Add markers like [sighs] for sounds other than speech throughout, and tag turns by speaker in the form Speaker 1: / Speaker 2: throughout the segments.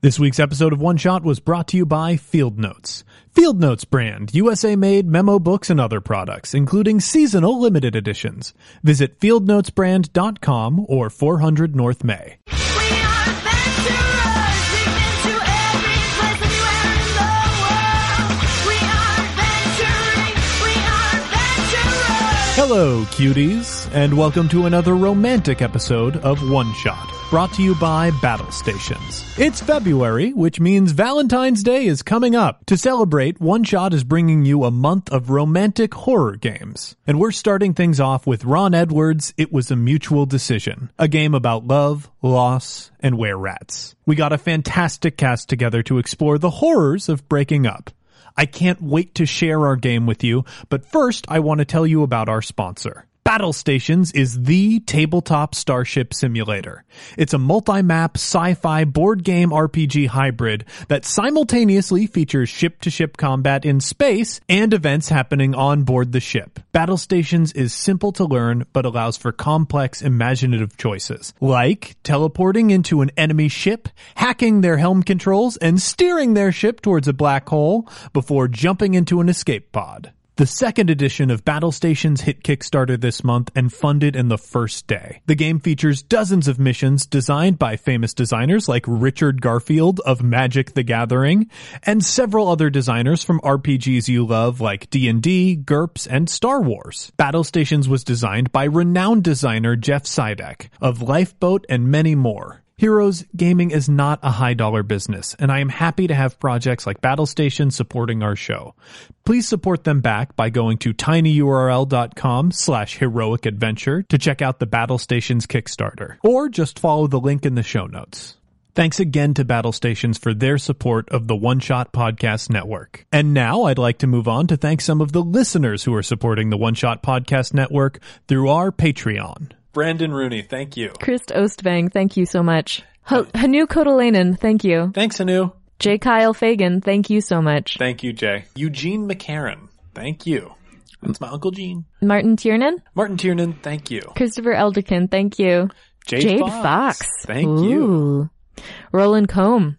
Speaker 1: This week's episode of One Shot was brought to you by Field Notes. Field Notes brand, USA made memo books and other products, including seasonal limited editions. Visit fieldnotesbrand.com or 400 North May.
Speaker 2: We are adventurers. We've been to every place anywhere in the world. We are adventuring. We are adventurers.
Speaker 1: Hello, cuties, and welcome to another romantic episode of One Shot, brought to you by Battle Stations. It's February, which means Valentine's Day is coming up. To celebrate, One Shot is bringing you a month of romantic horror games. And we're starting things off with Ron Edwards' It Was a Mutual Decision, a game about love, loss, and were rats. We got a fantastic cast together to explore the horrors of breaking up. I can't wait to share our game with you, but first I want to tell you about our sponsor. Battle Stations is the tabletop starship simulator. It's a multi-map sci-fi board game RPG hybrid that simultaneously features ship-to-ship combat in space and events happening on board the ship. Battle Stations is simple to learn but allows for complex imaginative choices, like teleporting into an enemy ship, hacking their helm controls, and steering their ship towards a black hole before jumping into an escape pod. The second edition of Battle Stations hit Kickstarter this month and funded in the first day. The game features dozens of missions designed by famous designers like Richard Garfield of Magic the Gathering and several other designers from RPGs you love like D&D, GURPS, and Star Wars. Battle Stations was designed by renowned designer Jeff Sidek of Lifeboat and many more. Heroes, gaming is not a high dollar business, and I am happy to have projects like Battle Station supporting our show. Please support them back by going to tinyurl.com slash heroic adventure to check out the Battle Station's Kickstarter, or just follow the link in the show notes. Thanks again to Battle Stations for their support of the One Shot Podcast Network. And now I'd like to move on to thank some of the listeners who are supporting the One Shot Podcast Network through our Patreon. Brandon Rooney, thank you.
Speaker 3: Christ Ostvang, thank you so much. H- Hanu Kodalainen, thank you.
Speaker 1: Thanks, Anu.
Speaker 3: J. Kyle Fagan, thank you so much.
Speaker 1: Thank you, Jay. Eugene McCarran. Thank you. That's my Uncle Gene.
Speaker 3: Martin Tiernan,
Speaker 1: Martin Tiernan, thank you.
Speaker 3: Christopher Eldekin, thank you.
Speaker 1: Jade,
Speaker 3: Jade
Speaker 1: Fox.
Speaker 3: Fox.
Speaker 1: Thank you.
Speaker 3: Ooh. Roland Combe.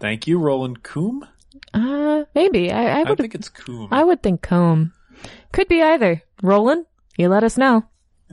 Speaker 1: Thank you, Roland Coombe.
Speaker 3: Uh, maybe. I, I
Speaker 1: I
Speaker 3: would
Speaker 1: think it's Coombe.
Speaker 3: I would think Combe. Could be either. Roland, you let us know.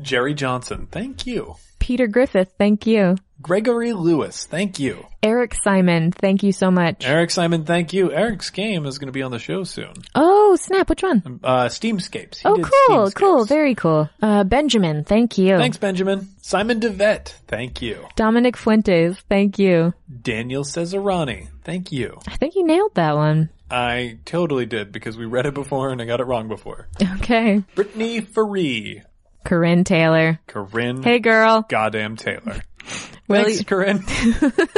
Speaker 1: Jerry Johnson, thank you.
Speaker 3: Peter Griffith, thank you.
Speaker 1: Gregory Lewis, thank you.
Speaker 3: Eric Simon, thank you so much.
Speaker 1: Eric Simon, thank you. Eric's game is going to be on the show soon.
Speaker 3: Oh, snap, which one?
Speaker 1: Uh, Steamscapes. He
Speaker 3: oh,
Speaker 1: did
Speaker 3: cool,
Speaker 1: Steamscapes.
Speaker 3: cool, very cool. Uh, Benjamin, thank you.
Speaker 1: Thanks, Benjamin. Simon DeVette, thank you.
Speaker 3: Dominic Fuentes, thank you.
Speaker 1: Daniel Cesarani, thank you.
Speaker 3: I think you nailed that one.
Speaker 1: I totally did because we read it before and I got it wrong before.
Speaker 3: Okay.
Speaker 1: Brittany Faree,
Speaker 3: Corinne Taylor.
Speaker 1: Corinne.
Speaker 3: Hey girl.
Speaker 1: goddamn Taylor.
Speaker 3: Will
Speaker 1: Thanks,
Speaker 3: you-
Speaker 1: Corinne.
Speaker 3: [laughs]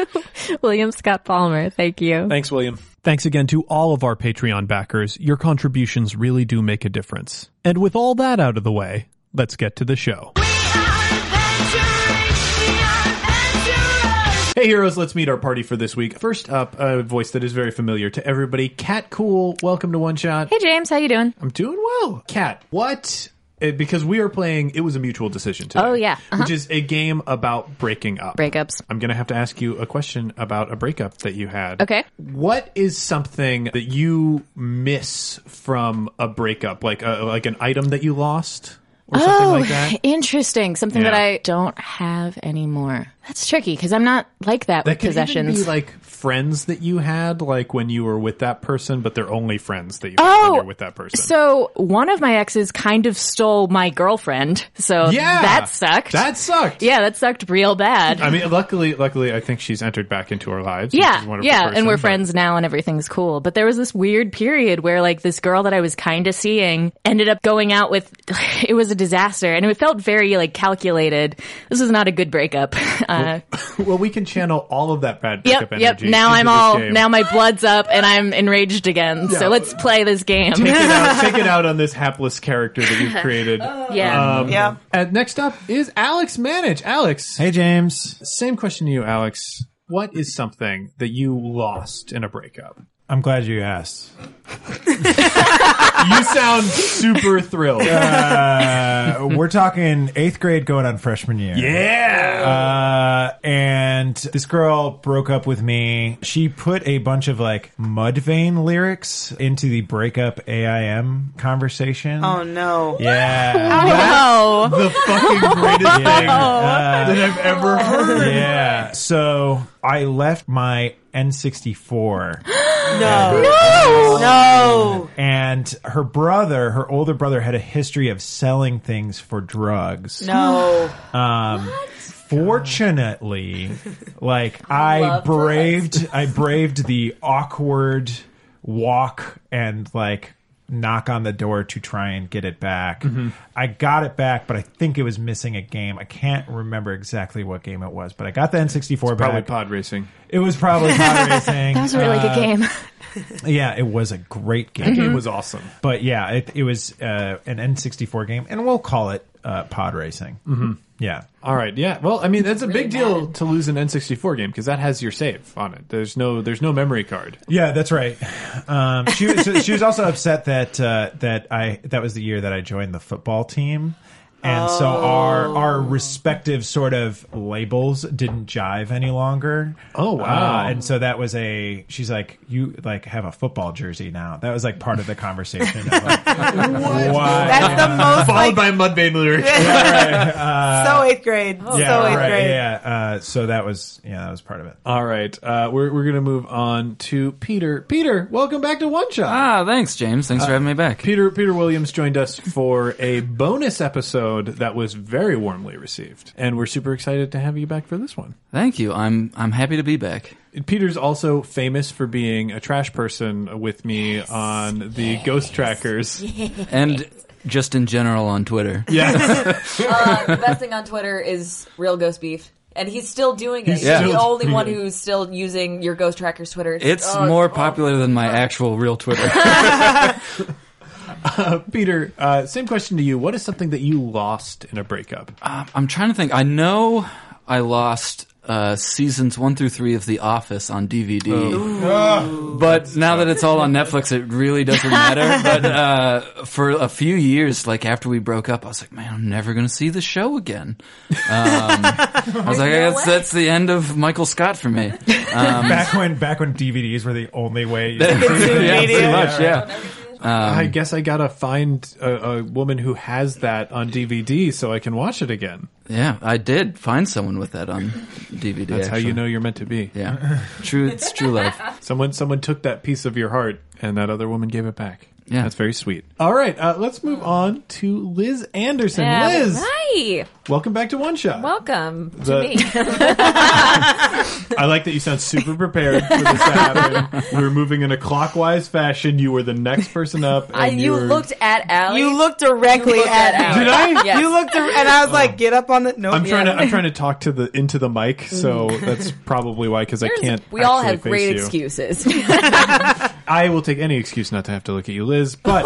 Speaker 3: William Scott Palmer. Thank you.
Speaker 1: Thanks, William. Thanks again to all of our Patreon backers. Your contributions really do make a difference. And with all that out of the way, let's get to the show.
Speaker 2: We are adventuring. We are adventurers.
Speaker 1: Hey, heroes, let's meet our party for this week. First up, a voice that is very familiar to everybody Cat Cool. Welcome to One Shot.
Speaker 3: Hey James, how you doing?
Speaker 1: I'm doing well. Cat, what? eh, Because we are playing It Was a Mutual Decision today.
Speaker 3: Oh, yeah. Uh-huh.
Speaker 1: Which is a game about breaking up.
Speaker 3: Breakups.
Speaker 1: I'm going to have to ask you a question about a breakup that you had.
Speaker 3: Okay.
Speaker 1: What is something that you miss from a breakup, like a, like an item that you lost or something like that?
Speaker 4: Interesting. Something that
Speaker 1: Yeah.
Speaker 4: I don't have anymore. That's tricky because I'm not like that,
Speaker 1: That
Speaker 4: with
Speaker 1: could even
Speaker 4: possessions.
Speaker 1: be like friends that you had, like when you were with that person, but they're only friends that you had when
Speaker 4: Oh,
Speaker 1: you're with that person.
Speaker 4: so one of my exes kind of stole my girlfriend. So
Speaker 1: yeah,
Speaker 4: that sucked.
Speaker 1: That sucked.
Speaker 4: yeah, that sucked real bad.
Speaker 1: I mean, luckily, luckily, I think she's entered back into our lives. which is a
Speaker 4: yeah,
Speaker 1: wonderful
Speaker 4: yeah,
Speaker 1: person,
Speaker 4: and we're
Speaker 1: but-
Speaker 4: friends now, and everything's cool. But there was this weird period where, like, this girl that I was kind of seeing ended up going out with. [laughs] It was a disaster, and it felt very like calculated. This was not a good breakup. [laughs] Uh,
Speaker 1: [laughs] Well, we can channel all of that bad
Speaker 4: Yep,
Speaker 1: breakup
Speaker 4: yep.
Speaker 1: energy.
Speaker 4: Now
Speaker 1: into
Speaker 4: I'm
Speaker 1: this
Speaker 4: all
Speaker 1: game.
Speaker 4: now my blood's up and I'm enraged again.
Speaker 1: Yeah.
Speaker 4: So let's play this game.
Speaker 1: [laughs] Take it, out, take it out on this hapless character that you've created.
Speaker 4: [laughs] Oh. yeah.
Speaker 1: Um, yeah. And next up is Alex Manage. Alex,
Speaker 5: Hey, James.
Speaker 1: same question to you, Alex. What is something that you lost in a breakup?
Speaker 6: I'm glad you asked.
Speaker 1: You sound super thrilled.
Speaker 6: Uh, we're talking eighth grade going on freshman year.
Speaker 1: Yeah.
Speaker 6: Uh, and this girl broke up with me. She put a bunch of like Mudvayne lyrics into the breakup AIM conversation.
Speaker 7: Oh no.
Speaker 6: Yeah.
Speaker 3: Wow.
Speaker 1: The fucking greatest thing
Speaker 6: Yeah.
Speaker 1: that I've ever heard.
Speaker 6: Uh, yeah. So I left my N64
Speaker 7: No. No. No.
Speaker 6: and her brother, her older brother had a history of selling things for drugs.
Speaker 7: No.
Speaker 6: Um, fortunately, like I braved, I braved the awkward walk and like knock on the door to try and get it back. I got it back, but I think it was missing a game. I can't remember exactly what game it was, but I got the N64
Speaker 1: Probably
Speaker 6: back.
Speaker 1: pod racing.
Speaker 6: it was probably pod racing.
Speaker 3: That was a really good
Speaker 4: [laughs]
Speaker 1: uh,
Speaker 3: game.
Speaker 6: yeah, it was a great game.
Speaker 1: It was awesome.
Speaker 6: But yeah, it, it was uh, an N64 game, and we'll call it uh, pod racing. Mm-hmm. Yeah.
Speaker 1: All right, yeah. Well, I mean, that's a big deal to lose an N64 game because that has your save on it. There's no, there's no memory card.
Speaker 6: Yeah, that's right. Um, she was she was also upset that uh, that I that was the year that I joined the football team, and so our our respective sort of labels didn't jive any longer.
Speaker 1: Oh, wow.
Speaker 6: Uh, and so that was a she's like you like have a football jersey now. That was like part of the conversation. Of like, why?
Speaker 7: That's the most like
Speaker 1: by Mudvayne lyrics.
Speaker 7: so eighth grade. so eighth
Speaker 6: yeah, right,
Speaker 7: grade.
Speaker 6: yeah. [laughs] Uh, so that was yeah, that was part of it.
Speaker 1: [laughs] All right, uh, we're we're gonna move on to Peter. Peter, welcome back to One Shot.
Speaker 8: Ah, thanks, James. Thanks for having me back.
Speaker 1: Peter Peter Williams joined us for a bonus episode that was very warmly received, and we're super excited to have you back for this one.
Speaker 8: Thank you. I'm I'm happy to be back.
Speaker 1: Peter's also famous for being a trash person with me on the Ghost Trackers.
Speaker 8: And just in general on Twitter.
Speaker 1: Yes.
Speaker 9: Uh, the best thing on Twitter is real ghost beef. And he's still doing it. He's
Speaker 8: Yeah.
Speaker 9: the
Speaker 1: still
Speaker 9: only
Speaker 1: doing
Speaker 9: one
Speaker 1: it.
Speaker 9: who's still using your ghost tracker's Twitter.
Speaker 8: It's
Speaker 9: oh,
Speaker 8: more
Speaker 9: awful.
Speaker 8: popular than my actual real Twitter. [laughs]
Speaker 1: Peter, uh, same question to you. What is something that you lost in a breakup?
Speaker 8: I'm trying to think. I know I lost uh, seasons one through three of The Office on DVD, Ah. but now that it's all on Netflix, it really doesn't [laughs] matter. but uh, for a few years, like after we broke up, I was like, "Man, I'm never going to see the show again." [laughs] Um, I was like, I guess "That's the end of Michael Scott for [laughs] me."
Speaker 6: back when back when DVDs were the only way. You
Speaker 8: yeah, pretty
Speaker 7: media.
Speaker 8: much. Yeah. Um,
Speaker 1: I guess I gotta find a, a woman who has that on DVD so I can watch it again.
Speaker 8: Yeah, I did find someone with that on DVD.
Speaker 1: That's how
Speaker 8: actually.
Speaker 1: you know you're meant to be.
Speaker 8: Yeah, true. It's true life.
Speaker 1: Someone, someone took that piece of your heart, and that other woman gave it back.
Speaker 8: Yeah.
Speaker 1: that's very sweet. All right, uh, let's move on to Liz Anderson.
Speaker 9: Yeah.
Speaker 1: Liz,
Speaker 9: Hi.
Speaker 1: welcome back to One Shot.
Speaker 9: Welcome to
Speaker 1: The-
Speaker 9: me.
Speaker 1: [laughs] I like that you sound super prepared for this to happen. we were moving in a clockwise fashion. You were the next person up. And
Speaker 9: I, you
Speaker 1: were-
Speaker 9: looked at Allie.
Speaker 7: You looked directly
Speaker 9: looked
Speaker 7: at
Speaker 9: at
Speaker 7: me.
Speaker 1: Did I?
Speaker 9: Yes.
Speaker 7: You looked, ar- and I was like, "Get up on the." No,
Speaker 1: I'm trying to I'm trying to talk to the into the mic, so that's probably why because I can't.
Speaker 9: Mm. we all
Speaker 1: actually
Speaker 9: have great
Speaker 1: face you. [laughs]
Speaker 9: excuses. [laughs]
Speaker 1: I will take any excuse not to have to look at you, Liz.
Speaker 9: [laughs]
Speaker 1: But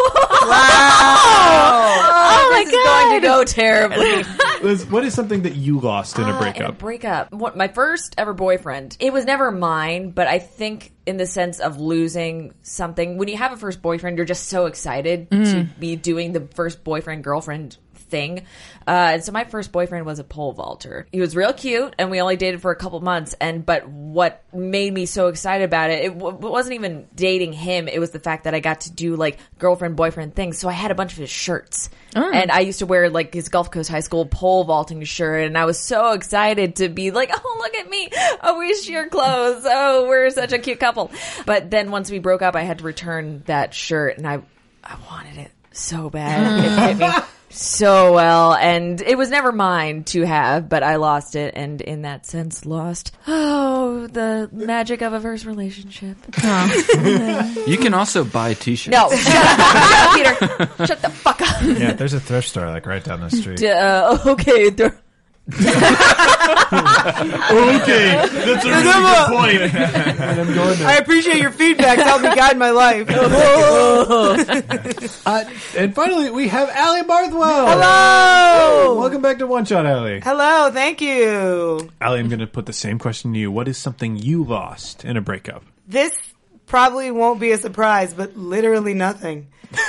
Speaker 9: oh my this god, is going to go terribly.
Speaker 1: Liz, what is something that you lost in a
Speaker 9: Ah, in a
Speaker 1: breakup?
Speaker 9: breakup. What, my first ever boyfriend. It was never mine, but I think in the sense of losing something. When you have a first boyfriend, you're just so excited to be doing the first boyfriend girlfriend thing. Uh, and so my first boyfriend was a pole vaulter. He was real cute, and we only dated for a couple months. And but what made me so excited about it, it w- wasn't even dating him. It was the fact that I got to do like girlfriend boyfriend things. So I had a bunch of his shirts, and I used to wear like his Gulf Coast High School pole vaulting shirt, and I was so excited to be like, oh look at me, oh we share clothes, oh we're such a cute couple. But then once we broke up, I had to return that shirt, and I I wanted it so bad. It hit me so well, and it was never mine to have, but I lost it, and in that sense, lost oh the magic of a first relationship.
Speaker 8: You can also buy T-shirts.
Speaker 9: No, [laughs] shut up, shut up Peter, shut the fuck up.
Speaker 6: yeah, there's a thrift store like right down the street.
Speaker 9: Uh, okay, there-
Speaker 1: Okay, that's a really good point.
Speaker 7: I appreciate your feedback. It's helped me guide my life. Hello.
Speaker 1: Uh, and finally, we have Allie Barthwell. Welcome back to One Shot, Allie.
Speaker 7: Hello. Thank you.
Speaker 1: Allie, I'm going to put the same question to you. What is something you lost in a breakup?
Speaker 7: This probably won't be a surprise, but literally nothing.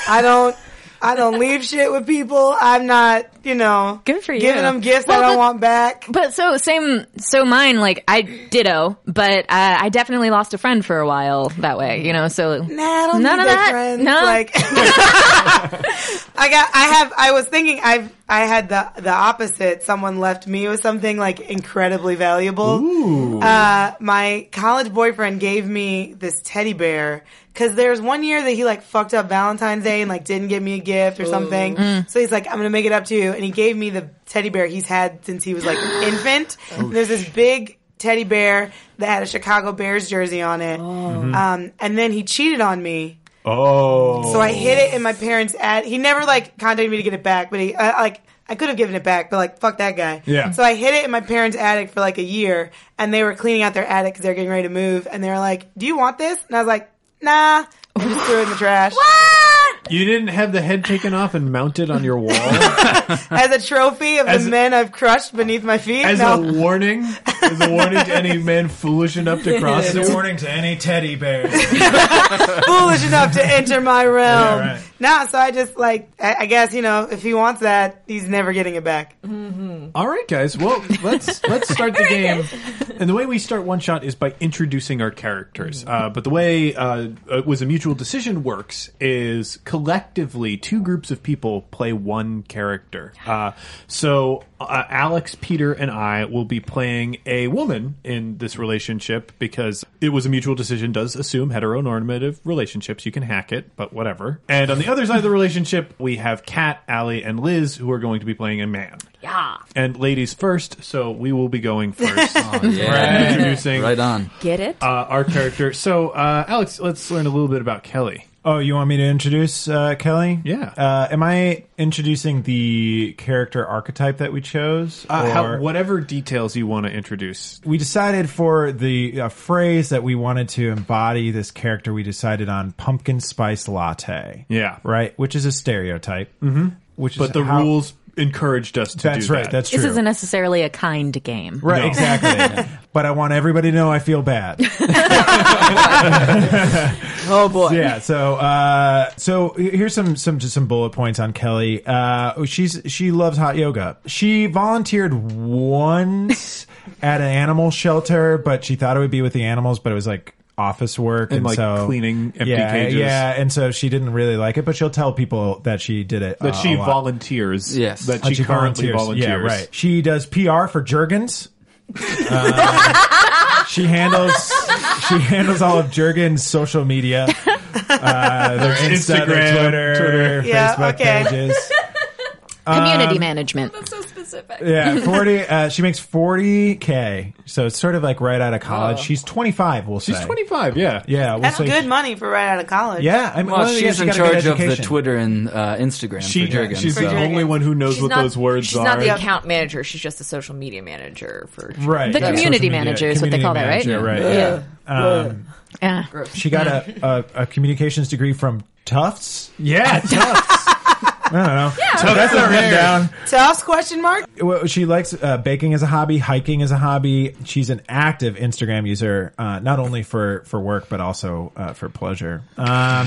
Speaker 7: I don't. I don't leave shit with people. I'm not, you know,
Speaker 3: Good for you.
Speaker 7: giving them gifts
Speaker 3: Well,
Speaker 7: I don't
Speaker 3: but-
Speaker 7: want back.
Speaker 3: But so same, so mine. Like I ditto, but uh, I definitely lost a friend for a while that way. You know, so
Speaker 7: Nah, I don't
Speaker 3: None
Speaker 7: need
Speaker 3: of
Speaker 7: their
Speaker 3: that?
Speaker 7: friends.
Speaker 3: No. [laughs]
Speaker 7: Like, I got. I have. I was thinking. I've. I had the the opposite. Someone left me with something like incredibly valuable. Uh, my college boyfriend gave me this teddy bear because there's one year that he like fucked up Valentine's Day and like didn't give me a gift or something.
Speaker 3: Oh.
Speaker 7: So he's like, I'm gonna make it up to you, and he gave me the teddy bear he's had since he was like an infant. there's this big teddy bear that had a Chicago Bears jersey on it,
Speaker 6: Mm-hmm.
Speaker 7: um, and then he cheated on me.
Speaker 6: Oh,
Speaker 7: So I hid it in my parents' ad. He never like contacted me to get it back, but he I, like I could have given it back, but like fuck that guy.
Speaker 6: Yeah.
Speaker 7: So I hid it in my parents' attic for like a year, and they were cleaning out their attic because they're getting ready to move, and they were like, "Do you want this?" And I was like, "Nah." I just threw it in the trash
Speaker 1: You didn't have the head taken off and mounted on your
Speaker 9: [laughs]
Speaker 1: wall
Speaker 7: as a trophy of
Speaker 6: As
Speaker 7: the
Speaker 6: a-
Speaker 7: men I've crushed beneath my feet.
Speaker 1: as
Speaker 7: no.
Speaker 1: a warning, as a warning to any man foolish enough
Speaker 9: [laughs]
Speaker 1: to cross
Speaker 6: it's
Speaker 1: it.
Speaker 6: a warning to any teddy bear.
Speaker 7: [laughs] foolish enough to enter my realm.
Speaker 6: [laughs] Yeah, right.
Speaker 7: Nah, so I just like, I, I guess you know, if he wants that, he's never getting it back.
Speaker 6: Mm-hmm.
Speaker 1: All right, guys. Well, let's let's start the game. And the way we start one shot is by introducing our characters. Uh, but the way uh, it was a mutual decision works is collectively two groups of people play one character. Uh, so uh, Alex, Peter, and I will be playing a woman in this relationship because it was a mutual decision. Does assume heteronormative relationships. You can hack it, but whatever. And on the other side of the relationship, we have Kat, Allie, and Liz, who are going to be playing a man.
Speaker 9: Yeah.
Speaker 1: And ladies first, so we will be going first.
Speaker 8: Yeah.
Speaker 1: Introducing
Speaker 8: Right on.
Speaker 9: Get it?
Speaker 1: Uh, our character. So, uh, Alex, let's learn a little bit about Kelly.
Speaker 6: Oh, you want me to introduce uh, Kelly?
Speaker 1: Yeah.
Speaker 6: Uh, am I introducing the character archetype that we chose?
Speaker 1: Uh, how,
Speaker 6: Or-
Speaker 1: whatever details you want to introduce.
Speaker 6: we decided for the uh, phrase that we wanted to embody this character, we decided on pumpkin spice latte.
Speaker 1: Yeah.
Speaker 6: Right? Which is a stereotype. Mm-hmm. Which
Speaker 1: But
Speaker 6: is
Speaker 1: the
Speaker 6: how-
Speaker 1: rules encouraged us to
Speaker 6: That's
Speaker 1: do
Speaker 6: right.
Speaker 1: that.
Speaker 6: That's true.
Speaker 3: this isn't necessarily a kind game.
Speaker 6: right,
Speaker 1: No. [laughs]
Speaker 6: exactly. but I want everybody to know I feel bad.
Speaker 7: [laughs]
Speaker 6: [laughs]
Speaker 7: Oh boy.
Speaker 6: yeah. So, uh, so here's some some just some bullet points on Kelly. Uh, she's she loves hot yoga. She volunteered
Speaker 7: [laughs]
Speaker 6: once at an animal shelter, but she thought it would be with the animals, but it was like office work and,
Speaker 1: like,
Speaker 6: so,
Speaker 1: cleaning empty
Speaker 6: yeah,
Speaker 1: cages.
Speaker 6: Yeah, and so she didn't really like it, but she'll tell people that she did it.
Speaker 1: That
Speaker 6: uh,
Speaker 1: she
Speaker 6: a lot.
Speaker 1: volunteers.
Speaker 8: Yes.
Speaker 1: That
Speaker 6: That
Speaker 1: she, currently volunteers.
Speaker 6: Yeah, right. She does PR for Jergens. Uh, she handles she handles all of Jergens' social media, uh, their
Speaker 1: Instagram,
Speaker 6: Insta, their Twitter,
Speaker 1: Twitter.
Speaker 7: Yeah,
Speaker 6: Facebook
Speaker 7: okay.
Speaker 6: pages.
Speaker 10: Community
Speaker 1: Um,
Speaker 10: management.
Speaker 9: so specific.
Speaker 6: Yeah, forty. Uh, she makes forty k. So it's sort of like right out of college. She's twenty five. We'll say
Speaker 1: She's 25, yeah.
Speaker 6: Yeah, we'll
Speaker 7: That's
Speaker 6: say-
Speaker 7: good money for right out of college.
Speaker 6: Yeah, I mean,
Speaker 8: Well,
Speaker 6: yeah,
Speaker 8: she's
Speaker 6: she
Speaker 8: in
Speaker 6: got a good
Speaker 8: charge of the
Speaker 6: education.
Speaker 8: Twitter and uh, Instagram
Speaker 1: She,
Speaker 8: for Jurgen.
Speaker 1: she's
Speaker 8: so.
Speaker 1: the only one who knows
Speaker 9: She's
Speaker 1: what
Speaker 9: not-
Speaker 1: those words
Speaker 9: she's
Speaker 1: are.
Speaker 9: not the account manager. She's just the social media manager for
Speaker 6: Right,
Speaker 3: The
Speaker 6: yeah,
Speaker 3: community
Speaker 6: social media-
Speaker 3: manager is what they
Speaker 6: community
Speaker 3: call that, right?
Speaker 6: manager, Right.
Speaker 3: Yeah.
Speaker 6: Um,
Speaker 3: Yeah.
Speaker 6: She got a, a, a communications degree from [laughs] Tufts.
Speaker 1: yeah,
Speaker 6: I don't know. Tufts that's not written down.
Speaker 7: Tufts question mark?
Speaker 6: Well, She likes uh, baking as a hobby, hiking as a hobby. She's an active Instagram user, uh, not only for, for work but also uh, for pleasure.
Speaker 9: [laughs]
Speaker 6: Um,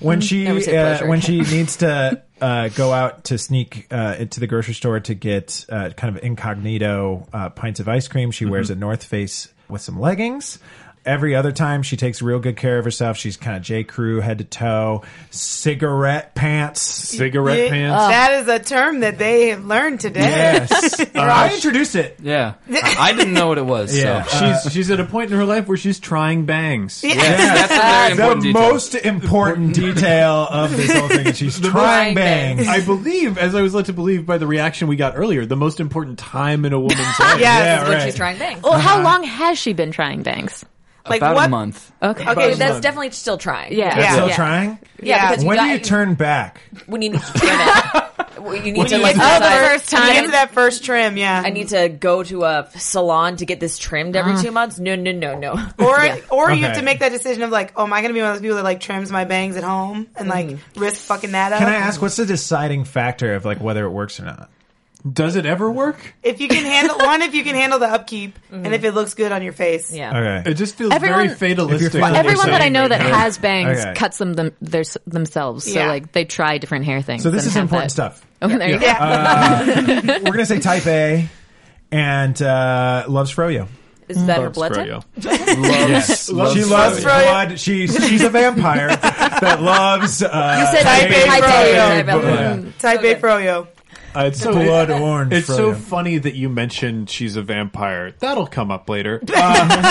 Speaker 6: when she
Speaker 9: Uh-huh. never said
Speaker 6: uh,
Speaker 9: pleasure.
Speaker 6: when
Speaker 9: [laughs]
Speaker 6: she needs to uh, go out to sneak uh, into the grocery store to get uh, kind of incognito uh, pints of ice cream, she
Speaker 9: Mm-hmm.
Speaker 6: wears a North Face with some leggings. Every other time, she takes real good care of herself. She's kind of J. Crew head to toe, cigarette pants.
Speaker 1: Cigarette
Speaker 7: Yeah.
Speaker 1: pants.
Speaker 7: uh, That is a term that they have learned today.
Speaker 6: Yes, [laughs] I introduced it. Uh,
Speaker 8: Yeah. I I didn't know what it was.
Speaker 6: Yeah.
Speaker 3: uh,
Speaker 8: So.
Speaker 1: she's, she's at a point in her life where she's trying bangs.
Speaker 8: Yeah, that's a very
Speaker 6: the
Speaker 8: important detail.
Speaker 6: most important detail of this whole thing. is She's trying
Speaker 9: most-
Speaker 6: bangs.
Speaker 1: I believe, as I was led to believe by the reaction we got earlier, the most important time in a
Speaker 3: [laughs]
Speaker 1: woman's life.
Speaker 7: Yes.
Speaker 6: Yeah,
Speaker 9: when
Speaker 6: right.
Speaker 9: she's trying things.
Speaker 3: Well, how long has she been trying bangs? Oh,
Speaker 7: Like
Speaker 8: About
Speaker 7: what?
Speaker 8: a month.
Speaker 3: Okay.
Speaker 9: Okay, that's
Speaker 1: month.
Speaker 9: definitely still trying.
Speaker 3: Yeah.
Speaker 6: That's
Speaker 7: Yeah.
Speaker 6: still trying.
Speaker 9: Yeah, because
Speaker 6: When
Speaker 9: you
Speaker 6: do you
Speaker 9: got-
Speaker 6: turn back?
Speaker 9: When you need to get it. When you need to
Speaker 7: you
Speaker 9: like
Speaker 7: get to
Speaker 3: Oh, the
Speaker 9: decide-
Speaker 3: first
Speaker 7: When you
Speaker 3: time.
Speaker 7: get to that first trim, yeah.
Speaker 9: I need to go to a salon to get this trimmed every two months. No, no, no, no.
Speaker 7: or or you have
Speaker 6: Okay.
Speaker 7: to make that decision of like, oh, am I going to be one of those people that like trims my bangs at
Speaker 9: Mm-hmm.
Speaker 7: home and like risk fucking that up?
Speaker 6: Can I ask what's the deciding factor of like whether it works or not? Does it ever work?
Speaker 7: If you can handle one, if you can handle the upkeep, and if it looks good on your face,
Speaker 9: Mm-hmm. Yeah.
Speaker 6: It
Speaker 1: It
Speaker 6: just feels
Speaker 3: Everyone-
Speaker 1: very fatalistic.
Speaker 6: If you're
Speaker 1: what
Speaker 6: fine,
Speaker 1: they're
Speaker 3: Everyone that I
Speaker 6: saying
Speaker 3: know
Speaker 6: right
Speaker 3: that
Speaker 6: now.
Speaker 3: has bangs
Speaker 6: Okay.
Speaker 3: cuts them, them their, themselves. So
Speaker 7: Yeah.
Speaker 3: like they try different hair things.
Speaker 6: So this
Speaker 3: and
Speaker 6: is
Speaker 3: have
Speaker 6: important
Speaker 3: that.
Speaker 6: stuff.
Speaker 3: Oh, there you go.
Speaker 7: Yeah.
Speaker 6: We're gonna say type A, and uh, loves Froyo.
Speaker 9: Is that her blood type?
Speaker 1: Froyo.
Speaker 8: yes.
Speaker 6: she loves
Speaker 7: Froyo.
Speaker 6: blood. She's she's a vampire that loves. Uh,
Speaker 9: You said
Speaker 7: Type A
Speaker 9: type
Speaker 7: Froyo.
Speaker 9: A. type A.
Speaker 6: yeah.
Speaker 7: [laughs] type A froyo.
Speaker 1: Uh, it's so,
Speaker 6: blood orange.
Speaker 1: it's so
Speaker 6: Froyo.
Speaker 1: funny that you mentioned she's a vampire. That'll come up later.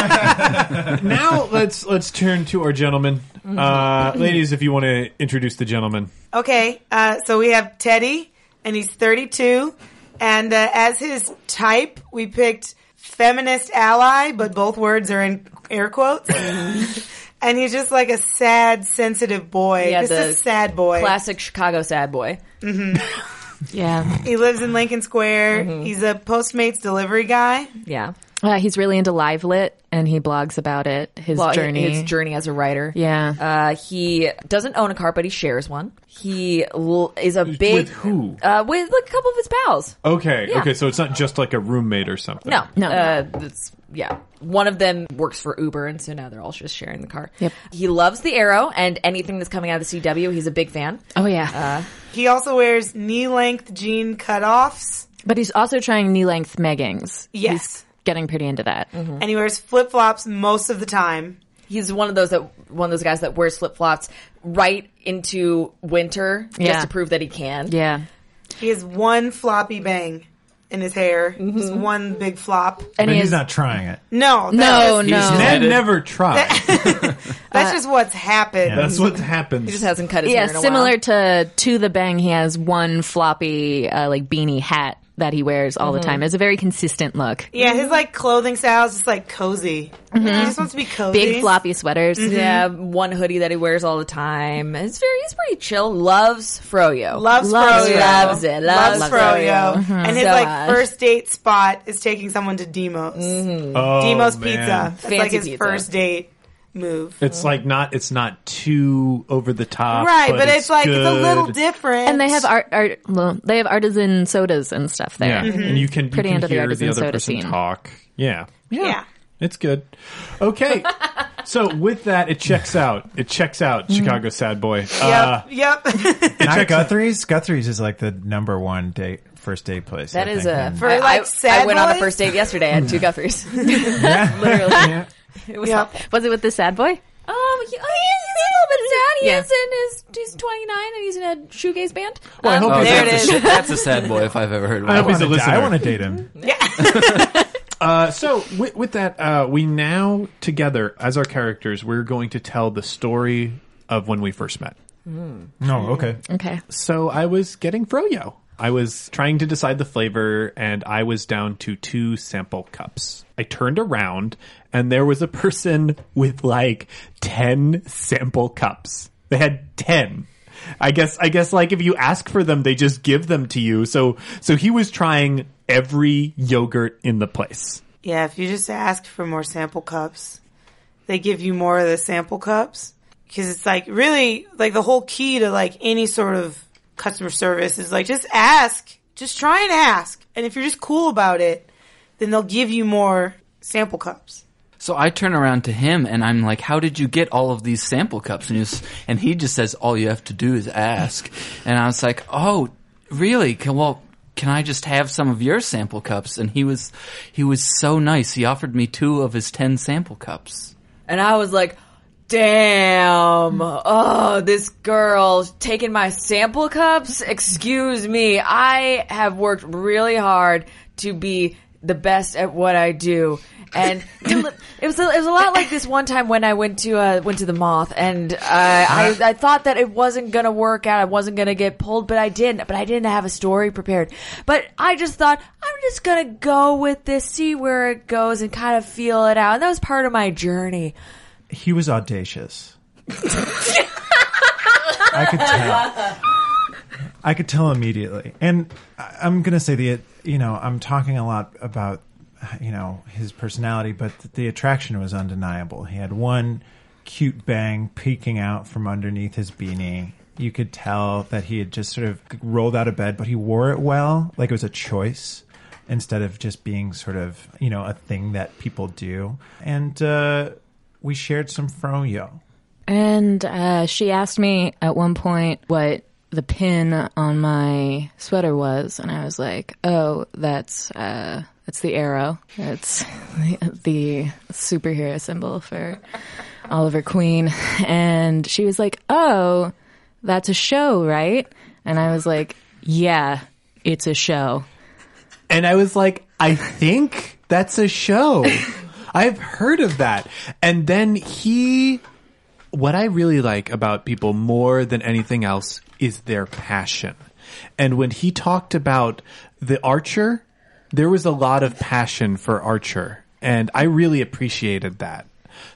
Speaker 1: Um, now let's let's turn to our gentleman, uh, ladies. If you want to introduce the gentleman,
Speaker 7: Okay, uh, so we have Teddy, and he's 32. And uh, as his type, we picked feminist ally, but both words are in air
Speaker 9: [laughs]
Speaker 7: quotes. and he's just like a sad, sensitive boy.
Speaker 9: Yeah,
Speaker 7: just a
Speaker 9: the
Speaker 7: sad boy.
Speaker 9: Classic Chicago sad boy.
Speaker 3: Yeah.
Speaker 7: He lives in Lincoln Square.
Speaker 9: Mm-hmm.
Speaker 7: He's a Postmates delivery guy.
Speaker 9: Yeah.
Speaker 3: Uh, he's really into live lit and he blogs about it, his
Speaker 9: Well,
Speaker 3: journey.
Speaker 9: His journey as a writer.
Speaker 3: yeah.
Speaker 9: Uh, he doesn't own a car, but he shares one. He l- is a big
Speaker 1: with who?
Speaker 9: Uh, with like, a couple of his pals.
Speaker 1: Okay,
Speaker 9: Yeah.
Speaker 1: okay. So it's not just like a roommate or something.
Speaker 9: No,
Speaker 3: No.
Speaker 9: Uh, that's, yeah. One of them works for Uber, and so now they're all just sharing the car.
Speaker 3: Yep.
Speaker 9: He loves the Arrow and anything that's coming out of the CW. He's a big fan.
Speaker 3: oh, yeah.
Speaker 7: He also wears knee length jean cutoffs,
Speaker 3: but he's also trying knee length meggings.
Speaker 7: Yes.
Speaker 3: He's getting pretty into that.
Speaker 7: Mm-hmm. and he wears flip flops most of the time.
Speaker 9: He's one of those that one of those guys that wears flip flops right into winter just
Speaker 3: Yeah.
Speaker 9: to prove that he can.
Speaker 3: Yeah.
Speaker 7: He has one floppy bang in his hair, just
Speaker 9: Mm-hmm.
Speaker 7: one big flop.
Speaker 3: And
Speaker 6: But
Speaker 3: he
Speaker 6: he's
Speaker 3: is,
Speaker 6: not trying it.
Speaker 7: No,
Speaker 3: No,
Speaker 7: that was-
Speaker 3: no.
Speaker 1: Ned never tried.
Speaker 7: That's just what's happened.
Speaker 6: Yeah.
Speaker 1: That's what happens.
Speaker 9: He just hasn't cut his
Speaker 3: yeah,
Speaker 9: hair in a
Speaker 3: similar
Speaker 9: while.
Speaker 3: to To the Bang, he has one floppy, uh, like beanie hat that he wears all
Speaker 9: Mm-hmm.
Speaker 3: the time. It's a very consistent look.
Speaker 7: Yeah, his like clothing style is just like cozy.
Speaker 9: Mm-hmm.
Speaker 7: He just wants to be cozy.
Speaker 3: Big floppy sweaters.
Speaker 9: Yeah, one hoodie that he wears all the time. It's very, he's pretty chill. Loves Froyo.
Speaker 7: Loves,
Speaker 3: Loves
Speaker 7: Froyo.
Speaker 3: it.
Speaker 9: Loves it. Loves,
Speaker 7: Froyo. And his
Speaker 9: So
Speaker 7: like
Speaker 9: much. Mm-hmm.
Speaker 7: first date spot is taking someone to Demos.
Speaker 1: Oh,
Speaker 7: Demos
Speaker 1: man.
Speaker 7: Pizza. That's like
Speaker 9: Fancy
Speaker 7: his
Speaker 9: pizza.
Speaker 7: first date move.
Speaker 1: It's like not. It's not too over the top.
Speaker 7: right, but, it's, like it's a little
Speaker 1: good.
Speaker 7: different.
Speaker 3: And they have art, art well, they have artisan sodas and stuff there.
Speaker 1: Yeah, and you can
Speaker 3: Pretty
Speaker 1: you can
Speaker 3: under the
Speaker 1: hear
Speaker 3: artisan
Speaker 1: the other
Speaker 3: soda
Speaker 1: person
Speaker 3: scene.
Speaker 1: talk. Yeah. yeah,
Speaker 7: Yeah.
Speaker 1: it's good. Okay, so with that, it checks out. It checks out. Chicago sad boy. Uh,
Speaker 7: yep. Yep. [laughs]
Speaker 6: Not Guthrie's. Guthrie's is like the number one date first date place.
Speaker 9: That
Speaker 6: I
Speaker 9: is
Speaker 6: think.
Speaker 9: a.
Speaker 6: And-
Speaker 7: For,
Speaker 9: I-
Speaker 7: like,
Speaker 9: I,
Speaker 7: sad
Speaker 9: I went on a
Speaker 7: boys?
Speaker 9: first date yesterday. I had two Guthries.
Speaker 6: yeah.
Speaker 9: Literally, it was.
Speaker 7: Yep.
Speaker 9: awful.
Speaker 3: Was it with the sad boy?
Speaker 9: Mm-hmm. Um, he, oh, he
Speaker 3: Yeah.
Speaker 9: is, he's a little bit sad. He is in his, he's 29 and he's in a shoegaze band. Um,
Speaker 1: Well, I hope
Speaker 8: Oh,
Speaker 1: he's-
Speaker 9: there it
Speaker 8: that's,
Speaker 9: is.
Speaker 8: a, that's a sad boy if I've ever heard
Speaker 1: I
Speaker 8: one.
Speaker 1: hope he's a
Speaker 6: wanna-
Speaker 1: listener.
Speaker 6: I want to date him.
Speaker 1: Uh, so with, with that, uh, we now together as our characters, we're going to tell the story of when we first met.
Speaker 6: No, okay.
Speaker 3: Okay.
Speaker 1: So I was getting froyo. I was trying to decide the flavor, and I was down to two sample cups. I turned around, and there was a person [laughs] with like ten sample cups. They had ten. I guess. I guess like if you ask for them, they just give them to you. So so he was trying every yogurt in the place.
Speaker 7: yeah, if you just ask for more sample cups, they give you more of the sample cups. Because it's like really like the whole key to like any sort of customer service is like just ask. Just try and ask. And if you're just cool about it, then they'll give you more sample cups.
Speaker 8: So I turn around to him and I'm like, "How did you get all of these sample cups?" And he's, and he just says, "All you have to do is ask." And I was like, "Oh, really? Can, well, can I just have some of your sample cups?" And he was, he was so nice. He offered me two of his ten sample cups.
Speaker 9: And I was like, damn. Oh, this girl taking my sample cups. Excuse me. I have worked really hard to be the best at what I do. And it li- it was a, it was a lot like this one time when I went to uh, went to the moth and uh, I I thought that it wasn't gonna work out I wasn't gonna get pulled but I didn't but I didn't have a story prepared but I just thought I'm just gonna go with this see where it goes and kind of feel it out and that was part of my journey
Speaker 6: He was audacious. I could tell. I could tell immediately, and I- I'm gonna say the you know I'm talking a lot about you know his personality, but the attraction was undeniable. He had one cute bang peeking out from underneath his beanie. you could tell that he had just sort of rolled out of bed, but he wore it well, like it was a choice instead of just being sort of you know a thing that people do. And uh, we shared some froyo.
Speaker 3: And uh, she asked me at one point what the pin on my sweater was, and I was like, "Oh, that's uh, that's the arrow. That's [laughs] the, the superhero symbol for Oliver Queen." And she was like, "Oh, that's a show, right?" And I was like, "Yeah, it's a show."
Speaker 1: And I was like, I think that's a show. I've heard of that. And then he, what I really like about people more than anything else is their passion. And when he talked about the Archer, there was a lot of passion for Archer. And I really appreciated that.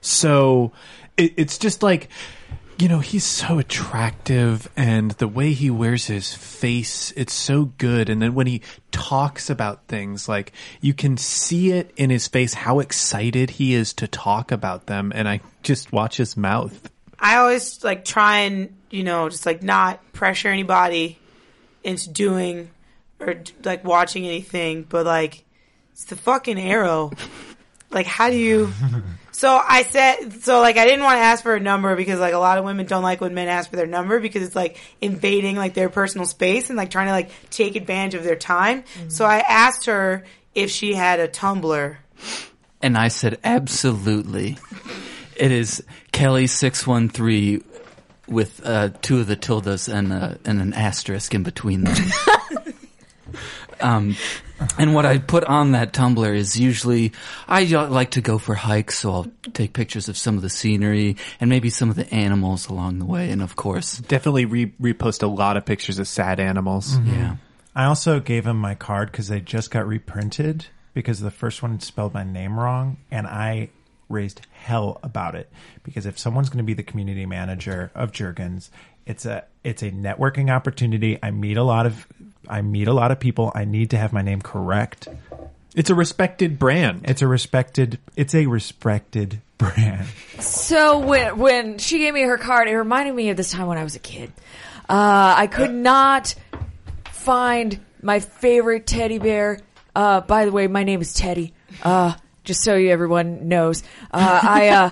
Speaker 1: So it, it's just like, you know, he's so attractive and the way he wears his face, it's so good. And then when he talks about things, like you can see it in his face, how excited he is to talk about them. And I just watch his mouth.
Speaker 7: I always like try and you know just like not pressure anybody into doing or like watching anything, but like it's the fucking arrow. Like how do you? So I said so like I didn't want to ask for a number because like a lot of women don't like when men ask for their number because it's like invading like their personal space and like trying to like take advantage of their time. So I asked her if she had a Tumblr.
Speaker 8: And I said, absolutely. It is Kelly six one three with uh, two of the tildes and uh, and an asterisk in between them. [laughs] um, and what I put on that Tumblr is usually I uh, like to go for hikes, so I'll take pictures of some of the scenery and maybe some of the animals along the way, and of course,
Speaker 1: Definitely re- repost a lot of pictures of sad animals.
Speaker 8: yeah.
Speaker 6: I also gave him my card because they just got reprinted because the first one spelled my name wrong, and I raised hell about it because if someone's going to be the community manager of Jergens, it's a it's a networking opportunity. I meet a lot of I meet a lot of people. I need to have my name correct.
Speaker 1: It's a respected brand.
Speaker 6: It's a respected it's a respected [laughs] brand.
Speaker 9: So when when she gave me her card, it reminded me of this time when I was a kid. Uh, I could not find my favorite teddy bear. Uh, by the way, my name is Teddy. Uh, just so you everyone knows, uh, I uh,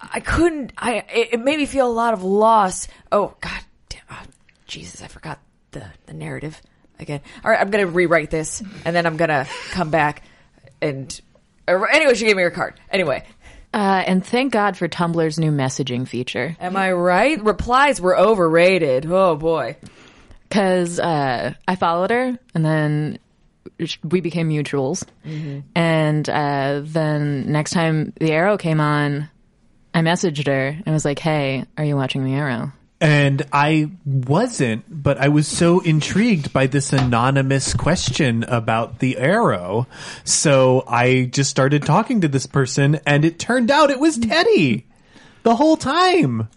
Speaker 9: I couldn't. I it, it made me feel a lot of loss. Oh God, damn, oh, Jesus, I forgot the the narrative again. All right, I'm gonna rewrite this, and then I'm gonna come back and. or- Anyway, she gave me her card. Anyway,
Speaker 3: Uh, and thank God for Tumblr's new messaging feature.
Speaker 9: Am I right? Replies were overrated. Oh boy.
Speaker 3: because uh, I followed her, and then sh- we became mutuals.
Speaker 9: Mm-hmm.
Speaker 3: And uh, then next time the Arrow came on, I messaged her and was like, "Hey, are you watching the Arrow?"
Speaker 1: And I wasn't, but I was so intrigued by this anonymous question about the arrow. So I just started talking to this person and it turned out it was Teddy the whole time.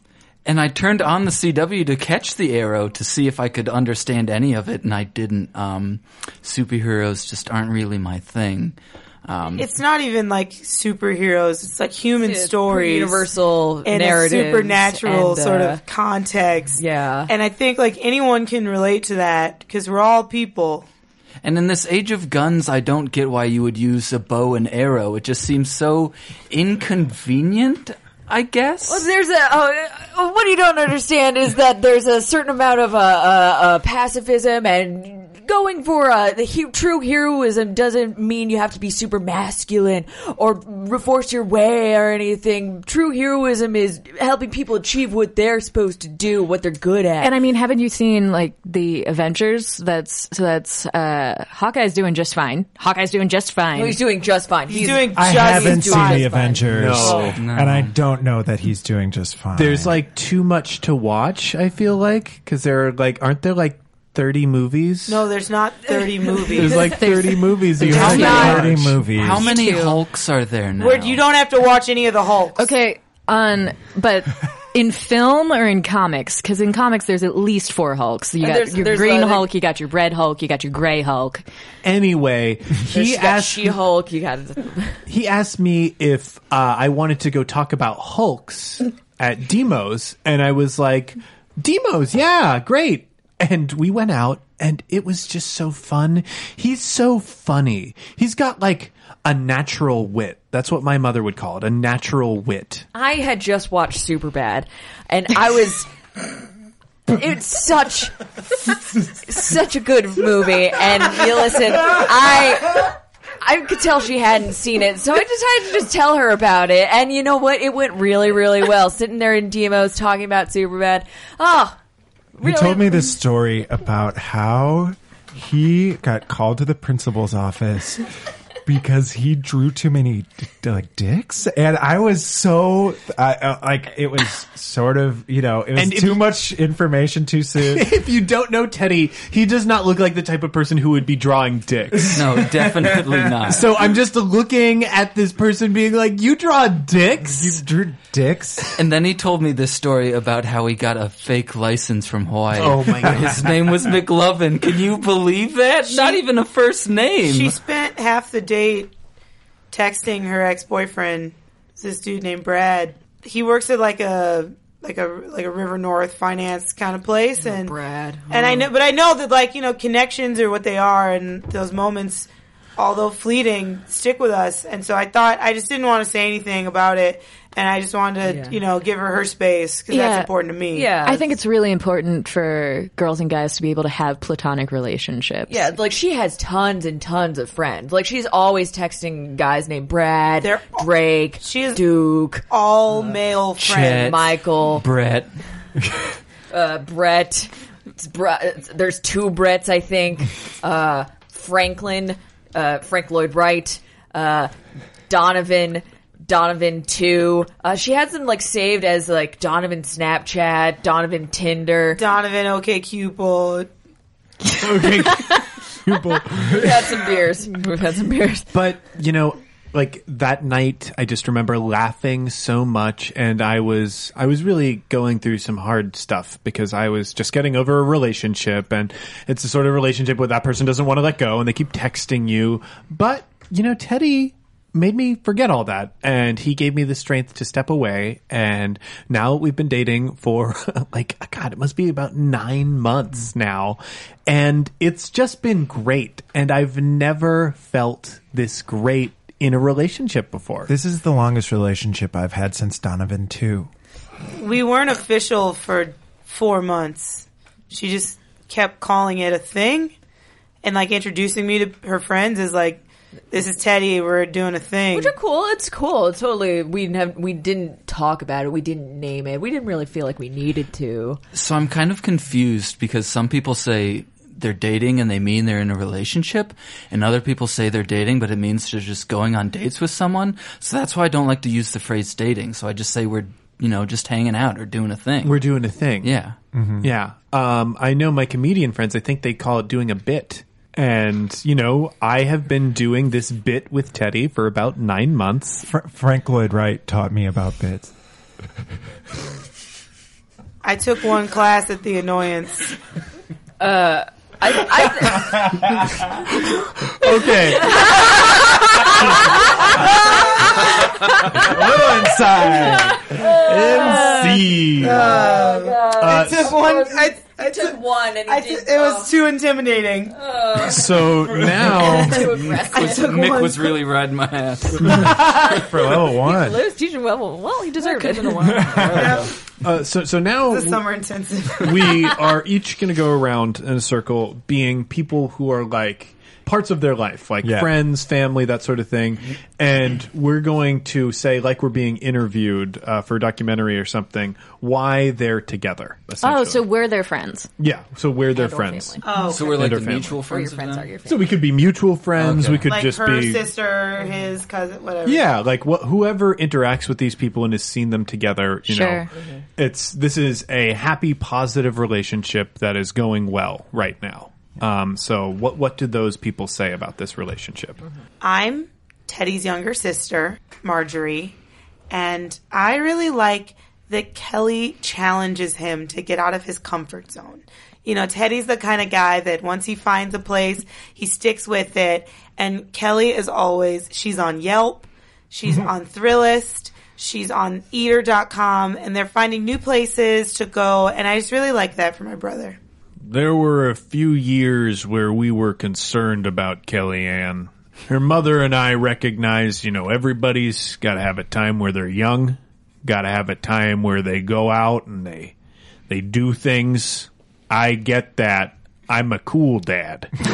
Speaker 8: And I turned on the CW to catch the arrow to see if I could understand any of it, and I didn't. Um, superheroes just aren't really my thing.
Speaker 7: It's not even like superheroes. It's like human stories,
Speaker 9: Universal
Speaker 7: and a
Speaker 9: narratives
Speaker 7: supernatural
Speaker 9: and, uh,
Speaker 7: sort of context.
Speaker 9: yeah.
Speaker 7: and I think like anyone can relate to that because we're all people.
Speaker 8: And in this age of guns, I don't get why you would use a bow and arrow. It just seems so inconvenient, I guess.
Speaker 9: There's a oh, uh, what you don't understand is that there's a certain amount of uh, uh, uh, pacifism and going for uh, the he- true heroism doesn't mean you have to be super masculine or r- force your way or anything. True heroism is helping people achieve what they're supposed to do, what they're good at.
Speaker 3: And I mean, haven't you seen like the Avengers? That's so that's uh, Hawkeye's doing just fine. Hawkeye's doing just fine.
Speaker 9: he's doing just fine. He's,
Speaker 7: He's doing
Speaker 6: I
Speaker 7: just
Speaker 6: haven't
Speaker 7: as
Speaker 6: seen
Speaker 7: fine.
Speaker 6: the Avengers,
Speaker 1: No.
Speaker 6: and I don't know that he's doing just fine.
Speaker 1: There's like too much to watch, I feel like, cause there are like, aren't there like 30 movies?
Speaker 7: No, there's not
Speaker 6: [laughs]
Speaker 7: 30 movies.
Speaker 1: There's
Speaker 7: [laughs]
Speaker 1: like 30 movies you
Speaker 7: There's
Speaker 1: have to
Speaker 7: not-
Speaker 1: watch.
Speaker 6: 30 movies.
Speaker 8: How many
Speaker 3: too.
Speaker 8: Hulks are there now?
Speaker 7: Where you don't have to watch any of the Hulk.
Speaker 3: Okay, on but
Speaker 9: [laughs]
Speaker 3: in film or in comics? Because in comics, there's at least four Hulks. You got
Speaker 9: there's-
Speaker 3: your
Speaker 9: there's
Speaker 3: green
Speaker 9: the-
Speaker 3: Hulk, you got your red Hulk, you got your gray Hulk.
Speaker 1: Anyway, he asked
Speaker 9: She Hulk. You got
Speaker 1: he asked me if uh, I wanted to go talk about Hulks at Demos, and I was like, Demos, yeah, great. And we went out and it was just so fun. He's so funny. He's got like a natural wit. That's what my mother would call it, a natural wit.
Speaker 9: I had just watched Superbad, and
Speaker 7: [laughs]
Speaker 9: I was. It's such, such a good movie, and you listen, I, I could tell she hadn't seen it, so I decided to just tell her about it, and you know what? It went really, really well. Sitting there in demos talking about Superbad, oh,
Speaker 6: You told me this story about how he got called to the principal's office because he drew too many d- d- like dicks, and I was so I- uh, like it was sort of you know it was
Speaker 1: And if
Speaker 6: too
Speaker 1: you-
Speaker 6: much information
Speaker 1: [laughs]
Speaker 6: too soon.
Speaker 1: If you don't know Teddy, he does not look like the type of person who would be drawing dicks.
Speaker 8: No,
Speaker 1: [laughs]
Speaker 8: definitely not.
Speaker 1: So I'm just looking at this person being like, "You draw dicks."
Speaker 6: you drew
Speaker 1: [laughs]
Speaker 6: dicks.
Speaker 8: And then he told me this story about how he got a fake license from Hawaii.
Speaker 1: Oh my God.
Speaker 8: His name was McLovin. Can you believe that? Not even a first name.
Speaker 9: Mm-hmm.
Speaker 7: She spent half the date texting her ex boyfriend. This dude named Brad. He works at like a like a like a River North finance kind of place, and
Speaker 9: Brad. Mm-hmm.
Speaker 7: And I know, but I know that like you know connections are what they are, and those moments, although fleeting, stick with us. And so I thought I just didn't want to say anything about it, and I just wanted to
Speaker 9: Yeah.
Speaker 7: you know give her her space because
Speaker 3: Yeah.
Speaker 7: that's important to me.
Speaker 9: yeah,
Speaker 3: I think it's really important for girls and guys to be able to have platonic relationships.
Speaker 9: Yeah, like she has tons and tons of friends. Like she's always texting guys named Brad,
Speaker 7: They're-
Speaker 9: Drake,
Speaker 7: She is-
Speaker 9: Duke,
Speaker 7: all male friends.
Speaker 8: Chet.
Speaker 9: Michael,
Speaker 8: Brett.
Speaker 9: uh, Brett. It's Bre- it's- there's two Bretts, I think. Uh, Franklin, uh, Frank Lloyd Wright, uh, Donovan. Donovan two. Uh, she has them like saved as like Donovan Snapchat, Donovan Tinder.
Speaker 7: Donovan, okay, Cupid.
Speaker 9: [laughs] We've had some beers. We've had some beers.
Speaker 1: But you know, like that night, I just remember laughing so much, and I was I was really going through some hard stuff because I was just getting over a relationship, and it's the sort of relationship where that person doesn't want to let go, and they keep texting you. But you know, Teddy made me forget all that and he gave me the strength to step away and now we've been dating for [laughs] like god it must be about 9 months now and it's just been great and I've never felt this great in a relationship before
Speaker 6: This is the longest relationship I've had since Donovan too.
Speaker 7: We weren't official for four months. She just kept calling it a thing, and like introducing me to her friends is like, "This is Teddy. We're doing a thing."
Speaker 9: Which are cool. It's cool. It's totally. We didn't have. We didn't talk about it. We didn't name it. We didn't really feel like we needed to.
Speaker 8: So I'm kind of confused because some people say they're dating and they mean they're in a relationship, and other people say they're dating, but it means they're just going on dates with someone. So that's why I don't like to use the phrase dating. So I just say we're, you know, just hanging out or doing a thing.
Speaker 1: we're doing a thing
Speaker 8: yeah.
Speaker 1: Yeah. Um, I know my comedian friends, I think they call it doing a bit. And, you know, I have been doing this bit with Teddy for about nine months.
Speaker 6: Fr- Frank Lloyd Wright taught me about bits.
Speaker 7: I took one class at the annoyance.
Speaker 9: I,
Speaker 1: [laughs] Okay. inside. MC.
Speaker 7: I took one. I, I
Speaker 9: I
Speaker 7: took.
Speaker 9: one, and
Speaker 7: I t- it was too intimidating.
Speaker 1: so now.
Speaker 9: too aggressive.
Speaker 8: Mick was really riding my ass.
Speaker 6: For level one.
Speaker 9: Lewis teaching well. Well, he deserved it. In a while.
Speaker 1: Uh, so, so now.
Speaker 7: The summer
Speaker 1: [laughs]
Speaker 7: intensive.
Speaker 1: we are each going to go around in a circle being people who are like parts of their life like
Speaker 6: Yeah.
Speaker 1: friends family that sort of thing and we're going to say like we're being interviewed uh, for a documentary or something why they're together
Speaker 3: Oh,
Speaker 1: essentially.
Speaker 3: so we're their friends.
Speaker 1: yeah so we're their friends
Speaker 9: family.
Speaker 7: Oh,
Speaker 8: So we're like
Speaker 1: Or
Speaker 8: the
Speaker 1: family.
Speaker 8: mutual
Speaker 9: Or your
Speaker 8: friends. of
Speaker 9: friends
Speaker 8: them?
Speaker 9: are your friends.
Speaker 1: so we could be mutual friends
Speaker 8: Okay.
Speaker 1: we could
Speaker 7: like
Speaker 1: just
Speaker 7: her
Speaker 1: be
Speaker 7: sister, his cousin, whatever.
Speaker 1: yeah like what whoever interacts with these people and has seen them together you
Speaker 3: Sure.
Speaker 1: know it's this is a happy positive relationship that is going well right now um, so what what do those people say about this relationship
Speaker 7: I'm Teddy's younger sister, Marjorie, and I really like that Kelly challenges him to get out of his comfort zone. You know, Teddy's the kind of guy that once he finds a place, he sticks with it. And Kelly is always, she's on Yelp, she's on Thrillist, She's on eater.com and they're finding new places to go. And I just really like that for my brother.
Speaker 1: There were a few years where we were concerned about Kellyanne. Her mother and I recognized, you know, everybody's got to have a time where they're young, got to have a time where they go out and they they do things. I get that. I'm a cool dad. [laughs]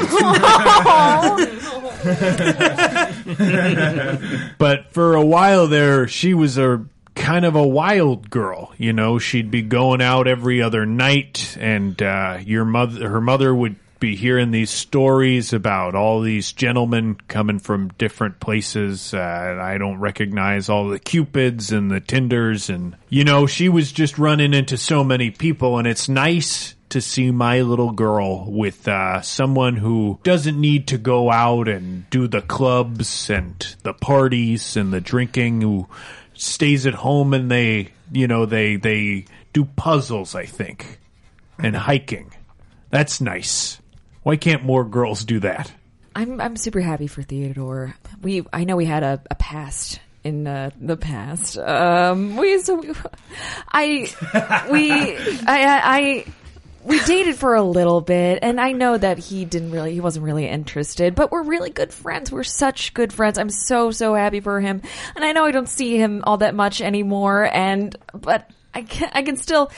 Speaker 1: but for a while there, she was a kind of a wild girl. You know, she'd be going out every other night, and uh, your mother, her mother, would be hearing these stories about all these gentlemen coming from different places. Uh, and I don't recognize all the cupids and the tinders, and you know, she was just running into so many people, and it's nice. To see my little girl with uh, someone who doesn't need to go out and do the clubs and the parties and the drinking, who stays at home and they you know they they do puzzles i think and hiking that's nice why can't more girls
Speaker 11: [laughs]
Speaker 1: do that
Speaker 9: I'm I'm super happy for Theodore. We I know we had a, a past in uh, the past. Um, we so we, I we I, I I we dated for a little bit, and I know that he didn't really he wasn't really interested, but we're really good friends. We're such good friends. I'm so so happy for him, and I know I don't see him all that much anymore, and but. I can, I can still,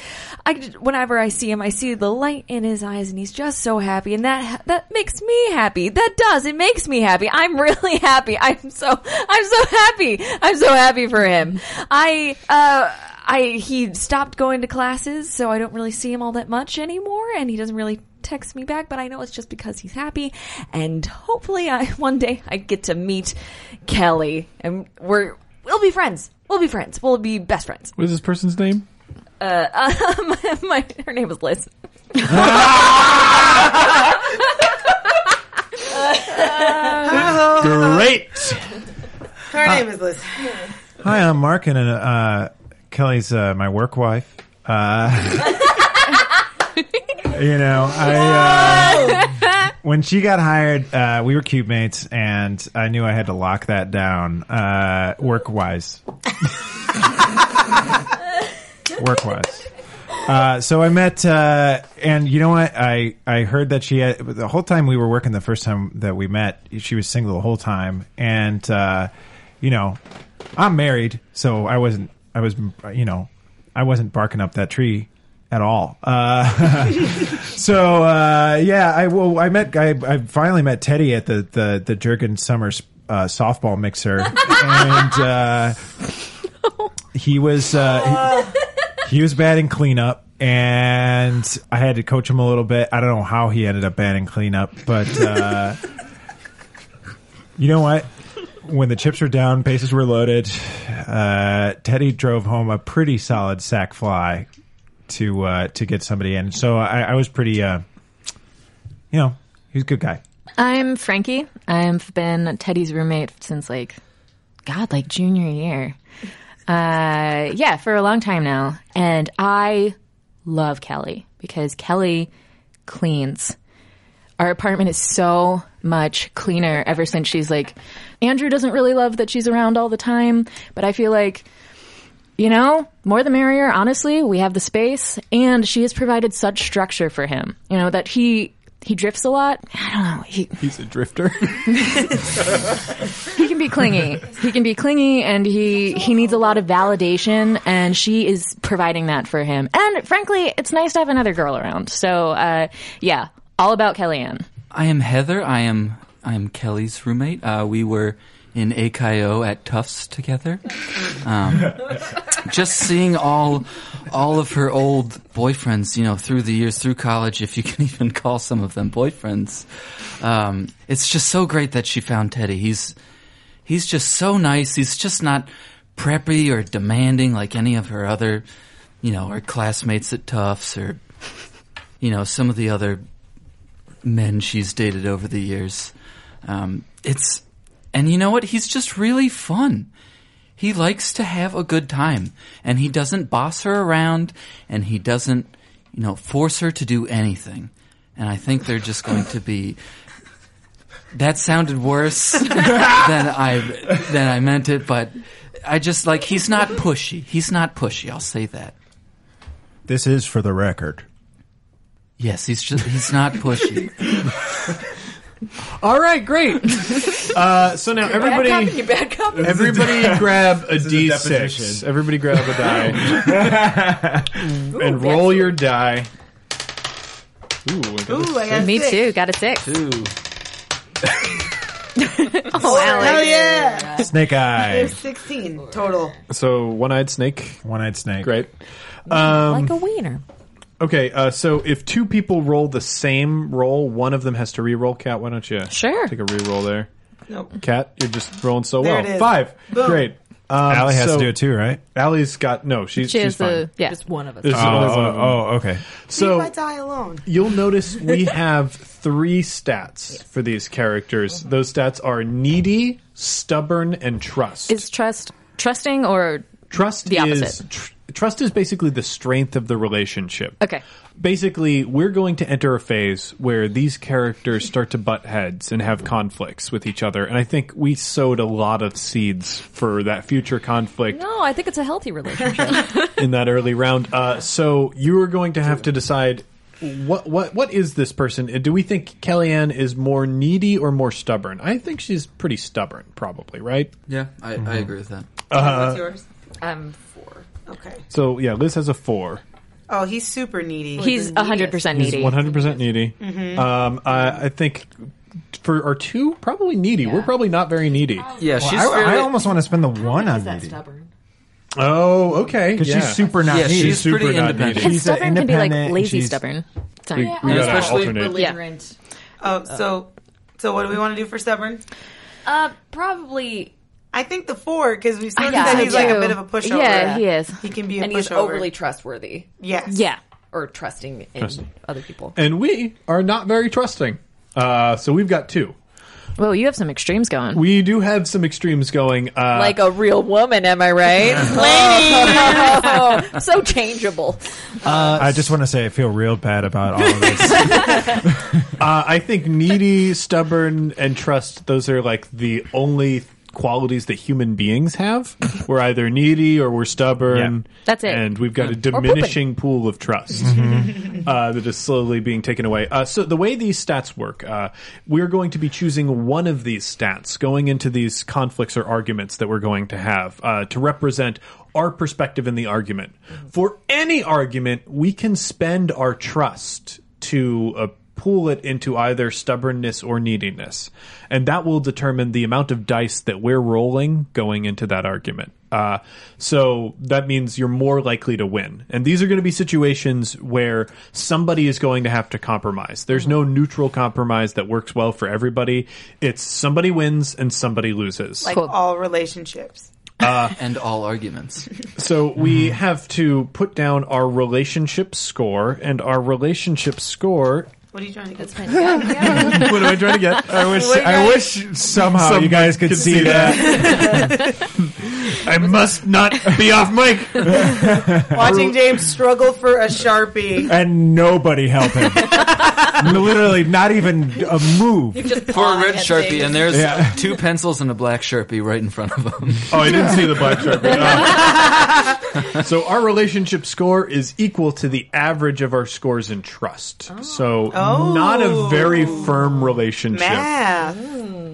Speaker 9: I can- whenever I see him, I see the light in his eyes, and he's just so happy, and that that makes me happy. That does it makes me happy. I'm really happy. I'm so I'm so happy. I'm so happy for him. I uh I he stopped going to classes, so I don't really see him all that much anymore, and he doesn't really text me back. But I know it's just because he's happy, and hopefully, I [laughs] one day I get to meet Kelly, and we're we'll be friends. We'll be friends. We'll be best friends. Uh,
Speaker 1: what is this person's name
Speaker 9: [laughs] my, my her name was Liz.
Speaker 1: great
Speaker 7: Her name is Liz.
Speaker 6: Hi, I'm Mark, and uh, Kelly's uh, my work wife. Uh, [laughs] you know, I uh, when she got hired, uh, we were cube mates, and I knew I had to lock that down uh, work [laughs] wise. work wise. Uh, so I met, uh, and you know what? I, I heard that she had, the whole time we were working, the first time that we met, she was single the whole time. And, uh, you know, I'm married, so I wasn't, I was, you know, I wasn't barking up that tree at all. Uh, [laughs] so, uh, yeah, I, well, I met, I, I finally met Teddy at the, the, the Jerkin Summers, uh, softball mixer. [laughs] and, uh, he was, uh, he- he was batting cleanup, and I had to coach him a little bit. I don't know how he ended up batting cleanup, but uh, [laughs] you know what? When the chips were down, bases were loaded. Uh, Teddy drove home a pretty solid sack fly to uh, to get somebody in. So I, I was pretty, uh, you know, he's a good guy.
Speaker 3: I'm Frankie. I've been Teddy's roommate since like, God, like junior year. Uh, yeah, for a long time now. And I love Kelly because Kelly cleans. Our apartment is so much cleaner ever since she's like, Andrew doesn't really love that she's around all the time, but I feel like you know, more the merrier, honestly. We have the space and she has provided such structure for him, you know, that he he drifts a lot. I don't know. He,
Speaker 11: He's a drifter.
Speaker 3: he can be clingy. he can be clingy and he he needs a lot of validation and she is providing that for him. And frankly, it's nice to have another girl around. So, uh yeah, all about Kellyanne.
Speaker 8: I am Heather. I am I am Kelly's roommate. Uh, we were in AKO at Tufts together. Um, just seeing all all of her old boyfriends, you know, through the years, through college, if you can [laughs] even call some of them boyfriends. Um, it's just so great that she found Teddy. He's he's just so nice. He's just not preppy or demanding like any of her other, you know, her classmates at Tufts or you know some of the other men she's dated over the years. Um, it's and you know what? He's just really fun. He likes to have a good time, and he doesn't boss her around, and he doesn't, you know, force her to do anything. And I think they're just going to be. [laughs] That sounded worse than I than I meant it, but I just like he's not pushy. He's not pushy. I'll say that.
Speaker 6: This is for the record.
Speaker 8: Yes, he's just he's not pushy.
Speaker 1: All right, great. [laughs] uh, so now
Speaker 9: Bad cop, you
Speaker 1: everybody,
Speaker 9: bad
Speaker 7: [laughs]
Speaker 9: cop.
Speaker 1: everybody grab a
Speaker 6: a
Speaker 1: d six.
Speaker 6: deposition.
Speaker 1: Everybody grab a die [laughs] and roll your die. Ooh, I got a
Speaker 7: Ooh, I got
Speaker 4: Me
Speaker 7: six.
Speaker 4: too. Got a six.
Speaker 8: Ooh.
Speaker 4: Oh,
Speaker 7: Hell
Speaker 4: Alex.
Speaker 7: yeah!
Speaker 6: Snake eye.
Speaker 7: [laughs] There's 16 total.
Speaker 1: So one-eyed snake,
Speaker 6: One eyed snake.
Speaker 1: great.
Speaker 9: like a wiener.
Speaker 1: Okay, uh, so if two people roll the same roll, one of them has to re-roll. Cat, why don't you?
Speaker 4: Sure.
Speaker 1: Take a re-roll there.
Speaker 7: Nope.
Speaker 1: Cat, you're just rolling so
Speaker 7: There
Speaker 1: well.
Speaker 7: it is.
Speaker 1: Five,
Speaker 7: Boom.
Speaker 1: great. Um,
Speaker 6: Allie has
Speaker 1: so
Speaker 6: to do it too, right?
Speaker 1: Allie's got no. She's
Speaker 4: She
Speaker 1: she's
Speaker 4: has
Speaker 1: fine.
Speaker 4: the yeah.
Speaker 9: Just one of us.
Speaker 1: There's only one of them.
Speaker 6: oh, okay.
Speaker 7: Leave
Speaker 1: So
Speaker 7: my die alone.
Speaker 1: You'll
Speaker 4: [laughs]
Speaker 1: notice we have three stats for these characters.
Speaker 4: Mm-hmm.
Speaker 1: Those stats are needy, stubborn, and trust.
Speaker 4: Is trust trusting or
Speaker 1: trust
Speaker 4: the
Speaker 1: is
Speaker 4: opposite.
Speaker 1: tr- trust is basically the strength of the relationship.
Speaker 4: okay?
Speaker 1: Basically, we're going to enter a phase where these characters start to butt heads and have conflicts with each other, and I think we sowed a lot of seeds for that future conflict
Speaker 9: No, Oh, I think it's a
Speaker 4: [laughs]
Speaker 9: healthy relationship.
Speaker 1: in that early round. Uh, so you are going to have to decide what what what is this person? Uh, Do we think Kellyanne is more needy or more stubborn? I think she's pretty stubborn, probably, right?
Speaker 8: [laughs] Yeah, I,
Speaker 6: Mm-hmm.
Speaker 8: I agree with that.
Speaker 1: Uh-huh.
Speaker 7: What's yours?
Speaker 9: I'm four.
Speaker 7: Okay.
Speaker 1: So yeah, Liz has a four.
Speaker 7: Oh, he's super needy.
Speaker 4: He's hundred percent needy.
Speaker 1: She's one hundred percent needy. Um, I, I think for our two, probably needy. We're probably not very needy.
Speaker 8: Yeah, she's
Speaker 6: I, I
Speaker 8: fairly-
Speaker 6: almost want to spend the one on Needy.
Speaker 9: stubborn.
Speaker 1: Oh, okay.
Speaker 6: Because
Speaker 1: Yeah.
Speaker 6: she's super not
Speaker 8: Yeah,
Speaker 6: needy.
Speaker 8: she's
Speaker 6: super
Speaker 8: pretty
Speaker 6: not
Speaker 8: independent.
Speaker 6: needy.
Speaker 4: And
Speaker 6: She's
Speaker 4: stubborn can be like
Speaker 6: independent,
Speaker 4: lazy
Speaker 6: she's-
Speaker 4: stubborn. Sorry.
Speaker 1: We, we gotta
Speaker 8: Especially-
Speaker 1: alternate.
Speaker 9: Belligerent.
Speaker 7: Oh, so so what do we want to do for stubborn?
Speaker 9: Uh, probably.
Speaker 7: I think the four because we've sort of
Speaker 9: Yeah,
Speaker 7: said he's like a
Speaker 4: too.
Speaker 7: bit of a pushover.
Speaker 4: Yeah, he is.
Speaker 7: He can be a
Speaker 9: And
Speaker 7: pushover.
Speaker 9: he's overly trustworthy
Speaker 7: yes.
Speaker 4: Yeah.
Speaker 9: or trusting in other people.
Speaker 1: And we are not very trusting. Uh, so we've got two.
Speaker 4: Well, you have some extremes going.
Speaker 1: We do have some extremes going. Uh,
Speaker 9: like a real woman, am I
Speaker 3: [laughs]
Speaker 9: right? Lady! so changeable.
Speaker 6: I just want to say I feel real bad about all [laughs] of this.
Speaker 1: Uh, I think needy, stubborn, and trust, those are like the only qualities that human beings have. We're either needy or we're stubborn.
Speaker 6: Yeah.
Speaker 4: That's it.
Speaker 1: And we've got a diminishing pool of trust
Speaker 4: Mm-hmm.
Speaker 1: uh, that is slowly being taken away. Uh, so the way these stats work, uh, we're going to be choosing one of these stats going into these conflicts or arguments that we're going to have uh, to represent our perspective in the argument. For any argument, we can spend our trust to uh, pool it into either stubbornness or neediness. And that will determine the amount of dice that we're rolling going into that argument. Uh, so that means you're more likely to win. And these are going to be situations where somebody is going to have to compromise. There's no neutral compromise that works well for everybody. It's somebody wins and somebody loses.
Speaker 7: Like all relationships.
Speaker 8: and all
Speaker 9: [laughs]
Speaker 8: arguments.
Speaker 1: So we have to put down our relationship score, and our relationship score. [laughs]
Speaker 7: What are you trying to get?
Speaker 1: What am I trying to get?
Speaker 6: I wish, I wish somehow you guys could see that.
Speaker 1: I must not be off mic.
Speaker 7: Watching James struggle for a
Speaker 1: [laughs]
Speaker 7: sharpie.
Speaker 6: And nobody help [laughs] him. Literally, not even a move.
Speaker 8: For a red sharpie, and there's
Speaker 6: Yeah.
Speaker 8: [laughs] two pencils and a black sharpie right in front of him.
Speaker 1: [laughs] Oh, I didn't see the black sharpie.
Speaker 4: [laughs]
Speaker 1: Oh. so our relationship score is equal to the average of our scores in trust.
Speaker 4: Oh.
Speaker 1: So not a very firm relationship
Speaker 7: Math.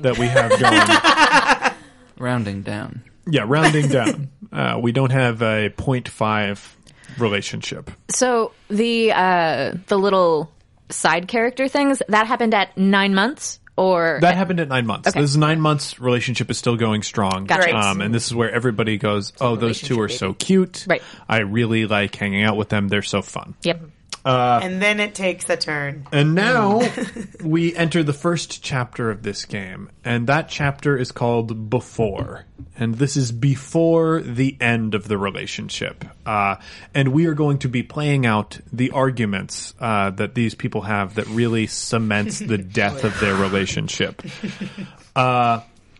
Speaker 1: that we have going.
Speaker 8: Rounding down.
Speaker 1: yeah, rounding down, uh, we don't have a 0.5 relationship.
Speaker 4: So the uh, the little side character things that happened at nine months, or
Speaker 1: That happened at nine months.
Speaker 4: Okay.
Speaker 1: This is nine months. Relationship is still going strong.
Speaker 4: Gotcha.
Speaker 1: Um, and this is where everybody goes, "Oh, those two are so cute.
Speaker 4: Right.
Speaker 1: I really like hanging out with them. They're so fun."
Speaker 4: yep.
Speaker 7: and then it takes a turn.
Speaker 1: And now [laughs] we enter the first chapter of this game, and that chapter is called Before. And this is before the end of the relationship. Uh, and we are going to be playing out the arguments uh, that these people have that really cements the death of their relationship.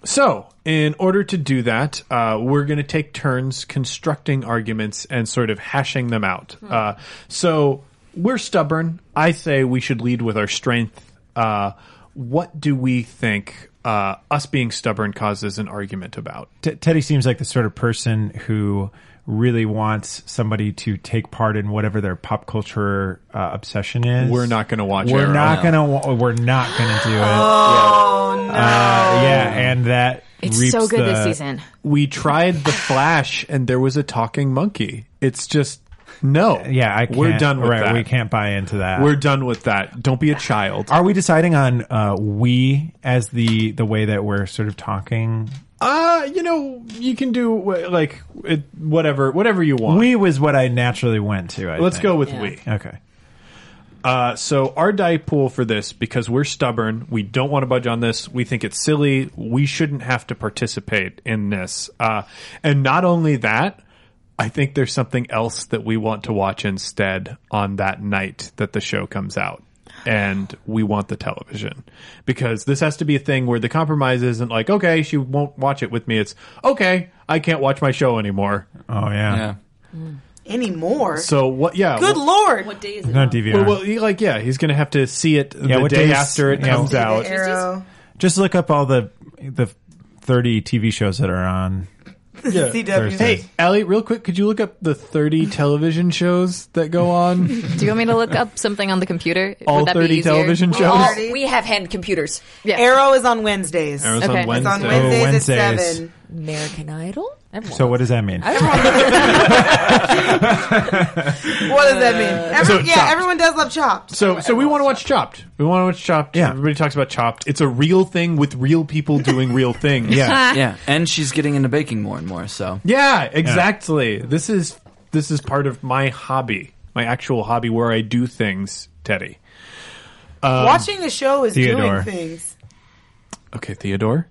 Speaker 1: So, in order to do that, uh, we're going to take turns constructing arguments and sort of hashing them out. Uh, so, we're stubborn. I say we should lead with our strength. Uh, what do we think uh, us being stubborn causes an argument about.
Speaker 6: T- Teddy seems like the sort of person who really wants somebody to take part in whatever their pop culture uh, obsession is.
Speaker 1: We're not going to watch.
Speaker 6: We're
Speaker 1: Arrow.
Speaker 6: not gonna. Wa- we're not gonna do it.
Speaker 7: Oh no!
Speaker 6: Uh, yeah, and that
Speaker 3: It's
Speaker 6: reaps
Speaker 3: so good this
Speaker 6: the-
Speaker 3: season.
Speaker 1: We tried the Flash, and there was a talking monkey. It's just no.
Speaker 6: Yeah, I can't,
Speaker 1: we're done with
Speaker 6: right,
Speaker 1: that.
Speaker 6: We can't buy into that.
Speaker 1: We're done with that. Don't be a child.
Speaker 6: Are we deciding on uh, we as the the way that we're sort of talking?
Speaker 1: Uh, you know, you can do wh- like it, whatever, whatever you want.
Speaker 6: We was what I naturally went to. I
Speaker 1: Let's
Speaker 6: think.
Speaker 1: go with we.
Speaker 6: Okay.
Speaker 1: Uh, so our die pool for this because we're stubborn. We don't want to budge on this. We think it's silly. We shouldn't have to participate in this. Uh, and not only that, I think there's something else that we want to watch instead on that night that the show comes out. And we want the television because this has to be a thing where the compromise isn't like, okay, she won't watch it with me. It's okay, I can't watch my show anymore.
Speaker 6: Oh yeah.
Speaker 8: Yeah.
Speaker 7: Anymore?
Speaker 1: So what? Yeah.
Speaker 7: Good
Speaker 1: well,
Speaker 7: lord!
Speaker 9: What day is it?
Speaker 6: No
Speaker 9: on?
Speaker 6: DVR.
Speaker 1: well, well, he- like, yeah, he's gonna have to see it the
Speaker 6: what
Speaker 1: day
Speaker 6: days-
Speaker 1: after it
Speaker 6: yeah.
Speaker 1: comes
Speaker 6: Tuesday,
Speaker 1: out.
Speaker 7: Arrow,
Speaker 6: Just look up all the the thirty TV shows that are on.
Speaker 7: CW.
Speaker 6: Thursday.
Speaker 1: Hey, Allie, real quick, could you look up the 30 television shows that go
Speaker 3: [laughs]
Speaker 1: on?
Speaker 3: Do you want me to look up something on the computer?
Speaker 1: All
Speaker 3: Would that be
Speaker 1: 30
Speaker 3: easier?
Speaker 1: television shows?
Speaker 9: Oh, we have hand computers.
Speaker 3: Yeah.
Speaker 7: Arrow is on Wednesdays.
Speaker 1: Arrow's
Speaker 3: Okay.
Speaker 1: on
Speaker 3: It's
Speaker 7: It's on
Speaker 1: Wednesday. Oh,
Speaker 7: Wednesdays, at
Speaker 6: Wednesdays.
Speaker 7: seven.
Speaker 9: American Idol. Everyone
Speaker 6: So what does that mean?
Speaker 7: What does that mean? Every, yeah,
Speaker 1: Chopped.
Speaker 7: everyone does love Chopped.
Speaker 1: So, so we want to watch Chopped. We want to watch Chopped.
Speaker 6: Yeah.
Speaker 1: Everybody talks about Chopped. It's a real thing with real people doing [laughs] real things.
Speaker 6: Yeah.
Speaker 8: Yeah. And she's getting into baking more and more. So
Speaker 1: Yeah, exactly. This is this is part of my hobby, my actual hobby where I do things, Teddy.
Speaker 7: Watching a show is
Speaker 6: Theodore.
Speaker 7: doing things.
Speaker 1: Okay, Theodore.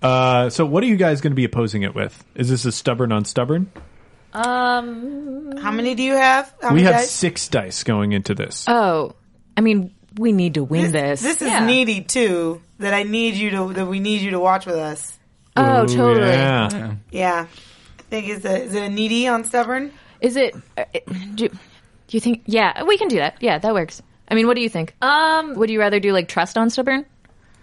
Speaker 1: Uh, so what are you guys going to be opposing it with? Is this a stubborn on stubborn?
Speaker 7: How many do you have? How
Speaker 1: We
Speaker 7: many
Speaker 1: have
Speaker 7: guys?
Speaker 1: six dice going into this.
Speaker 3: Oh, I mean, we need to win this.
Speaker 7: This is
Speaker 9: Yeah.
Speaker 7: needy too. That I need you to. That we need you to watch with us.
Speaker 3: oh,
Speaker 1: Ooh,
Speaker 3: totally.
Speaker 1: Yeah.
Speaker 7: Yeah. I think is a, is it a needy on stubborn?
Speaker 3: Is it? uh, it- Do, do you think? Yeah, we can do that. Yeah, that works. I mean, what do you think?
Speaker 9: Um,
Speaker 3: Would you rather do like trust on stubborn?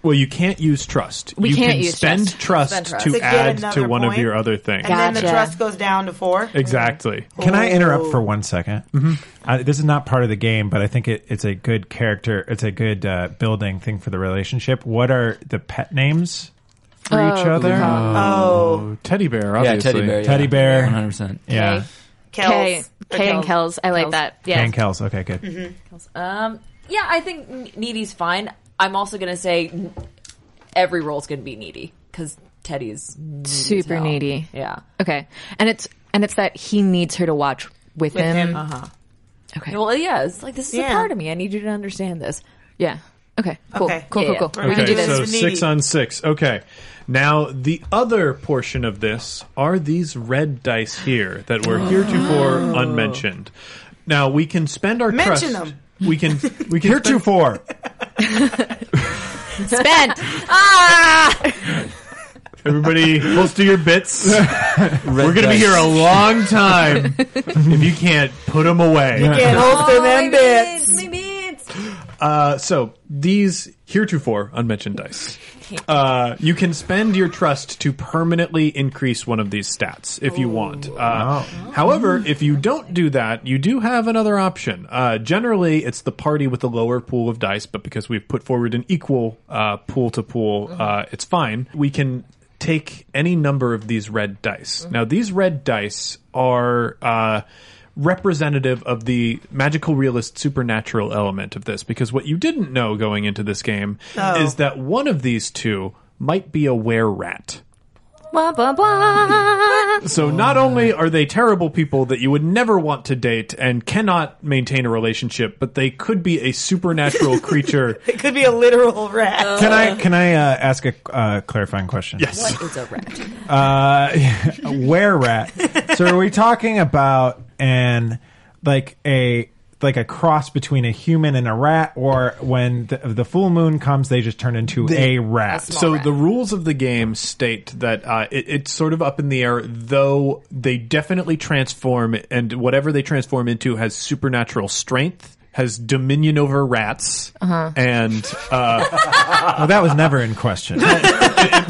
Speaker 1: Well, you can't use trust.
Speaker 3: We
Speaker 1: you
Speaker 3: can't
Speaker 1: can
Speaker 3: use
Speaker 1: spend
Speaker 3: trust.
Speaker 1: trust,
Speaker 9: Spend trust.
Speaker 1: to,
Speaker 7: To get
Speaker 1: add
Speaker 7: another
Speaker 1: to one of
Speaker 7: point.
Speaker 1: your other things.
Speaker 7: And then the
Speaker 3: Gotcha.
Speaker 7: trust goes down to four. Oh.
Speaker 1: Exactly.
Speaker 6: Can I interrupt
Speaker 7: Ooh.
Speaker 6: for one second? Uh, this is not part of the game, but I think it, it's a good character. It's a good uh, building thing for the relationship. What are the pet names for each other?
Speaker 7: Oh,
Speaker 1: Teddy bear,
Speaker 8: yeah,
Speaker 1: obviously.
Speaker 8: teddy bear. Yeah.
Speaker 6: Teddy bear.
Speaker 8: One hundred percent.
Speaker 6: yeah,
Speaker 7: Kells.
Speaker 3: K, K and Kells. I like
Speaker 9: Kells.
Speaker 3: that. Yeah.
Speaker 6: Dan Kells. Okay, good.
Speaker 9: Mm-hmm. um, yeah, I think n- needy's fine. I'm also gonna say n- every role's gonna be needy because Teddy's needy as
Speaker 3: Super
Speaker 9: hell.
Speaker 3: needy.
Speaker 9: Yeah.
Speaker 3: Okay, and it's and it's that he needs her to watch with, him.
Speaker 7: Uh-huh.
Speaker 3: Okay.
Speaker 9: Well, yeah, it's like this is
Speaker 7: Yeah.
Speaker 9: a part of me. I need you to understand this.
Speaker 3: yeah. Okay. Cool.
Speaker 7: Okay.
Speaker 3: Cool.
Speaker 9: Yeah,
Speaker 3: cool.
Speaker 9: yeah.
Speaker 3: Cool.
Speaker 7: We're
Speaker 3: We
Speaker 1: Okay,
Speaker 3: can do
Speaker 7: gonna
Speaker 3: this.
Speaker 1: so
Speaker 7: It's
Speaker 1: six
Speaker 7: needy.
Speaker 1: on six. Okay. Now, the other portion of this are these red dice here that were
Speaker 7: Oh.
Speaker 1: heretofore unmentioned. Now, we can spend our trust.
Speaker 7: Mention them.
Speaker 1: We can. We can spend-
Speaker 6: Heretofore.
Speaker 3: [laughs] Spent.
Speaker 1: Everybody, close to your bits. We're going to be here a long
Speaker 7: [laughs]
Speaker 1: time if you can't put them away.
Speaker 7: Can't
Speaker 9: Oh,
Speaker 7: holster them bits.
Speaker 1: Uh, so these heretofore unmentioned dice. Uh, you can spend your trust to permanently increase one of these stats if you want. Uh, However, if you don't do that, you do have another option. Uh, generally, it's the party with the lower pool of dice, but because we've put forward an equal uh, pool to pool, uh, it's fine. We can take any number of these red dice. Now, these red dice are. Uh, representative of the magical realist supernatural element of this because what you didn't know going into this game is that one of these two might be a were rat.
Speaker 3: blah blah blah.
Speaker 1: So not only are they terrible people that you would never want to date and cannot maintain a relationship, but they could be a supernatural creature.
Speaker 7: It could be a literal rat.
Speaker 6: Can I can I uh, ask a uh, clarifying question? Yes.
Speaker 9: What is a rat?
Speaker 6: Uh, [laughs] where rat? So are we talking about an like a like a cross between a human and a rat, or when the, the full moon comes, they just turn into a rat?
Speaker 9: small
Speaker 1: So
Speaker 9: rat.
Speaker 1: the rules of the game state that uh, it, it's sort of up in the air, though they definitely transform, and whatever they transform into has supernatural strength. has dominion over rats
Speaker 3: Uh-huh.
Speaker 1: and uh,
Speaker 6: Well, Oh, that was never in
Speaker 9: [laughs]
Speaker 6: question. [laughs]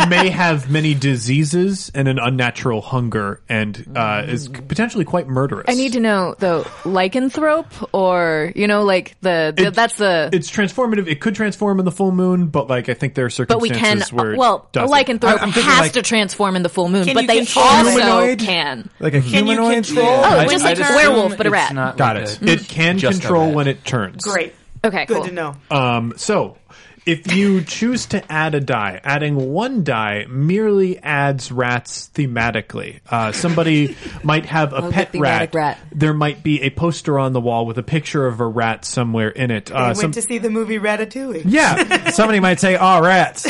Speaker 1: may have many diseases and an unnatural hunger and uh, is potentially quite murderous.
Speaker 3: Mm. I need to know though, lycanthrope or you know, like the, the
Speaker 1: It-
Speaker 3: that's the.
Speaker 1: It's transformative. It could transform in the full moon, but like I think there are
Speaker 3: but we
Speaker 1: circumstances
Speaker 3: can
Speaker 1: where it
Speaker 3: well, a
Speaker 1: doesn't.
Speaker 3: lycanthrope
Speaker 6: I- I'm thinking
Speaker 3: has
Speaker 6: like-
Speaker 3: to transform in the full moon,
Speaker 7: Can
Speaker 3: but
Speaker 7: you
Speaker 3: they
Speaker 7: control
Speaker 3: also
Speaker 6: humanoid?
Speaker 3: can.
Speaker 6: Like a humanoid
Speaker 7: control-
Speaker 6: troll?
Speaker 3: Oh,
Speaker 8: I-
Speaker 3: just
Speaker 8: I
Speaker 3: like
Speaker 8: assume
Speaker 3: werewolf, but a
Speaker 8: it's
Speaker 3: rat.
Speaker 8: not
Speaker 6: Got
Speaker 8: like
Speaker 6: it.
Speaker 8: a-
Speaker 1: It can
Speaker 8: Just a
Speaker 1: control
Speaker 8: rat.
Speaker 1: when it turns.
Speaker 7: Great.
Speaker 3: Okay,
Speaker 7: Good
Speaker 3: cool.
Speaker 7: to know.
Speaker 1: Um, so, if you choose to add a die, adding one die merely adds rats thematically. Uh, somebody might have a
Speaker 9: Oh, the
Speaker 1: pet rat.
Speaker 9: thematic rat.
Speaker 1: There might be a poster on the wall with a picture of a rat somewhere in it.
Speaker 7: I
Speaker 1: Uh,
Speaker 7: went
Speaker 1: some-
Speaker 7: to see the movie Ratatouille.
Speaker 6: Yeah. Somebody might say, "All rats."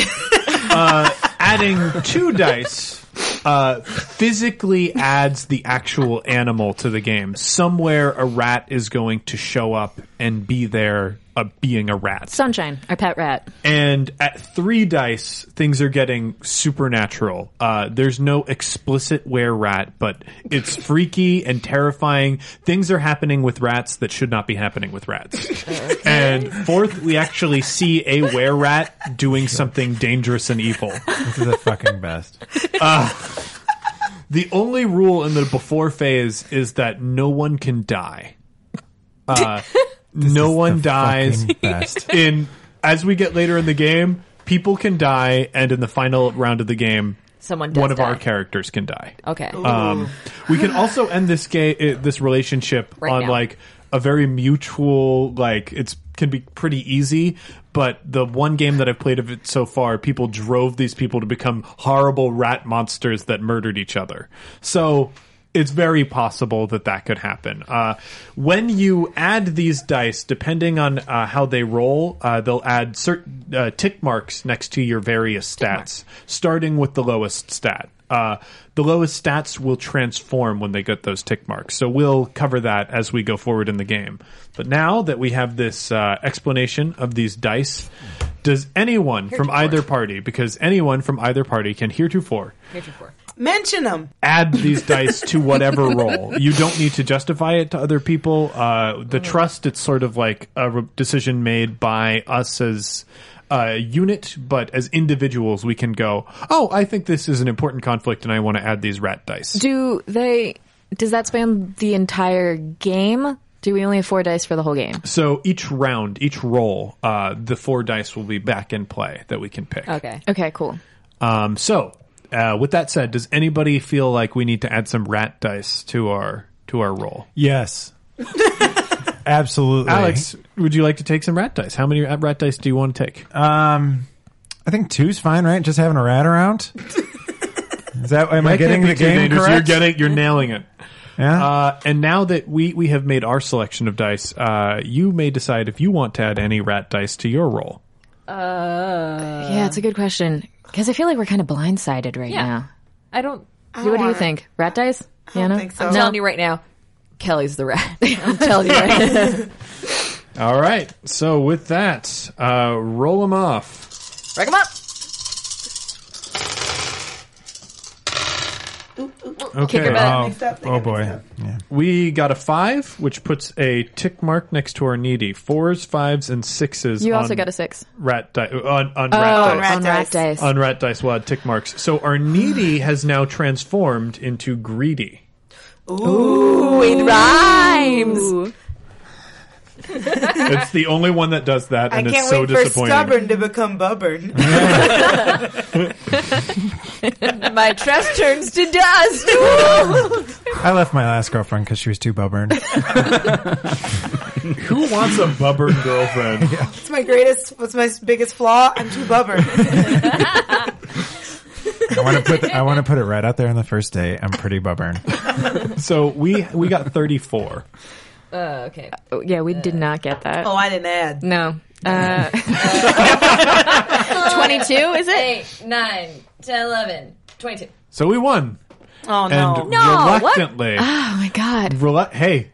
Speaker 1: "Ah, Uh, adding two dice uh, physically adds the actual animal to the game. Somewhere a rat is going to show up and be there, uh, being a rat.
Speaker 3: Sunshine, our pet rat.
Speaker 1: And at three dice, things are getting supernatural. Uh, there's no explicit where rat, but it's freaky and terrifying. Things are happening with rats that should not be happening with rats. And fourth, we actually see a were rat doing something dangerous and evil.
Speaker 6: this is the fucking best.
Speaker 1: The only rule in the before phase is that no one can die. Uh, no one dies.
Speaker 6: Fucking best.
Speaker 1: in as we get later in the game, people can die, and in the final round of the game,
Speaker 9: Someone does
Speaker 1: one of
Speaker 9: die.
Speaker 1: our characters can die.
Speaker 9: Okay.
Speaker 1: Um, we can also end this game, uh, this relationship
Speaker 9: Right
Speaker 1: on
Speaker 9: now.
Speaker 1: like a very mutual, like it's can be pretty easy. But the one game that I've played of it so far, people drove these people to become horrible rat monsters that murdered each other. So it's very possible that that could happen. Uh, when you add these dice, depending on uh, how they roll, uh, they'll add certain uh, tick marks next to your various stats, starting with the lowest stat. Uh, the lowest stats will transform when they get those tick marks. So we'll cover that as we go forward in the game. But now that we have this uh, explanation of these dice, does anyone from either party, because anyone from either party can heretofore
Speaker 7: Mention them.
Speaker 1: add these dice to whatever roll. You don't need to justify it to other people. Uh, the trust, it's sort of like a re- decision made by us as a unit, but as individuals, we can go, oh, I think this is an important conflict and I want to add these rat dice.
Speaker 3: Do they? Does that span the entire game? Do we only have four dice for the whole game?
Speaker 1: so each round, each roll, uh, the four dice will be back in play that we can pick.
Speaker 9: okay.
Speaker 3: Okay, cool.
Speaker 1: Um, so, uh, with that said, does anybody feel like we need to add some rat dice to our to our roll?
Speaker 9: [laughs]
Speaker 6: Yes. Absolutely.
Speaker 1: Alex, would you like to take some rat dice? How many rat dice do you want to take?
Speaker 6: Um, I think two's fine, right? Just having a rat around. Is that am I
Speaker 1: That can't
Speaker 6: getting
Speaker 1: be
Speaker 6: the
Speaker 1: too
Speaker 6: game
Speaker 1: dangerous.
Speaker 6: correct?
Speaker 1: You're getting, you're nailing it.
Speaker 6: yeah.
Speaker 1: Uh, and now that we we have made our selection of dice, uh, you may decide if you want to add any rat dice to your roll.
Speaker 3: yeah, it's a good question because I feel like we're kind of blindsided right now.
Speaker 9: I don't.
Speaker 3: what do you think? Rat dice? I
Speaker 7: don't think so.
Speaker 9: I'm telling you right now, Kelly's the rat. [laughs]
Speaker 3: Tell you.
Speaker 1: All right. So with that, uh, roll them off.
Speaker 9: Rack 'em up.
Speaker 1: Okay. Uh,
Speaker 6: oh,
Speaker 7: mixed up, they
Speaker 6: oh
Speaker 7: got mixed
Speaker 6: boy.
Speaker 7: up.
Speaker 6: Yeah.
Speaker 1: we got a five, which puts a tick mark next to our needy. Fours, fives, and sixes.
Speaker 3: [laughs] You also
Speaker 1: on
Speaker 3: got a six.
Speaker 1: rat di- uh, on, on rat dice.
Speaker 7: Oh, on rat
Speaker 3: on
Speaker 7: dice.
Speaker 3: rat dice.
Speaker 1: on rat dice wad tick marks. So our needy has now transformed into greedy. Ooh, it rhymes. it's the only one that does that,
Speaker 7: I
Speaker 1: and
Speaker 7: can't
Speaker 1: it's so
Speaker 7: wait for
Speaker 1: disappointing.
Speaker 7: stubborn to become bubbern.
Speaker 3: [laughs]
Speaker 9: My trust turns to dust.
Speaker 6: I left my last girlfriend because she was too
Speaker 1: [laughs]
Speaker 6: stubborn.
Speaker 1: Who wants a bubbard girlfriend?
Speaker 7: [laughs] What's my greatest? What's my biggest flaw? I'm too bubbern.
Speaker 6: I want to put I want to put it right out there on the first day. I'm pretty stubborn.
Speaker 1: So we we got thirty four.
Speaker 9: Uh, okay.
Speaker 3: Oh, yeah, we did not get that.
Speaker 7: [laughs] oh, I didn't add.
Speaker 3: No. Uh, 22, is it?
Speaker 9: Eight, nine, 10, 11, 22.
Speaker 1: So we won,
Speaker 7: Oh no.
Speaker 1: and
Speaker 9: what?
Speaker 1: reluctantly,
Speaker 7: [gasps]
Speaker 3: Oh my god.
Speaker 1: relu- hey,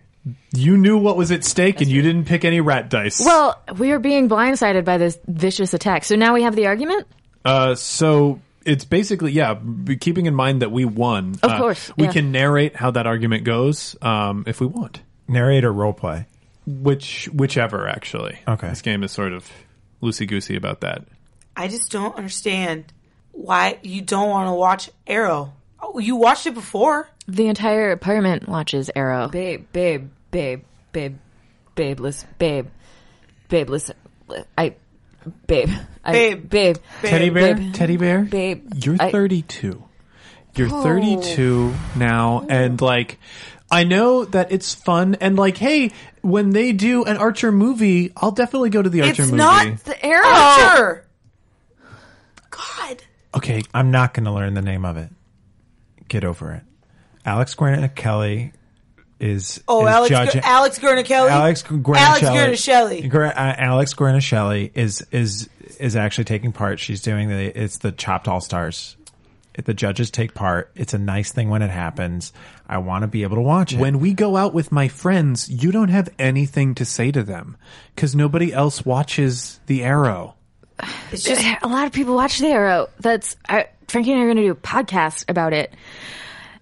Speaker 1: you knew what was at stake, and you didn't pick any rat dice.
Speaker 3: Well, we are being blindsided by this vicious attack. So now we have the argument?
Speaker 1: Uh, so it's basically yeah. b- Keeping in mind that we won, of
Speaker 3: course,
Speaker 1: we
Speaker 3: yeah.
Speaker 1: can narrate how that argument goes um, if we want.
Speaker 6: Narrator role play.
Speaker 1: Which whichever actually.
Speaker 6: Okay.
Speaker 1: This game is sort of loosey goosey about that.
Speaker 7: I just don't understand why you don't want to watch Arrow. Oh, you watched it before.
Speaker 3: The entire apartment watches Arrow.
Speaker 9: babe, babe, babe, babe, babe, listen, babe, babe, listen, li- I, babe, I,
Speaker 7: Babe.
Speaker 9: babe,
Speaker 1: Teddy bear,
Speaker 9: Babe.
Speaker 1: teddy bear.
Speaker 9: babe.
Speaker 1: You're
Speaker 9: I- Oh.
Speaker 1: 32. You're 32 now, and like, I know that it's fun, and like, hey, when they do an Archer movie, I'll definitely go to the Archer
Speaker 7: it's
Speaker 1: movie.
Speaker 7: not the Arrow. Archer. God.
Speaker 1: okay,
Speaker 6: I'm not going to learn the name of it. Get over it. Alex Granite Kelly is
Speaker 7: Oh,
Speaker 6: is
Speaker 7: Alex.
Speaker 6: judging-
Speaker 7: Ger- Alex Gernichelli.
Speaker 6: Alex Guarnaschelli.
Speaker 7: Alex Gernichelli.
Speaker 6: Gra- uh, Alex Guarnaschelli is is is actually taking part. She's doing the it's the Chopped All Stars. If the judges take part, it's a nice thing when it happens. I want to be able to watch it.
Speaker 1: when we go out with my friends, you don't have anything to say to them because nobody else watches The Arrow.
Speaker 7: It's just
Speaker 3: A lot of people watch The Arrow. That's I, Frankie and I are going to do a podcast about it.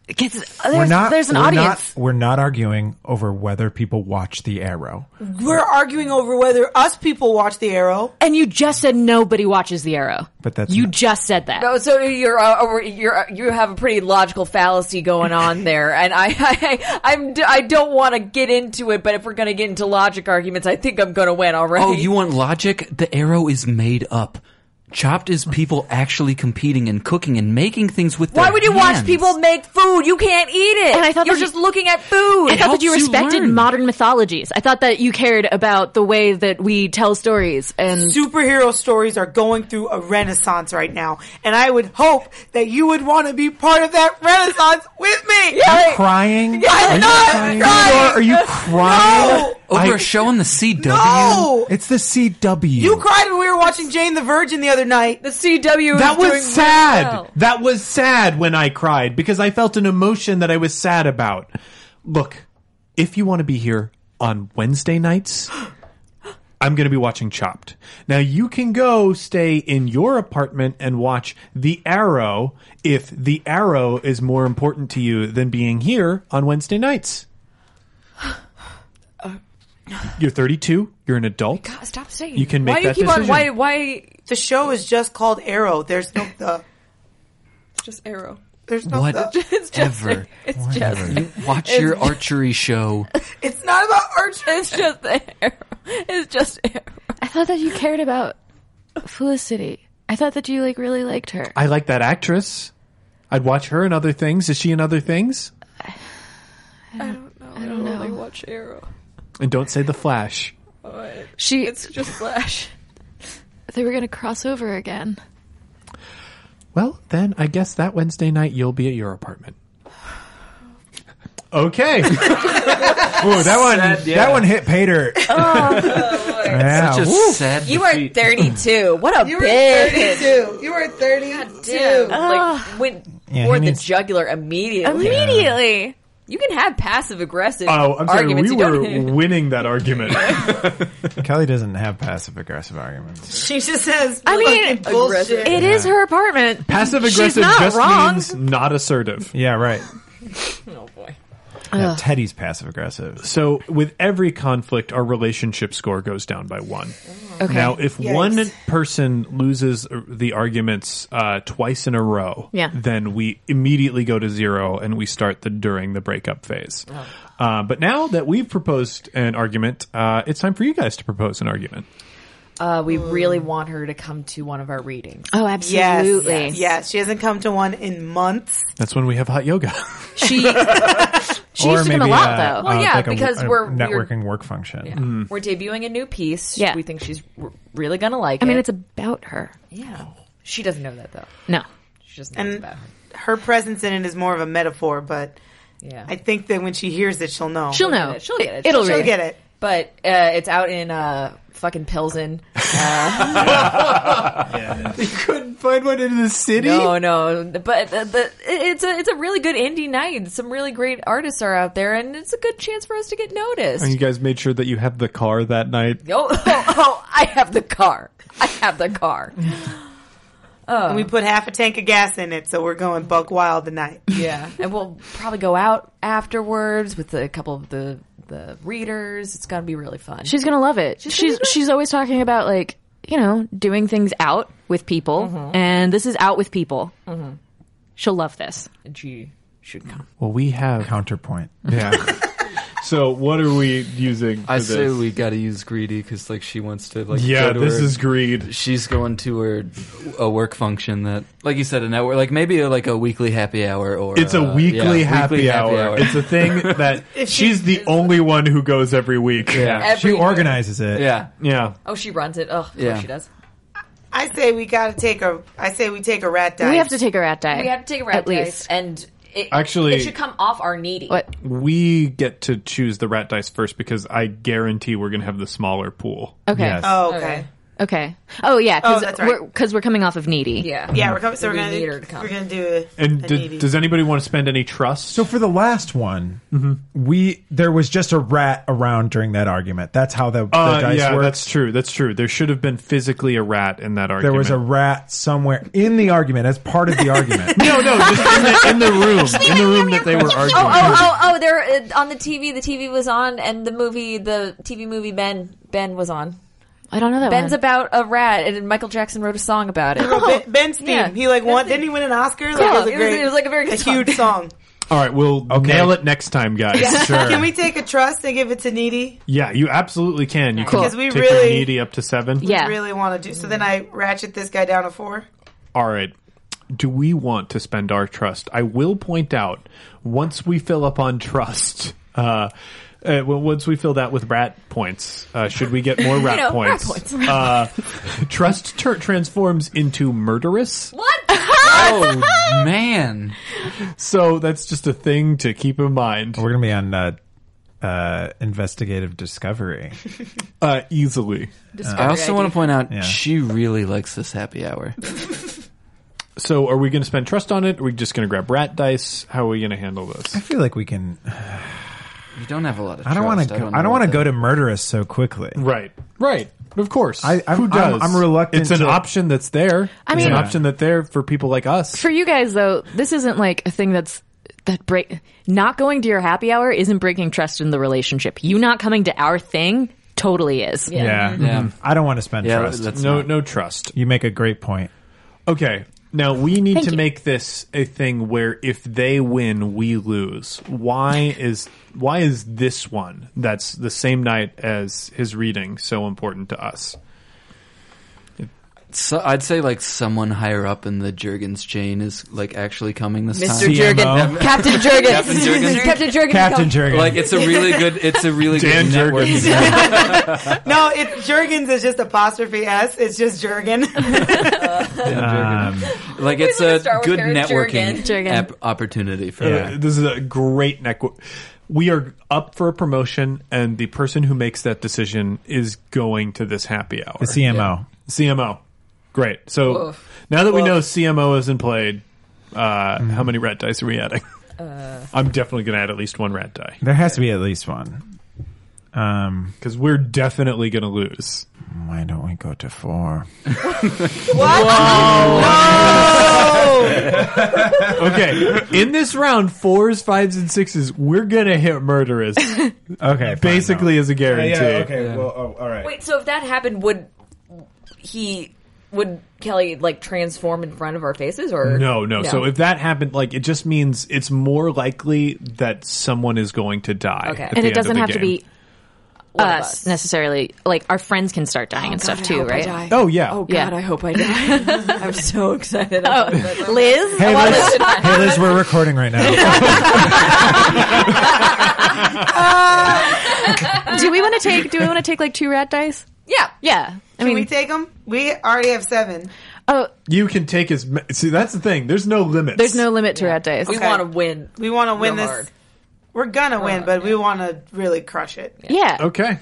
Speaker 3: Because there's,
Speaker 6: we're not,
Speaker 3: there's an
Speaker 6: we're not-
Speaker 3: audience.
Speaker 6: we're not arguing over whether people watch The Arrow.
Speaker 7: we're arguing over whether us people watch the Arrow.
Speaker 3: and you just said nobody watches The Arrow.
Speaker 6: But that's
Speaker 3: you [laughs]
Speaker 6: not-
Speaker 3: just said that.
Speaker 9: Oh, so you're uh, you're uh, you have a pretty logical fallacy going on there, and I, [laughs] I I'm I don't want to get into it, but if we're gonna get into logic arguments, I think I'm gonna win already.
Speaker 8: Oh, you want logic? The arrow is made up. Chopped is people actually competing and cooking and making things with
Speaker 9: Why
Speaker 8: their
Speaker 9: would you watch
Speaker 8: hands.
Speaker 9: people make food? You can't eat it.
Speaker 3: And I thought
Speaker 9: you're
Speaker 3: that
Speaker 9: just
Speaker 3: you-
Speaker 9: looking at food.
Speaker 3: I thought that you
Speaker 8: helps you
Speaker 3: respected
Speaker 8: learn.
Speaker 3: modern mythologies. I thought that you cared about the way that we tell stories and
Speaker 7: Superhero stories are going through a renaissance right now, and I would hope that you would want to be part of that renaissance with me.
Speaker 6: crying?
Speaker 7: I'm not crying.
Speaker 6: Are you crying?
Speaker 7: No,
Speaker 8: Over a show on the CW?
Speaker 7: no.
Speaker 6: It's the CW.
Speaker 7: Oh. You cried when we were watching Jane the Virgin the other night.
Speaker 9: the CW.
Speaker 1: That
Speaker 9: is doing
Speaker 1: was sad.
Speaker 9: really well.
Speaker 1: That was sad when I cried because I felt an emotion that I was sad about. Look, if you want to be here on Wednesday nights, [gasps] I'm going to be watching Chopped. Now you can go stay in your apartment and watch The Arrow if The Arrow is more important to you than being here on Wednesday
Speaker 9: [sighs]
Speaker 1: nights. You're 32. You're an adult.
Speaker 9: Oh Stop saying.
Speaker 1: You can make
Speaker 9: why do you
Speaker 1: that
Speaker 9: keep on?
Speaker 1: decision.
Speaker 9: Why? Why?
Speaker 7: The show is just called Arrow. There's no the.
Speaker 9: Just arrow.
Speaker 7: There's no
Speaker 8: What?
Speaker 7: the.
Speaker 9: [laughs] It's just.
Speaker 8: Ever.
Speaker 9: It's just.
Speaker 8: You watch your archery show.
Speaker 7: It's not about Archer.
Speaker 9: It's just [laughs] the arrow. It's just arrow.
Speaker 3: I thought that you cared about Felicity. I thought that you like really liked her.
Speaker 1: I like that actress. I'd watch her in other things. Is she in other things?
Speaker 9: I don't really watch arrow.
Speaker 1: And don't say the Flash.
Speaker 3: She
Speaker 9: just flash.
Speaker 3: [laughs] they were gonna cross over again.
Speaker 1: Well, then I guess that Wednesday night you'll be at your apartment. Okay.
Speaker 6: Ooh, that one.
Speaker 8: Sad, yeah.
Speaker 6: That one hit Pater. [laughs] yeah.
Speaker 8: Such a
Speaker 6: woo.
Speaker 8: sad
Speaker 9: You are
Speaker 8: defeat.
Speaker 9: [laughs] 32. What a
Speaker 7: You were
Speaker 9: bitch.
Speaker 7: 32. You were 32.
Speaker 9: Damn. Like went
Speaker 6: Yeah,
Speaker 9: for
Speaker 6: he
Speaker 9: the
Speaker 6: needs-
Speaker 9: jugular immediately.
Speaker 3: Immediately.
Speaker 9: You can have passive aggressive
Speaker 1: [laughs] oh, I'm sorry.
Speaker 9: arguments.
Speaker 1: We
Speaker 9: you
Speaker 1: were
Speaker 9: don't
Speaker 1: winning that argument.
Speaker 6: Kelly doesn't have passive aggressive arguments.
Speaker 7: She just says,
Speaker 3: I mean,
Speaker 7: "Fucking bullshit.
Speaker 3: It is her apartment.
Speaker 1: Passive
Speaker 3: She's
Speaker 1: aggressive
Speaker 3: not
Speaker 1: just
Speaker 3: wrong.
Speaker 1: means not assertive.
Speaker 6: Yeah, right.
Speaker 9: [laughs] oh boy.
Speaker 6: Yeah, Teddy's passive aggressive.
Speaker 1: So, with every conflict, our relationship score goes down by one.
Speaker 3: Okay.
Speaker 1: Now, if one person loses uh, the arguments uh, twice in a row,
Speaker 3: Yeah.
Speaker 1: then we immediately go to zero and we start the during the breakup phase.
Speaker 3: Oh.
Speaker 1: Uh, but now that we've proposed an argument, uh, it's time for you guys to propose an argument.
Speaker 9: Uh, we really want her to come to one of our readings. [laughs]
Speaker 3: oh,
Speaker 7: Yes,
Speaker 3: absolutely.
Speaker 7: yes. Yes. She hasn't come to one in months.
Speaker 1: That's when we have hot yoga.
Speaker 3: She she used to come a lot
Speaker 1: uh,
Speaker 3: though.
Speaker 9: Well, yeah,
Speaker 6: uh, like a-
Speaker 9: because
Speaker 6: a
Speaker 9: we're-
Speaker 6: networking work function. Mm.
Speaker 9: We're debuting a new piece.
Speaker 3: Yeah.
Speaker 9: We think she's r- really going to like
Speaker 3: I
Speaker 9: it.
Speaker 3: mean, it's about her.
Speaker 9: Yeah. She doesn't know that, though.
Speaker 3: No.
Speaker 9: She doesn't know
Speaker 7: And-
Speaker 9: it's about
Speaker 7: Her
Speaker 9: her.
Speaker 7: presence in it is more of a metaphor, but
Speaker 9: Yeah.
Speaker 7: I think that when she hears it, she'll know.
Speaker 3: She'll know.
Speaker 9: get it. She'll get it.
Speaker 3: It'll
Speaker 9: She'll
Speaker 3: read.
Speaker 7: get it.
Speaker 9: but uh, it's out in uh,
Speaker 7: [laughs]
Speaker 9: fucking Pilsen. Uh,
Speaker 1: Couldn't find one in the city.
Speaker 9: no, no. But the, the, it's, a, it's a really good indie night. Some really great artists are out there, and it's a good chance for us to get
Speaker 1: [laughs]
Speaker 9: noticed.
Speaker 1: And
Speaker 7: [laughs]
Speaker 1: you guys made sure that you have the car that night.
Speaker 9: Oh, oh, oh, I have the car. I have the car.
Speaker 7: And we put half a tank of gas in it, so we're going buck wild tonight.
Speaker 9: Yeah. And we'll probably go out afterwards with a couple of the, the the readers. It's going to be really fun.
Speaker 3: She's gonna love it. She's she's, always talking about like you know doing things out with people,
Speaker 9: Mm-hmm.
Speaker 3: and this is out with people. She'll love this.
Speaker 9: And she should come.
Speaker 12: Well, we have.
Speaker 6: Counterpoint.
Speaker 3: [laughs]
Speaker 12: Yeah.
Speaker 1: So what are we using? For
Speaker 8: I
Speaker 1: this?
Speaker 8: say we got to use greedy because like she wants to like.
Speaker 1: Yeah,
Speaker 8: go to
Speaker 1: this
Speaker 8: her-
Speaker 1: is greed.
Speaker 8: She's going to her a work function that, like you said, an hour, like maybe like a weekly happy hour or
Speaker 1: It's a
Speaker 8: uh,
Speaker 1: weekly,
Speaker 8: yeah, weekly
Speaker 1: happy, hour. It's a
Speaker 8: [laughs]
Speaker 1: thing
Speaker 7: [laughs]
Speaker 1: that she's the only one who goes every week.
Speaker 8: yeah,
Speaker 6: She
Speaker 9: Every-
Speaker 6: organizes it.
Speaker 8: yeah.
Speaker 1: Yeah.
Speaker 9: Oh, she runs it. Oh,
Speaker 8: Yeah.
Speaker 9: yeah. she does.
Speaker 7: I say we gotta take a. I say we take a rat dice.
Speaker 3: We have to take her at day.
Speaker 9: We have to take a rat
Speaker 3: at least.
Speaker 9: dice, and it,
Speaker 1: Actually-
Speaker 9: it should come off our needy.
Speaker 3: What?
Speaker 1: We get to choose the rat dice first because I guarantee we're going to have the smaller pool.
Speaker 3: Okay.
Speaker 6: Yes.
Speaker 7: Oh, okay.
Speaker 9: Okay.
Speaker 3: Okay. Oh yeah. Cause
Speaker 7: Oh, that's right.
Speaker 3: we're, Because we're coming off of needy.
Speaker 9: Yeah.
Speaker 7: Yeah, we're coming. So we're
Speaker 9: We
Speaker 7: gonna.
Speaker 9: need her to come.
Speaker 7: We're gonna do a.
Speaker 1: And
Speaker 7: a
Speaker 1: d-
Speaker 7: needy.
Speaker 1: does anybody want to spend any trust?
Speaker 6: So for the last one, we there was just a rat around during that argument. That's how the, the
Speaker 1: Uh,
Speaker 6: dice
Speaker 1: yeah,
Speaker 6: works.
Speaker 1: that's true. That's true. There should have been physically a rat in that
Speaker 6: There
Speaker 1: argument.
Speaker 6: was a rat somewhere in the argument as part of the argument.
Speaker 1: no, no, just in the, in the room, in the room that they were arguing.
Speaker 9: Oh, oh, oh, oh! There uh, on the TV. The TV was on, and the movie, the TV movie Ben Ben was on.
Speaker 3: I don't know that
Speaker 9: Ben's
Speaker 3: one.
Speaker 9: about a rat, and Michael Jackson wrote a song about it.
Speaker 7: Oh, ben, Ben's theme.
Speaker 9: Yeah.
Speaker 7: He like won. Didn't he win an Oscar? Like,
Speaker 9: Yeah,
Speaker 7: it was a
Speaker 9: it was-
Speaker 7: great.
Speaker 9: it was, like, a very good
Speaker 7: a
Speaker 9: song.
Speaker 7: huge song.
Speaker 1: oh. All right, we'll
Speaker 6: Okay.
Speaker 1: nail it next time, guys.
Speaker 6: Sure.
Speaker 7: Can we take a trust and give it to needy?
Speaker 1: Yeah, you absolutely can. You
Speaker 3: Cool.
Speaker 1: can
Speaker 7: 'Cause we
Speaker 1: take your
Speaker 7: really-
Speaker 1: needy up to seven.
Speaker 3: yeah.
Speaker 7: Really want to do. So then I ratchet this guy down to four.
Speaker 1: All right. Do we want to spend our trust? I will point out once we fill up on trust, uh, uh, well, once we fill that with rat points, uh, should we get
Speaker 9: [laughs]
Speaker 1: more rat
Speaker 9: know, rat
Speaker 1: points?
Speaker 9: points.
Speaker 1: Uh, trust tur transforms into murderous,
Speaker 9: [laughs] [laughs] What?
Speaker 1: [laughs]
Speaker 8: Oh man,
Speaker 1: so that's just a thing to keep in mind.
Speaker 6: we're gonna be on uh, uh, investigative discovery.
Speaker 1: Uh, easily.
Speaker 8: I also want to point out
Speaker 6: Yeah.
Speaker 8: she really likes this happy hour.
Speaker 1: So, are we going to spend trust on it? Are we just going to grab rat dice? How are we going to handle this?
Speaker 6: I feel like we can.
Speaker 8: You don't have a lot of.
Speaker 6: I don't want to.
Speaker 8: trust.
Speaker 6: go
Speaker 8: know
Speaker 6: I don't want to
Speaker 8: what
Speaker 6: go
Speaker 8: the-
Speaker 6: to murderous so quickly.
Speaker 1: Right, right. Of course.
Speaker 6: I- I'm-
Speaker 1: Who does?
Speaker 6: I'm- I'm reluctant
Speaker 1: It's an
Speaker 6: to-
Speaker 1: option that's there. I it's
Speaker 3: mean-
Speaker 1: an option that's there for people like us.
Speaker 3: For you guys though, this isn't like a thing that's that break. Not going to your happy hour isn't breaking trust in the relationship. You not coming to our thing totally is.
Speaker 6: Yeah.
Speaker 8: Yeah.
Speaker 6: I don't want to spend
Speaker 8: Yeah,
Speaker 6: trust.
Speaker 8: that's
Speaker 1: no,
Speaker 8: not-
Speaker 1: no trust.
Speaker 6: you make a great point.
Speaker 1: Okay. Now we need
Speaker 3: Thank
Speaker 1: to
Speaker 3: you.
Speaker 1: make this a thing where if they win, we lose. Why is why is this one that's the same night as his reading so important to us?
Speaker 8: So I'd say like someone higher up in the Jurgens chain is like actually coming this
Speaker 9: Mr.
Speaker 8: time.
Speaker 9: Jurgen,
Speaker 7: [laughs]
Speaker 9: Captain Jurgen,
Speaker 8: Captain Jurgens.
Speaker 9: Captain Jurgen,
Speaker 6: Captain
Speaker 9: come.
Speaker 6: Jurgen.
Speaker 8: Like it's a really good. It's a really
Speaker 1: Dan
Speaker 8: good network.
Speaker 1: Jurgens.
Speaker 7: No, it's Jurgens is just apostrophe s. It's just
Speaker 9: [laughs]
Speaker 7: Jurgen.
Speaker 8: Dan Jurgens.
Speaker 6: Um,
Speaker 8: like it's
Speaker 9: look
Speaker 8: a
Speaker 9: at Star Wars
Speaker 8: good
Speaker 9: character
Speaker 8: networking
Speaker 9: Jurgen.
Speaker 3: Jurgen.
Speaker 8: app- opportunity for
Speaker 1: Uh, this is a great neck. We are up for a promotion, and the person who makes that decision is going to this happy hour.
Speaker 6: The CMO.
Speaker 1: CMO. Great. So now that we know CMO isn't played, uh, how many rat dice are we adding?
Speaker 3: Uh,
Speaker 1: I'm definitely going to add at least one rat die
Speaker 6: There has to be at least one. Um,
Speaker 1: because we're definitely going to lose.
Speaker 6: why don't we go to four?
Speaker 1: Okay. In this round, fours, fives, and sixes, we're going to hit
Speaker 3: [laughs]
Speaker 1: murderous
Speaker 6: Okay, fine,
Speaker 1: basically
Speaker 6: no.
Speaker 1: as a guarantee.
Speaker 6: Well, oh, all right.
Speaker 9: Wait, so if that happened, would he? Would Kelly like transform in front of our faces, or
Speaker 1: No, no, So if that happened, like it just means it's more likely that someone is going to die.
Speaker 9: Okay.
Speaker 1: at
Speaker 9: And
Speaker 1: the end
Speaker 3: And it
Speaker 1: of
Speaker 3: doesn't
Speaker 1: the
Speaker 3: have to
Speaker 1: game.
Speaker 3: be
Speaker 9: One of
Speaker 3: us necessarily. Like our friends can start dying and stuff too, right?
Speaker 1: Oh yeah.
Speaker 3: Yeah.
Speaker 9: hope I [laughs] die. I'm so excited. about that.
Speaker 3: Liz,
Speaker 6: Hey Liz, hey Liz, we're recording right now.
Speaker 3: do we want to take? Do we want to take like two rat
Speaker 7: [laughs]
Speaker 3: dice?
Speaker 9: Yeah,
Speaker 3: Yeah, I
Speaker 7: Can we
Speaker 3: mean,
Speaker 7: take them? We already have seven.
Speaker 3: oh,
Speaker 1: You can take as ma- see. That's the thing. There's no limits.
Speaker 3: there's no limit to rat dice.
Speaker 9: we want to win.
Speaker 7: We want to win
Speaker 9: Real
Speaker 7: this.
Speaker 9: hard.
Speaker 7: We're gonna win, but we want to really crush it.
Speaker 3: Yeah,
Speaker 1: Okay.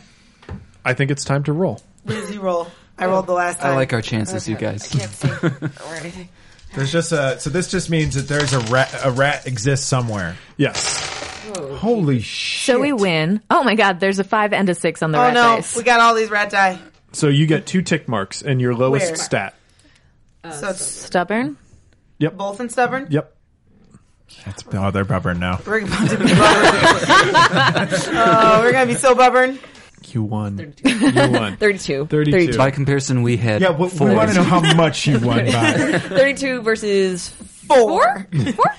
Speaker 1: I think it's time to roll.
Speaker 7: Lizzie roll. I rolled the last time.
Speaker 8: I like our chances, you guys.
Speaker 9: or anything.
Speaker 6: There's just a so this just means that there's a rat a rat exists somewhere.
Speaker 1: Yes.
Speaker 6: Holy shit!
Speaker 3: so we win. Oh my god, there's a five and a six
Speaker 9: Uh,
Speaker 3: on the
Speaker 7: Oh
Speaker 3: rat
Speaker 7: no,
Speaker 3: dice.
Speaker 7: we got all these rat die.
Speaker 1: So you get two tick marks and your lowest
Speaker 7: Where?
Speaker 1: stat.
Speaker 7: Oh, so it's
Speaker 3: Stubborn.
Speaker 7: both and stubborn.
Speaker 1: Yep.
Speaker 6: That's, oh, they're bubborn now.
Speaker 7: We're about to be bubborn. oh, we're gonna be so bubborn.
Speaker 1: You won. You
Speaker 3: [laughs]
Speaker 1: won.
Speaker 9: 32.
Speaker 1: 32.
Speaker 8: By comparison, we had
Speaker 6: Yeah, we,
Speaker 8: four.
Speaker 6: we want to know how much you won [laughs] by.
Speaker 9: 32 versus
Speaker 7: Four.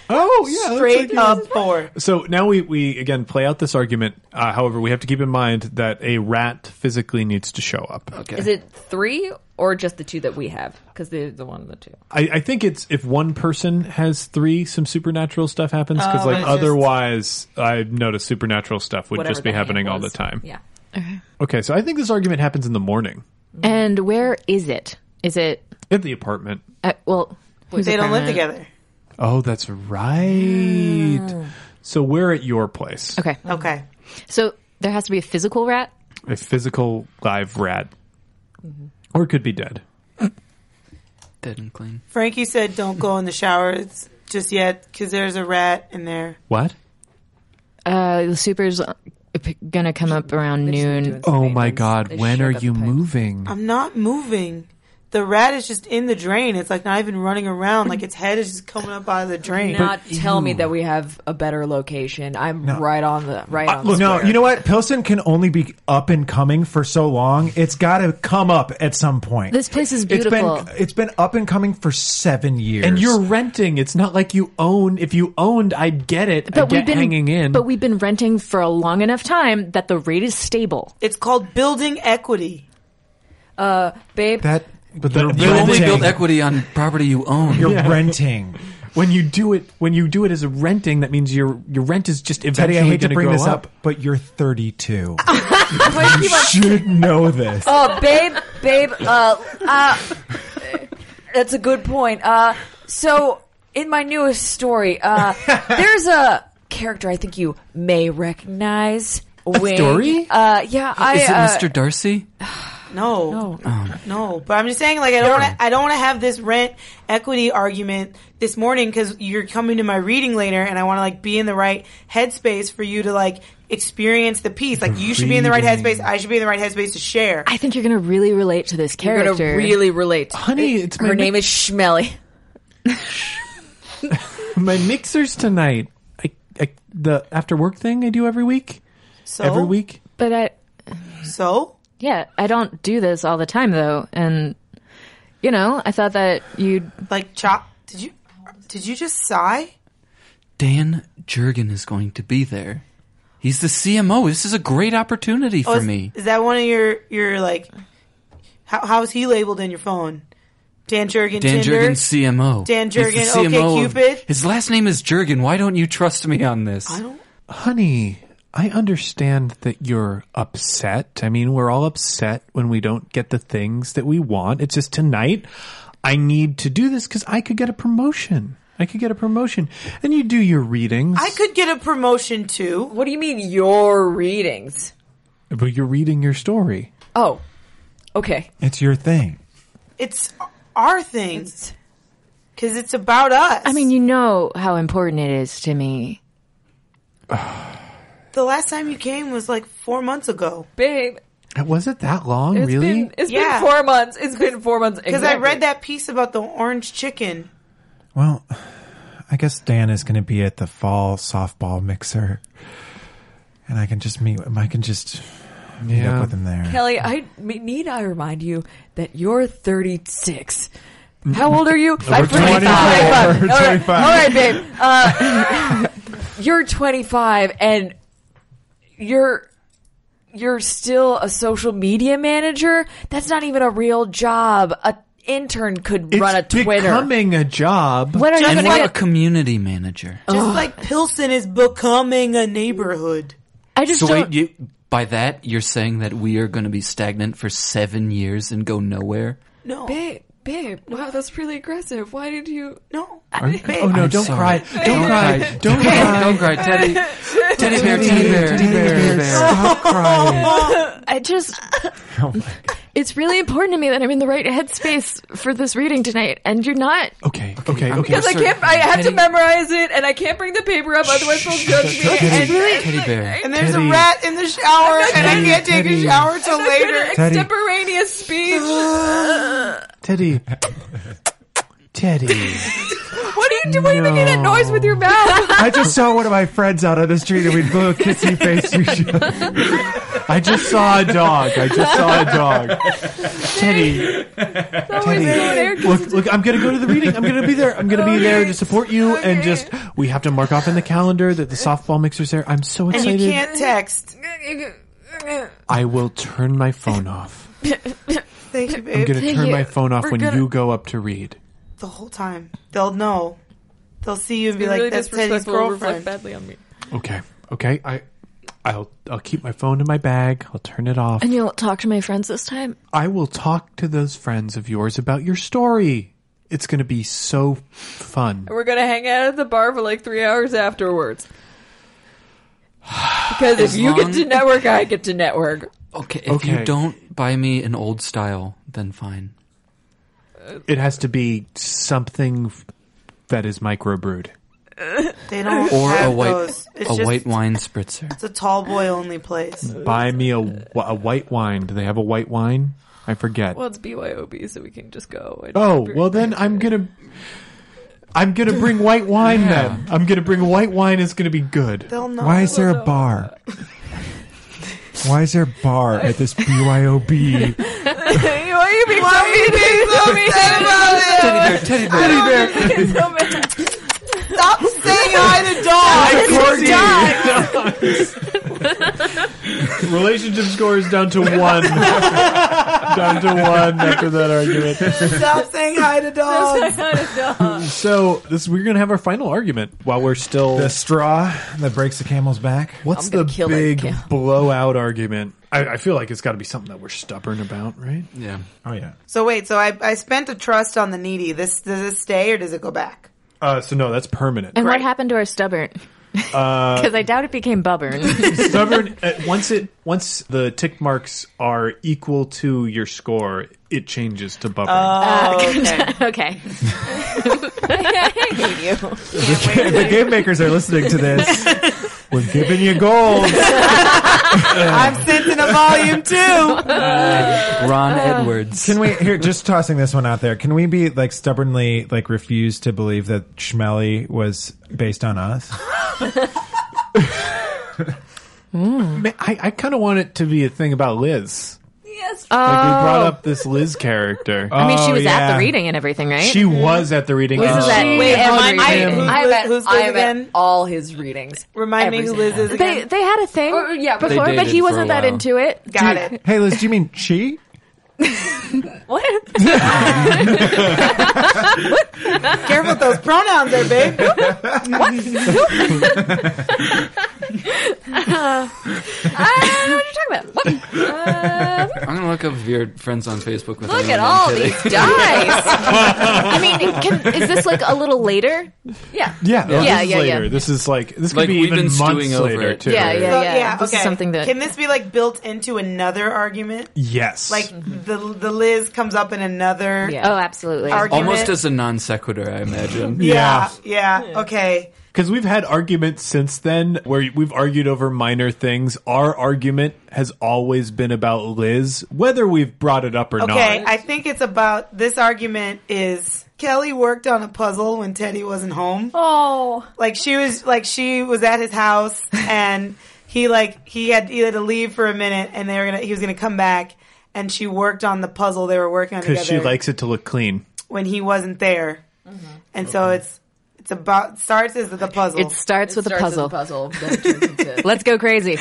Speaker 1: Oh, yeah. that's
Speaker 7: Straight
Speaker 1: like-
Speaker 7: up four.
Speaker 1: So now we, we again play out this argument. Uh, however, we have to keep in mind that a rat physically needs to show up.
Speaker 8: Okay.
Speaker 9: Is it three or just the two that we have? Because the the one and the two.
Speaker 1: I, I think it's if one person has three, some supernatural stuff happens because
Speaker 7: Oh,
Speaker 1: like
Speaker 7: it's just-
Speaker 1: otherwise, I notice supernatural stuff would
Speaker 9: Whatever
Speaker 1: just be
Speaker 9: the hand
Speaker 1: happening all the
Speaker 9: was.
Speaker 1: time.
Speaker 9: Yeah.
Speaker 1: Okay, so I think this argument happens in the morning
Speaker 3: And where is it? Is it
Speaker 1: at the apartment.
Speaker 3: uh, well? whose
Speaker 7: They don't live
Speaker 3: apartment?
Speaker 7: together.
Speaker 1: Oh, that's right. So we're at your place,
Speaker 3: Okay,
Speaker 7: Okay.
Speaker 3: so there has to be a physical rat.
Speaker 1: a physical live rat, or it could be dead.
Speaker 8: Dead and clean.
Speaker 7: Frankie said, "Don't go in the showers just yet, because there's a rat in there."
Speaker 1: What?
Speaker 3: Uh, the super's uh, p- gonna come up around noon.
Speaker 1: Oh my God!
Speaker 9: They
Speaker 1: When
Speaker 9: shook
Speaker 1: are
Speaker 9: up
Speaker 1: you
Speaker 9: the pipe.
Speaker 1: moving?
Speaker 7: I'm not moving. The rat is just in the drain. It's like not even running around. Like its head is just coming up out of the drain.
Speaker 9: Not tell me that we have a better location. I'm right on the right
Speaker 6: Uh,
Speaker 9: on the
Speaker 6: no,
Speaker 9: square.
Speaker 6: you know what? Pilsen can only be up and coming for so long. It's got to come up at some point.
Speaker 3: This place is beautiful.
Speaker 6: It's been it's been up and coming for seven years,
Speaker 1: And you're renting. It's not like you own. If you owned, I'd get it. I'd get hanging in.
Speaker 13: But we've been renting for a long enough time that the rate is stable.
Speaker 7: It's called building equity.
Speaker 9: uh, babe.
Speaker 6: that. But you're
Speaker 8: You only
Speaker 6: renting.
Speaker 8: build equity on property you own.
Speaker 6: You're renting.
Speaker 1: when you do it, when you do it as a renting, that means your your rent is just eventually
Speaker 6: Teddy, I hate to
Speaker 1: gonna
Speaker 6: bring
Speaker 1: go
Speaker 6: this up, but you're
Speaker 9: [laughs]
Speaker 6: 32. you should know this.
Speaker 9: Oh, babe, babe. Uh, uh, that's a good point. Uh, so in my newest story,
Speaker 6: [laughs]
Speaker 9: uh, there's a character I think you may recognize. Wing.
Speaker 1: story?
Speaker 9: Uh, yeah. I,
Speaker 8: Is it
Speaker 9: uh,
Speaker 8: Mr. Darcy?
Speaker 7: No, no,
Speaker 8: Oh.
Speaker 7: but I'm just saying, like, I don't, wanna, I don't want to have this rent equity argument this morning because you're coming to my reading later, and I want to like be in the right headspace for you to like experience the piece. Like, you should be in the right headspace. I should be in the right headspace to share.
Speaker 3: I think you're gonna really relate to this
Speaker 9: You're
Speaker 3: character.
Speaker 9: gonna really relate,
Speaker 1: Honey, it's my
Speaker 9: Her
Speaker 1: mi-
Speaker 9: name is Schmelly.
Speaker 1: My mixers tonight. I, I the after work thing I do every week.
Speaker 7: so,
Speaker 1: Every week.
Speaker 3: but I
Speaker 7: so
Speaker 3: yeah, I don't do this all the time though, and you know, I thought that you'd
Speaker 7: like, chop. Did you, did you just sigh?
Speaker 8: Dan Jurgen is going to be there. He's the CMO. This is a great opportunity for
Speaker 7: Oh, is,
Speaker 8: me.
Speaker 7: is that one of your your like? How how is he labeled in your phone? Dan Jurgen
Speaker 8: Dan
Speaker 7: Tinder.
Speaker 8: Jurgen, CMO.
Speaker 7: Dan
Speaker 8: He's the
Speaker 7: Jurgen,
Speaker 8: CMO of-
Speaker 7: OkCupid.
Speaker 8: His last name is Jurgen. Why don't you trust me on this?
Speaker 1: Honey, I understand that you're upset. I mean, we're all upset when we don't get the things that we want. It's just tonight I need to do this cuz I could get a promotion. I could get a promotion. And you do your readings.
Speaker 7: I could get a promotion too.
Speaker 9: What do you mean your readings?
Speaker 1: but you're reading your story.
Speaker 9: Oh, okay.
Speaker 6: It's your thing.
Speaker 7: It's our thing because it's about us.
Speaker 3: I mean, you know how important it is to me.
Speaker 7: the last time you came was like four months ago
Speaker 9: babe.
Speaker 1: Uh, Was it that long,
Speaker 9: It's
Speaker 1: really?
Speaker 9: been it's
Speaker 7: Yeah.
Speaker 9: been four months. It's been four months
Speaker 7: because I read that piece about the orange chicken.
Speaker 6: Well, I guess Dan is going to be at the fall softball mixer, and I can just meet. I can just meet
Speaker 1: Yeah.
Speaker 6: up with him there.
Speaker 9: Kelly. I m- need I remind you that you're 36. How old are you? I'm
Speaker 6: 25. We're
Speaker 9: All right,
Speaker 6: 25.
Speaker 9: all right babe. Uh, you're 25, and you're you're still a social media manager. That's not even a real job. A intern could run a
Speaker 1: it's
Speaker 9: Twitter.
Speaker 1: becoming a job.
Speaker 3: What are you
Speaker 8: and
Speaker 3: gonna
Speaker 8: what
Speaker 3: get?
Speaker 8: a community manager.
Speaker 7: Just like Pilsen is becoming a neighborhood.
Speaker 3: I just
Speaker 8: [laughs] So
Speaker 3: don't.
Speaker 8: wait, you, by that you're saying that we are going to be stagnant for seven years and go nowhere?
Speaker 7: No,
Speaker 9: Babe, babe, wow, that's really aggressive. Why did you?
Speaker 7: no.
Speaker 1: Oh no!
Speaker 8: I'm
Speaker 1: don't
Speaker 8: sorry.
Speaker 1: cry! Don't
Speaker 8: [laughs]
Speaker 1: cry! Don't cry!
Speaker 8: Don't cry, Teddy. Teddy bear, teddy bear, teddy bear.
Speaker 6: Stop crying.
Speaker 3: I
Speaker 9: [laughs]
Speaker 3: just.
Speaker 9: Oh
Speaker 3: It's really important to me that I'm in the right headspace for this reading tonight, and you're not.
Speaker 1: Okay, okay, okay.
Speaker 9: Because I
Speaker 8: Sorry.
Speaker 9: can't. I have to
Speaker 8: Teddy-
Speaker 9: memorize it, and I can't bring the paper up. Otherwise, they'll judge me.
Speaker 8: Teddy,
Speaker 9: And
Speaker 8: teddy bear.
Speaker 7: And there's
Speaker 1: Teddy.
Speaker 7: a rat in the shower, and I
Speaker 9: Teddy,
Speaker 7: can't take a
Speaker 1: Teddy.
Speaker 7: shower till
Speaker 9: I'm gonna
Speaker 7: later.
Speaker 6: Teddy.
Speaker 9: extemporaneous speech.
Speaker 1: Teddy. Teddy.
Speaker 9: What do you do? What do you making that noise with your
Speaker 1: [laughs]
Speaker 9: mouth?
Speaker 6: I just saw one of my friends out on the street and we blew a kissy face to each other.
Speaker 14: I just saw a dog. I just saw a dog. Teddy, Teddy, look, look! I'm gonna go to the reading. I'm gonna be there. I'm gonna be there to support you, and just we have to mark off in the calendar that the softball mixer's there. I'm so
Speaker 7: And you
Speaker 14: excited.
Speaker 7: can't text.
Speaker 14: I will turn my phone off.
Speaker 7: Thank you, babe.
Speaker 14: I'm gonna turn my phone off when you go up to read.
Speaker 7: The whole time. They'll know. They'll see you and be
Speaker 15: really
Speaker 7: like, that's Teddy's
Speaker 15: disrespectful. Reflect
Speaker 7: girlfriend.
Speaker 15: badly on me.
Speaker 14: Okay, okay. I, I'll, I'll keep my phone in my bag. I'll turn it off.
Speaker 16: And you'll talk to my friends this time?
Speaker 14: I will talk to those friends of yours about your story. It's gonna be so fun.
Speaker 15: We're gonna hang out at the bar for like three hours afterwards. Because if you get
Speaker 8: long-
Speaker 15: to network, I get to network.
Speaker 8: Okay, if
Speaker 14: Okay.
Speaker 8: you don't buy me an old style, then fine.
Speaker 14: It has to be something that is microbrewed.
Speaker 7: They don't
Speaker 8: Or
Speaker 7: have
Speaker 8: a white
Speaker 7: those. It's
Speaker 8: a
Speaker 7: just,
Speaker 8: white wine spritzer.
Speaker 7: It's a tall boy only place.
Speaker 14: Buy me a, wh- a white wine. Do they have a white wine? I forget.
Speaker 15: Well, it's BYOB, so we can just go. And
Speaker 9: [laughs]
Speaker 14: oh, well then I'm gonna. I'm gonna bring white wine then. I'm gonna bring white wine. It's gonna be good.
Speaker 7: They'll know.
Speaker 6: Why is there a
Speaker 3: [laughs]
Speaker 6: bar? Why is there a bar at this BYOB?
Speaker 15: Why you being so mean?
Speaker 8: Teddy bear, teddy bear.
Speaker 7: Stop saying hi to dogs.
Speaker 1: [laughs] Relationship score is down to one. down to one after that argument.
Speaker 7: Stop saying hi to dogs.
Speaker 1: So this we're gonna have our final argument while we're still.
Speaker 6: The straw that breaks the camel's back.
Speaker 1: what's
Speaker 15: gonna
Speaker 1: the
Speaker 15: kill that
Speaker 1: big
Speaker 15: cow.
Speaker 1: blowout argument? I, I feel like it's got to be something that we're stubborn about, right?
Speaker 8: Yeah.
Speaker 6: Oh yeah.
Speaker 7: [laughs] So wait, so I, I spent a trust on the needy. This does it stay or does it go back?
Speaker 1: Uh, so no, that's permanent.
Speaker 16: And what happened to our stubborn?
Speaker 1: Uh,
Speaker 3: [laughs] Because I doubt it became bubbern.
Speaker 1: stubborn. Uh, once it once the tick marks are equal to your score, it changes to bubble.
Speaker 3: [laughs] okay.
Speaker 6: [laughs] If the game makers are listening to this,
Speaker 3: [laughs]
Speaker 6: we're giving you gold.
Speaker 7: I'm sensing a volume two.
Speaker 8: [laughs] Ron Edwards.
Speaker 6: Can we here? Just tossing this one out there. Can we be like stubbornly like refuse to believe that Schmelly was based on us?
Speaker 1: Man, I, I kind of want it to be a thing about Liz.
Speaker 9: yes.
Speaker 1: Like we brought up this Liz character.
Speaker 6: I
Speaker 3: I mean, she was
Speaker 6: Oh,
Speaker 3: at the reading and everything,
Speaker 1: Oh,
Speaker 3: right?
Speaker 1: She was at the reading.
Speaker 3: Liz is
Speaker 1: club.
Speaker 3: at
Speaker 9: Wait, am I,
Speaker 3: every reading.
Speaker 9: I, am at,
Speaker 7: Who's Liz
Speaker 9: I am at
Speaker 7: again?
Speaker 9: all his readings.
Speaker 7: Remind me who
Speaker 9: Every
Speaker 7: Liz is
Speaker 16: They
Speaker 7: again.
Speaker 16: they had a thing
Speaker 9: Or- yeah, but-
Speaker 16: before,
Speaker 8: They
Speaker 16: but
Speaker 8: dated
Speaker 16: he
Speaker 8: for
Speaker 16: wasn't
Speaker 8: a
Speaker 16: that
Speaker 8: while.
Speaker 16: into it.
Speaker 7: Got it.
Speaker 6: Hey Liz, do you mean she?
Speaker 9: What?
Speaker 7: Careful with those pronouns there, babe.
Speaker 9: [laughs] I don't know what you're talking about. What?
Speaker 8: I'm gonna look up if your friends on Facebook with
Speaker 9: Look at all
Speaker 8: Teddy.
Speaker 9: these dice.
Speaker 16: I mean, can, is this like a little later?
Speaker 9: yeah.
Speaker 1: Yeah, no,
Speaker 16: Yeah,
Speaker 1: this
Speaker 16: yeah,
Speaker 1: is later.
Speaker 16: yeah.
Speaker 1: This is like this could
Speaker 8: Like,
Speaker 1: be
Speaker 8: we've
Speaker 1: even
Speaker 8: been
Speaker 1: months
Speaker 8: stewing over
Speaker 1: later
Speaker 8: it.
Speaker 1: too.
Speaker 3: Yeah, yeah,
Speaker 7: So,
Speaker 3: yeah.
Speaker 7: yeah,
Speaker 3: this
Speaker 7: okay.
Speaker 3: is something that
Speaker 7: Can this be like built into another argument?
Speaker 1: Yes,
Speaker 7: Like the the Liz comes up in another
Speaker 9: Yeah.
Speaker 3: Oh, absolutely.
Speaker 7: argument.
Speaker 8: Almost as a non sequitur, I imagine.
Speaker 7: yeah, yeah, Okay.
Speaker 1: because we've had arguments since then where we've argued over minor things. Our argument has always been about Liz, whether we've brought it up or
Speaker 7: Okay.
Speaker 1: not.
Speaker 7: I think it's about this argument is Kelly worked on a puzzle when Teddy wasn't home.
Speaker 9: Oh.
Speaker 7: Like she was like she was at his house and he like he had he had to leave for a minute and they were gonna he was gonna come back and she worked on the puzzle they were working on together
Speaker 1: Because she likes it to look clean.
Speaker 7: when he wasn't there. And so it's it's about starts as the puzzle.
Speaker 3: it starts with
Speaker 9: Starts
Speaker 3: a
Speaker 9: as
Speaker 3: puzzle.
Speaker 9: puzzle. Then turns into- [laughs]
Speaker 3: Let's go crazy.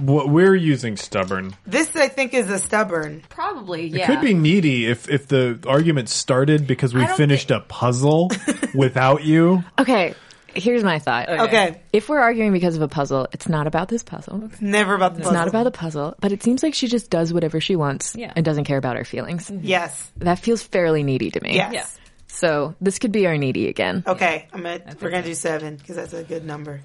Speaker 1: What we're using stubborn
Speaker 7: this I think is a stubborn.
Speaker 9: Probably, yeah.
Speaker 1: could be needy if if the argument started because we
Speaker 9: I don't
Speaker 1: finished a
Speaker 3: [laughs]
Speaker 1: puzzle without you.
Speaker 3: okay. Here's my thought.
Speaker 7: Okay.
Speaker 3: If we're arguing because of a puzzle, it's not about this puzzle. It's
Speaker 7: Never about the puzzle.
Speaker 3: not about the puzzle, but it seems like she just does whatever she wants
Speaker 9: Yeah.
Speaker 3: and doesn't care about her feelings.
Speaker 7: Yes.
Speaker 3: That feels fairly needy to me.
Speaker 7: Yes.
Speaker 9: Yeah.
Speaker 3: So this could be our needy again.
Speaker 7: Okay. I'm gonna, we're gonna do seven because that's a good number.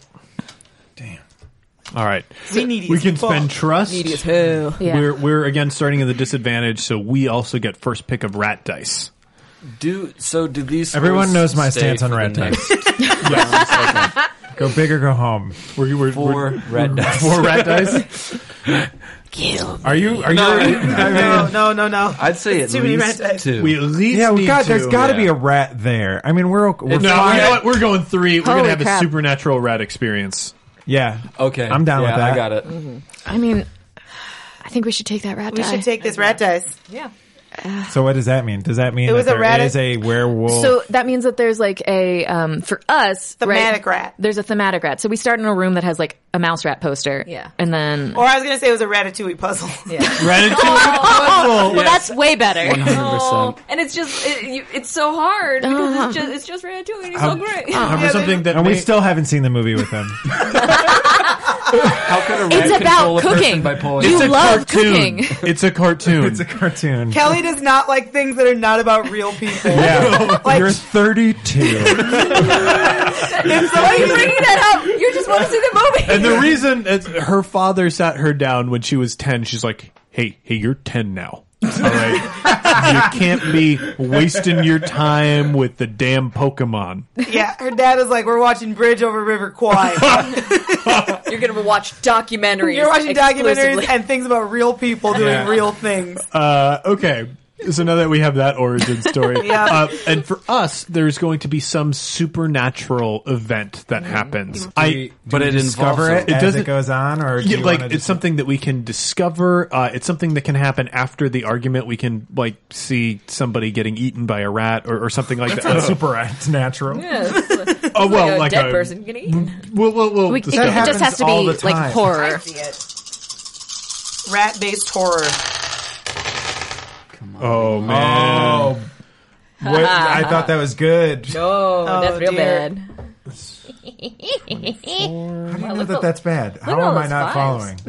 Speaker 1: All right,
Speaker 7: We need.
Speaker 1: we
Speaker 7: as
Speaker 1: can
Speaker 7: fuck.
Speaker 1: spend trust.
Speaker 9: Who?
Speaker 3: Yeah.
Speaker 1: We're we're again starting at the disadvantage, so we also get first pick of rat dice.
Speaker 8: Do so. Do these? scores
Speaker 6: Everyone knows my
Speaker 8: stay
Speaker 6: stance on
Speaker 8: for the
Speaker 6: red dice.
Speaker 8: next
Speaker 3: [laughs]
Speaker 6: Go big or go home.
Speaker 1: We're, we're, [laughs]
Speaker 8: Four
Speaker 1: we're-
Speaker 8: red
Speaker 6: [laughs]
Speaker 8: dice.
Speaker 1: four rat dice.
Speaker 3: you.
Speaker 6: Are you? Are you? I
Speaker 7: No,
Speaker 6: mean,
Speaker 7: no, no, no.
Speaker 8: I'd say at
Speaker 7: Too many red
Speaker 8: least
Speaker 7: flags.
Speaker 8: two.
Speaker 1: We at least
Speaker 6: yeah,
Speaker 1: need
Speaker 6: we got.
Speaker 1: to.
Speaker 6: There's got to
Speaker 8: yeah.
Speaker 6: be a rat there. I mean, we're we're
Speaker 8: No,
Speaker 6: fine.
Speaker 8: we
Speaker 1: You know what? We're going three. We're
Speaker 3: Holy
Speaker 1: gonna have
Speaker 3: crap.
Speaker 1: a supernatural rat
Speaker 3: [laughs]
Speaker 1: experience.
Speaker 6: yeah.
Speaker 8: okay,
Speaker 6: I'm down
Speaker 8: yeah,
Speaker 6: with that.
Speaker 8: I got it.
Speaker 3: I mean, I think we should take that rat
Speaker 7: We
Speaker 3: die.
Speaker 7: should take this rat dice.
Speaker 9: Yeah.
Speaker 6: So what does that mean? Does that mean
Speaker 7: It was
Speaker 6: that
Speaker 7: a
Speaker 6: there
Speaker 7: rat-
Speaker 6: is a werewolf?
Speaker 3: so that means that there's like a um, for us right,
Speaker 7: Thematic rat.
Speaker 3: There's a thematic rat. So we start in a room that has like a mouse rat poster.
Speaker 9: Yeah.
Speaker 3: and then
Speaker 7: Or I was gonna say it was a ratatouille puzzle.
Speaker 3: Oh, well, that's way better.
Speaker 8: One hundred
Speaker 9: Oh,
Speaker 8: percent.
Speaker 9: and it's just it, you, it's so hard because it's just it's just Ratatouille. and It's so great.
Speaker 1: Remember
Speaker 7: they-
Speaker 1: something that
Speaker 6: and we
Speaker 1: may-
Speaker 6: still haven't seen the movie with them.
Speaker 8: How could a rat
Speaker 3: It's about
Speaker 8: control a person
Speaker 3: cooking.
Speaker 8: by pulling?
Speaker 3: You
Speaker 8: It's a-
Speaker 3: love
Speaker 1: cartoon.
Speaker 3: cooking.
Speaker 1: It's a cartoon.
Speaker 6: [laughs] it's a cartoon.
Speaker 7: [laughs] Kelly does not like things that are not about real people.
Speaker 6: yeah,
Speaker 7: Like-
Speaker 6: you're 32.
Speaker 7: If somebody
Speaker 9: Bringing that up, [laughs] you just want to see the movie.
Speaker 1: And the reason is her father sat her down when she was 10. She's like, hey, hey, you're 10 now. All right. you can't be wasting your time with the damn Pokemon.
Speaker 7: Yeah, her dad is like, we're watching Bridge over River Kwai.
Speaker 9: You're gonna watch documentaries.
Speaker 7: You're watching documentaries
Speaker 9: exclusively.
Speaker 7: and things about real people doing
Speaker 6: Yeah.
Speaker 7: real things.
Speaker 1: Uh, okay. So now that we have that origin story,
Speaker 7: Yeah.
Speaker 1: uh, and for us, there's going to be some supernatural event that happens. I,
Speaker 8: but it
Speaker 6: Discover
Speaker 8: involves
Speaker 6: it,
Speaker 1: It
Speaker 8: a-
Speaker 6: as
Speaker 1: doesn't-
Speaker 6: it goes on, or do
Speaker 1: Yeah,
Speaker 6: you
Speaker 1: like
Speaker 6: wanna
Speaker 1: it's
Speaker 6: just-
Speaker 1: something that we can discover. Uh, it's something that can happen after the argument. We can like see somebody getting eaten by a rat or, or something like that.
Speaker 6: [laughs] That's super natural.
Speaker 1: oh well,
Speaker 9: a
Speaker 1: like
Speaker 9: dead person getting eaten.
Speaker 1: [laughs] We'll, we'll, we'll
Speaker 3: We, it,
Speaker 1: discuss.
Speaker 3: it just has to
Speaker 6: all
Speaker 3: be
Speaker 6: the
Speaker 3: like
Speaker 6: time.
Speaker 3: horror.
Speaker 7: Rat based horror.
Speaker 1: oh man,
Speaker 6: Oh,
Speaker 7: [laughs]
Speaker 6: what, I thought that was good.
Speaker 9: Oh, that's real
Speaker 7: dear.
Speaker 9: bad.
Speaker 6: I don't know that that's bad. How
Speaker 9: at
Speaker 6: am
Speaker 9: all
Speaker 6: I
Speaker 9: those
Speaker 6: not
Speaker 9: vibes.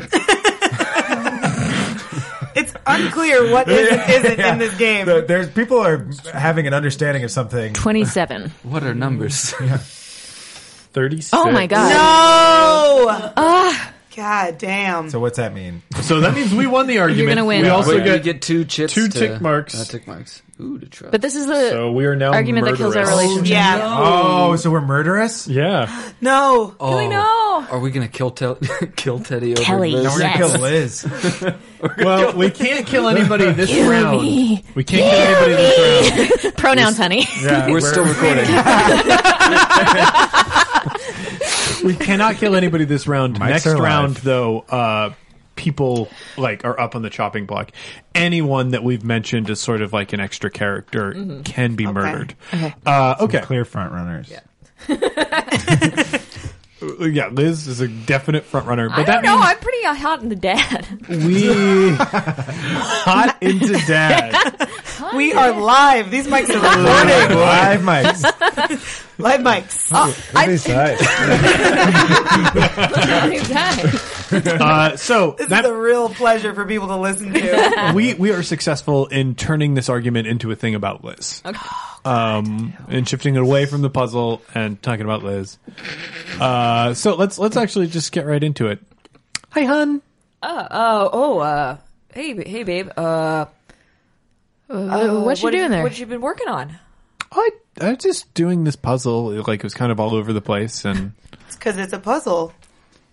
Speaker 6: following?
Speaker 7: It's unclear what is and isn't
Speaker 6: Yeah.
Speaker 7: [laughs] in this game.
Speaker 6: The- there's people are having an understanding of something.
Speaker 3: Twenty-seven.
Speaker 8: what are numbers? [laughs]
Speaker 1: thirty.
Speaker 3: Oh my god.
Speaker 7: No! Ah. God damn.
Speaker 6: So what's that mean?
Speaker 1: So that means we won the argument.
Speaker 3: gonna win.
Speaker 1: We also
Speaker 8: Wait, we
Speaker 1: get.
Speaker 8: get two chips.
Speaker 1: two
Speaker 8: to-
Speaker 1: tick marks.
Speaker 8: Uh, tick marks. Ooh, to try.
Speaker 3: But this is the
Speaker 1: So we are now
Speaker 3: argument that kills our
Speaker 1: murderous.
Speaker 3: relationship.
Speaker 7: yeah.
Speaker 6: Oh, so we're murderous?
Speaker 1: Yeah,
Speaker 7: No.
Speaker 8: oh,
Speaker 9: We know.
Speaker 8: Are we gonna kill Tel- [laughs] kill Teddy over
Speaker 3: Kelly.
Speaker 8: this?
Speaker 6: We're gonna
Speaker 3: Yes.
Speaker 6: kill Liz.
Speaker 7: [laughs]
Speaker 1: well, we can't kill
Speaker 3: [laughs]
Speaker 1: anybody this round. We can't kill anybody this round.
Speaker 3: pronouns, honey. [laughs]
Speaker 6: Yeah,
Speaker 8: We're still recording.
Speaker 1: We cannot kill anybody this round.
Speaker 6: Mics
Speaker 1: Next
Speaker 6: are live.
Speaker 1: round, though, uh, people like are up on the chopping block. Anyone that we've mentioned as sort of like an extra character can be murdered.
Speaker 3: Okay.
Speaker 1: Uh, okay,
Speaker 6: clear front runners.
Speaker 1: yeah, Liz is a definite front runner, but
Speaker 9: I
Speaker 1: that
Speaker 9: don't know.
Speaker 1: means
Speaker 9: I'm pretty uh, hot in the dad.
Speaker 1: we hot into dad.
Speaker 7: We are live. These mics are recording.
Speaker 6: Live
Speaker 7: [laughs]
Speaker 6: mics.
Speaker 7: live mics.
Speaker 1: Oh, Uh, so
Speaker 7: This
Speaker 1: that
Speaker 7: is a real pleasure for people to listen to.
Speaker 1: we we are successful in turning this argument into a thing about Liz. Okay. Um, and shifting it away from the puzzle and talking about Liz. Uh, so let's let's actually just get right into it. Hi, hun.
Speaker 9: Uh, oh, oh, uh, hey, ba- hey, babe. Uh, oh,
Speaker 3: Uh, what you
Speaker 9: what have-
Speaker 3: doing there?
Speaker 9: What you been working on?
Speaker 1: I I was just doing this puzzle. It, Like it was kind of all over the place, and
Speaker 7: It's because it's a puzzle.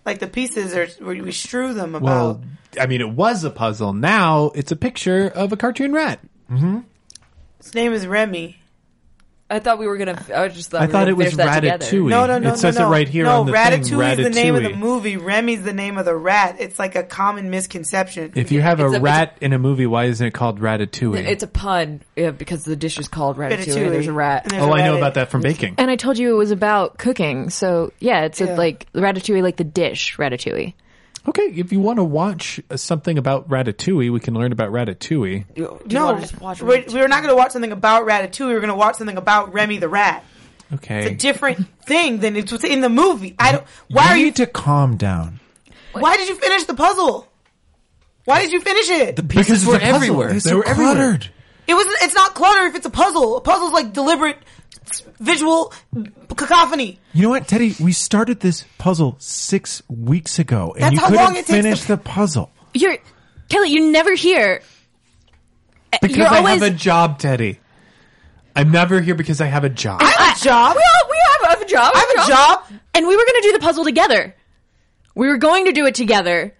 Speaker 7: Like the pieces are, we we strew them about.
Speaker 1: well, I mean, it was a puzzle. Now it's a picture of a cartoon rat.
Speaker 7: His name is Remy.
Speaker 9: I thought we were gonna. I was just thought
Speaker 1: I
Speaker 9: we
Speaker 1: thought
Speaker 9: were
Speaker 1: it was
Speaker 9: gonna finish that together.
Speaker 1: Ratatouille.
Speaker 7: No, no, no,
Speaker 1: It
Speaker 7: no,
Speaker 1: says
Speaker 7: no.
Speaker 1: it right here
Speaker 7: no,
Speaker 1: on the
Speaker 7: Ratatouille
Speaker 1: thing. Ratatouille
Speaker 7: is the name of the movie. Remy's the name of the rat. It's like a common misconception.
Speaker 1: If you have
Speaker 9: It's a-
Speaker 1: a
Speaker 9: it's a-
Speaker 1: rat in a movie, why isn't it called Ratatouille?
Speaker 9: It's a pun yeah, because the dish is called ratatouille.
Speaker 7: Ratatouille.
Speaker 9: and There's a rat.
Speaker 7: And there's
Speaker 1: oh,
Speaker 7: a
Speaker 1: I know
Speaker 7: rat
Speaker 1: about
Speaker 7: in it.
Speaker 1: that from baking.
Speaker 3: And I told you it was about cooking. So yeah, it's A,
Speaker 7: Yeah.
Speaker 3: like ratatouille, like the dish ratatouille.
Speaker 1: Okay, if you want to watch uh, something about Ratatouille, we can learn about Ratatouille.
Speaker 9: Do you
Speaker 7: No,
Speaker 9: wanna just watch
Speaker 7: we're,
Speaker 9: Ratatouille?
Speaker 7: we're not going to watch something about Ratatouille. We're going to watch something about Remy the rat. It's a
Speaker 1: Okay.
Speaker 7: different thing than it's what's in the movie. I don't. Why
Speaker 6: You
Speaker 7: [laughs] are you?
Speaker 6: need to calm down.
Speaker 7: why did you finish the puzzle? Why did you finish it?
Speaker 8: Pieces were everywhere.
Speaker 6: They were cluttered.
Speaker 7: It was. It's not clutter if it's a puzzle. A puzzle's like deliberate s- visual cacophony.
Speaker 6: You know what, Teddy? We started this puzzle six weeks ago, and
Speaker 7: That's
Speaker 6: you
Speaker 7: how
Speaker 6: couldn't
Speaker 7: long it takes
Speaker 6: finish
Speaker 7: to-
Speaker 6: the puzzle.
Speaker 3: You're Kelly. You never hear.
Speaker 1: Because
Speaker 3: you're
Speaker 1: I
Speaker 3: always.
Speaker 1: have a job, Teddy. I'm never here because I have a job.
Speaker 7: I Ah, have a job.
Speaker 3: we, all, we have, a job.
Speaker 7: I have a job.
Speaker 3: And we were going to do the puzzle together. We were going to do it together.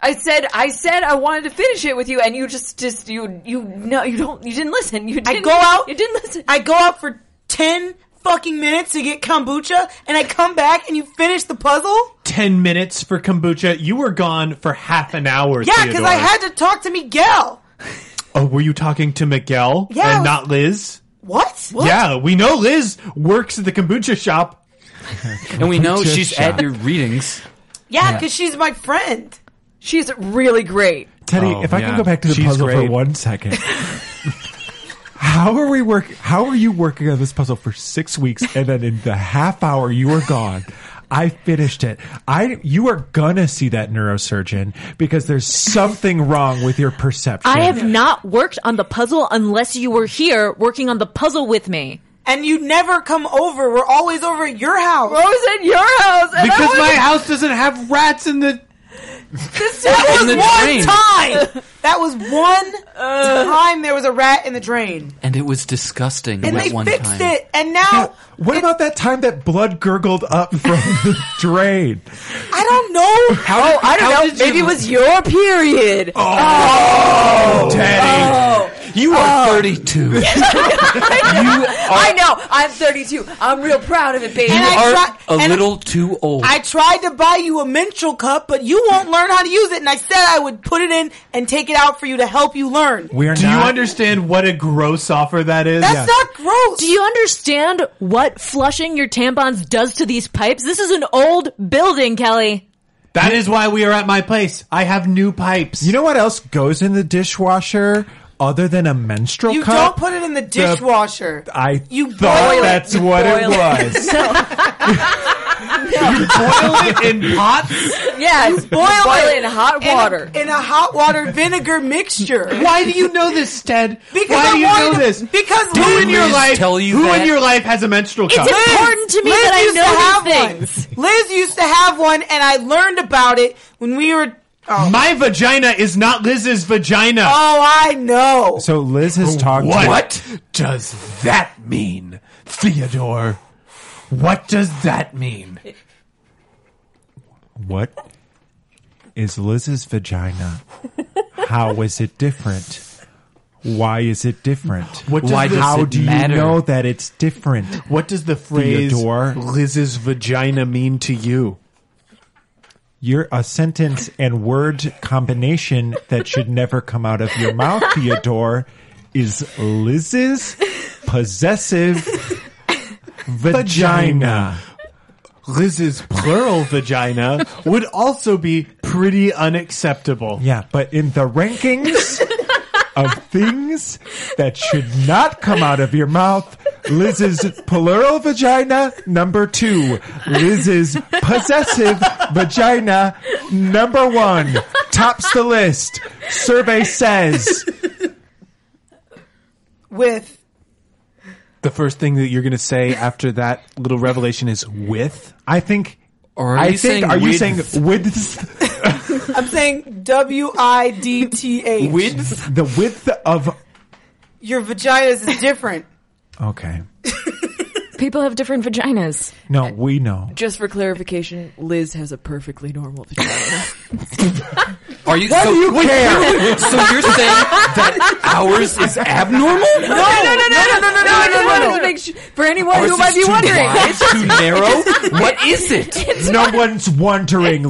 Speaker 16: I said I said I wanted to finish it with you, and you just just you you no you don't you didn't listen. You didn't,
Speaker 7: I go out.
Speaker 16: You didn't listen.
Speaker 7: I go out for ten fucking minutes to get kombucha, and I come back and you finish the puzzle.
Speaker 17: 10 minutes for kombucha. You were gone for half an hour.
Speaker 7: Yeah, because I had to talk to Miguel.
Speaker 17: Oh, were you talking to Miguel
Speaker 7: Yeah, I
Speaker 17: and
Speaker 7: was-
Speaker 17: not Liz?
Speaker 7: What? what?
Speaker 17: Yeah, we know Liz works at the kombucha shop.
Speaker 8: And we know she's at your readings.
Speaker 7: Yeah, because she's my friend.
Speaker 16: She's really great.
Speaker 1: Teddy,
Speaker 17: Oh,
Speaker 1: if I
Speaker 17: yeah.
Speaker 1: can go back to the
Speaker 17: She's
Speaker 1: puzzle
Speaker 17: great.
Speaker 1: for
Speaker 17: [laughs]
Speaker 1: one second. How are we work? How are you working on this puzzle for six weeks, and then in the half hour you were gone, I finished it. I you are gonna see that neurosurgeon because there's something wrong with your perception.
Speaker 3: I have not worked on the puzzle unless you were here working on the puzzle with me.
Speaker 7: And you never come over. We're always over at your house.
Speaker 9: I was at your
Speaker 16: [laughs]
Speaker 9: house, and I
Speaker 6: Because
Speaker 9: was
Speaker 6: my house doesn't have rats in the.
Speaker 7: That
Speaker 8: In
Speaker 7: was
Speaker 8: the
Speaker 7: one
Speaker 8: drain.
Speaker 7: time. That was [laughs] one time there was a rat in the drain,
Speaker 8: And it was disgusting
Speaker 7: and
Speaker 8: that
Speaker 7: they
Speaker 8: one
Speaker 7: fixed
Speaker 8: time.
Speaker 7: it. And now
Speaker 1: What about that time that blood gurgled up from the drain?
Speaker 7: I don't know.
Speaker 8: How, oh, I don't know. Maybe it was your period. Oh, Teddy. You are 32.
Speaker 16: I know. I'm 32. I'm real proud of it, baby.
Speaker 7: And
Speaker 8: You
Speaker 7: I
Speaker 8: are
Speaker 7: tried-
Speaker 8: a
Speaker 7: and-
Speaker 8: little too old.
Speaker 7: I tried to buy you a menstrual cup, but you won't learn how to use it. And I said I would put it in and take it out for you to help you learn.
Speaker 1: We are
Speaker 17: Do
Speaker 1: not.
Speaker 17: you understand what a gross offer that is?
Speaker 7: That's not gross.
Speaker 3: Do you understand what flushing your tampons does to these pipes? This is an old building, Kelly.
Speaker 17: That is why we are at my place. I have new pipes.
Speaker 1: you know what else goes in the dishwasher other than a menstrual
Speaker 7: You
Speaker 1: cup?
Speaker 7: don't put it in the dishwasher.
Speaker 1: I
Speaker 7: You
Speaker 1: thought
Speaker 7: boil it.
Speaker 1: that's what it,
Speaker 16: boil
Speaker 1: was.
Speaker 17: in pots?
Speaker 16: yeah, boil, it in hot
Speaker 7: In a-
Speaker 16: water.
Speaker 7: in a, hot water vinegar mixture.
Speaker 17: Why do you know this, Ted?
Speaker 7: Because
Speaker 17: why
Speaker 7: I
Speaker 17: do you
Speaker 7: wanted
Speaker 17: know
Speaker 7: to-
Speaker 17: this?
Speaker 7: Because
Speaker 17: who
Speaker 7: Liz-
Speaker 17: in your
Speaker 8: Liz
Speaker 17: life?
Speaker 8: tell you
Speaker 17: who
Speaker 8: that?
Speaker 17: in your life has a menstrual cup?
Speaker 3: It's important to me
Speaker 7: Liz
Speaker 3: that
Speaker 7: used
Speaker 3: I know
Speaker 7: have
Speaker 3: these things.
Speaker 7: one. Liz used to have one, and I learned about it when we were. Oh,
Speaker 17: My vagina is not Liz's vagina.
Speaker 7: oh I know.
Speaker 1: So Liz has talked. to-
Speaker 6: does that mean, Theodore? What does that mean?
Speaker 1: What is Liz's vagina? How is it different? Why is it different?
Speaker 6: What does
Speaker 8: Why
Speaker 6: the-
Speaker 8: does
Speaker 1: How
Speaker 8: it
Speaker 1: do
Speaker 8: matter?
Speaker 1: you know that it's different?
Speaker 6: What does the phrase
Speaker 1: Theodore?
Speaker 6: Liz's vagina mean to you?
Speaker 1: You're a sentence and word combination that should never come out of your mouth, Theodore, is Liz's possessive vagina.
Speaker 6: Liz's plural vagina would also be pretty unacceptable.
Speaker 1: Yeah, but in the rankings of things that should not come out of your mouth, Liz's plural vagina number two, Liz's possessive vagina number one tops the list. Survey says
Speaker 7: With
Speaker 6: The first thing that you're going to say after that little revelation is with.
Speaker 1: I think.
Speaker 8: Or are
Speaker 1: I
Speaker 8: you
Speaker 1: think.
Speaker 8: saying
Speaker 1: Are you
Speaker 8: with-
Speaker 1: saying width?
Speaker 7: I'm saying W I D T H.
Speaker 8: Width?
Speaker 1: The width of.
Speaker 7: Your vaginas is different.
Speaker 1: Okay.
Speaker 18: People have different vaginas.
Speaker 1: No, we know.
Speaker 9: Just for clarification, Liz has a perfectly normal vagina.
Speaker 8: [laughs] Are you, so,
Speaker 1: you care?
Speaker 8: [laughs] so you're saying that ours is abnormal?
Speaker 9: [laughs] no, no, no, no, no, no, no, no, I just wanted to make sure, for anyone
Speaker 8: Ours
Speaker 9: who
Speaker 8: is
Speaker 9: might be
Speaker 8: too
Speaker 1: [laughs]
Speaker 9: wondering.
Speaker 8: wide, too narrow. What is it?
Speaker 1: No one's wondering.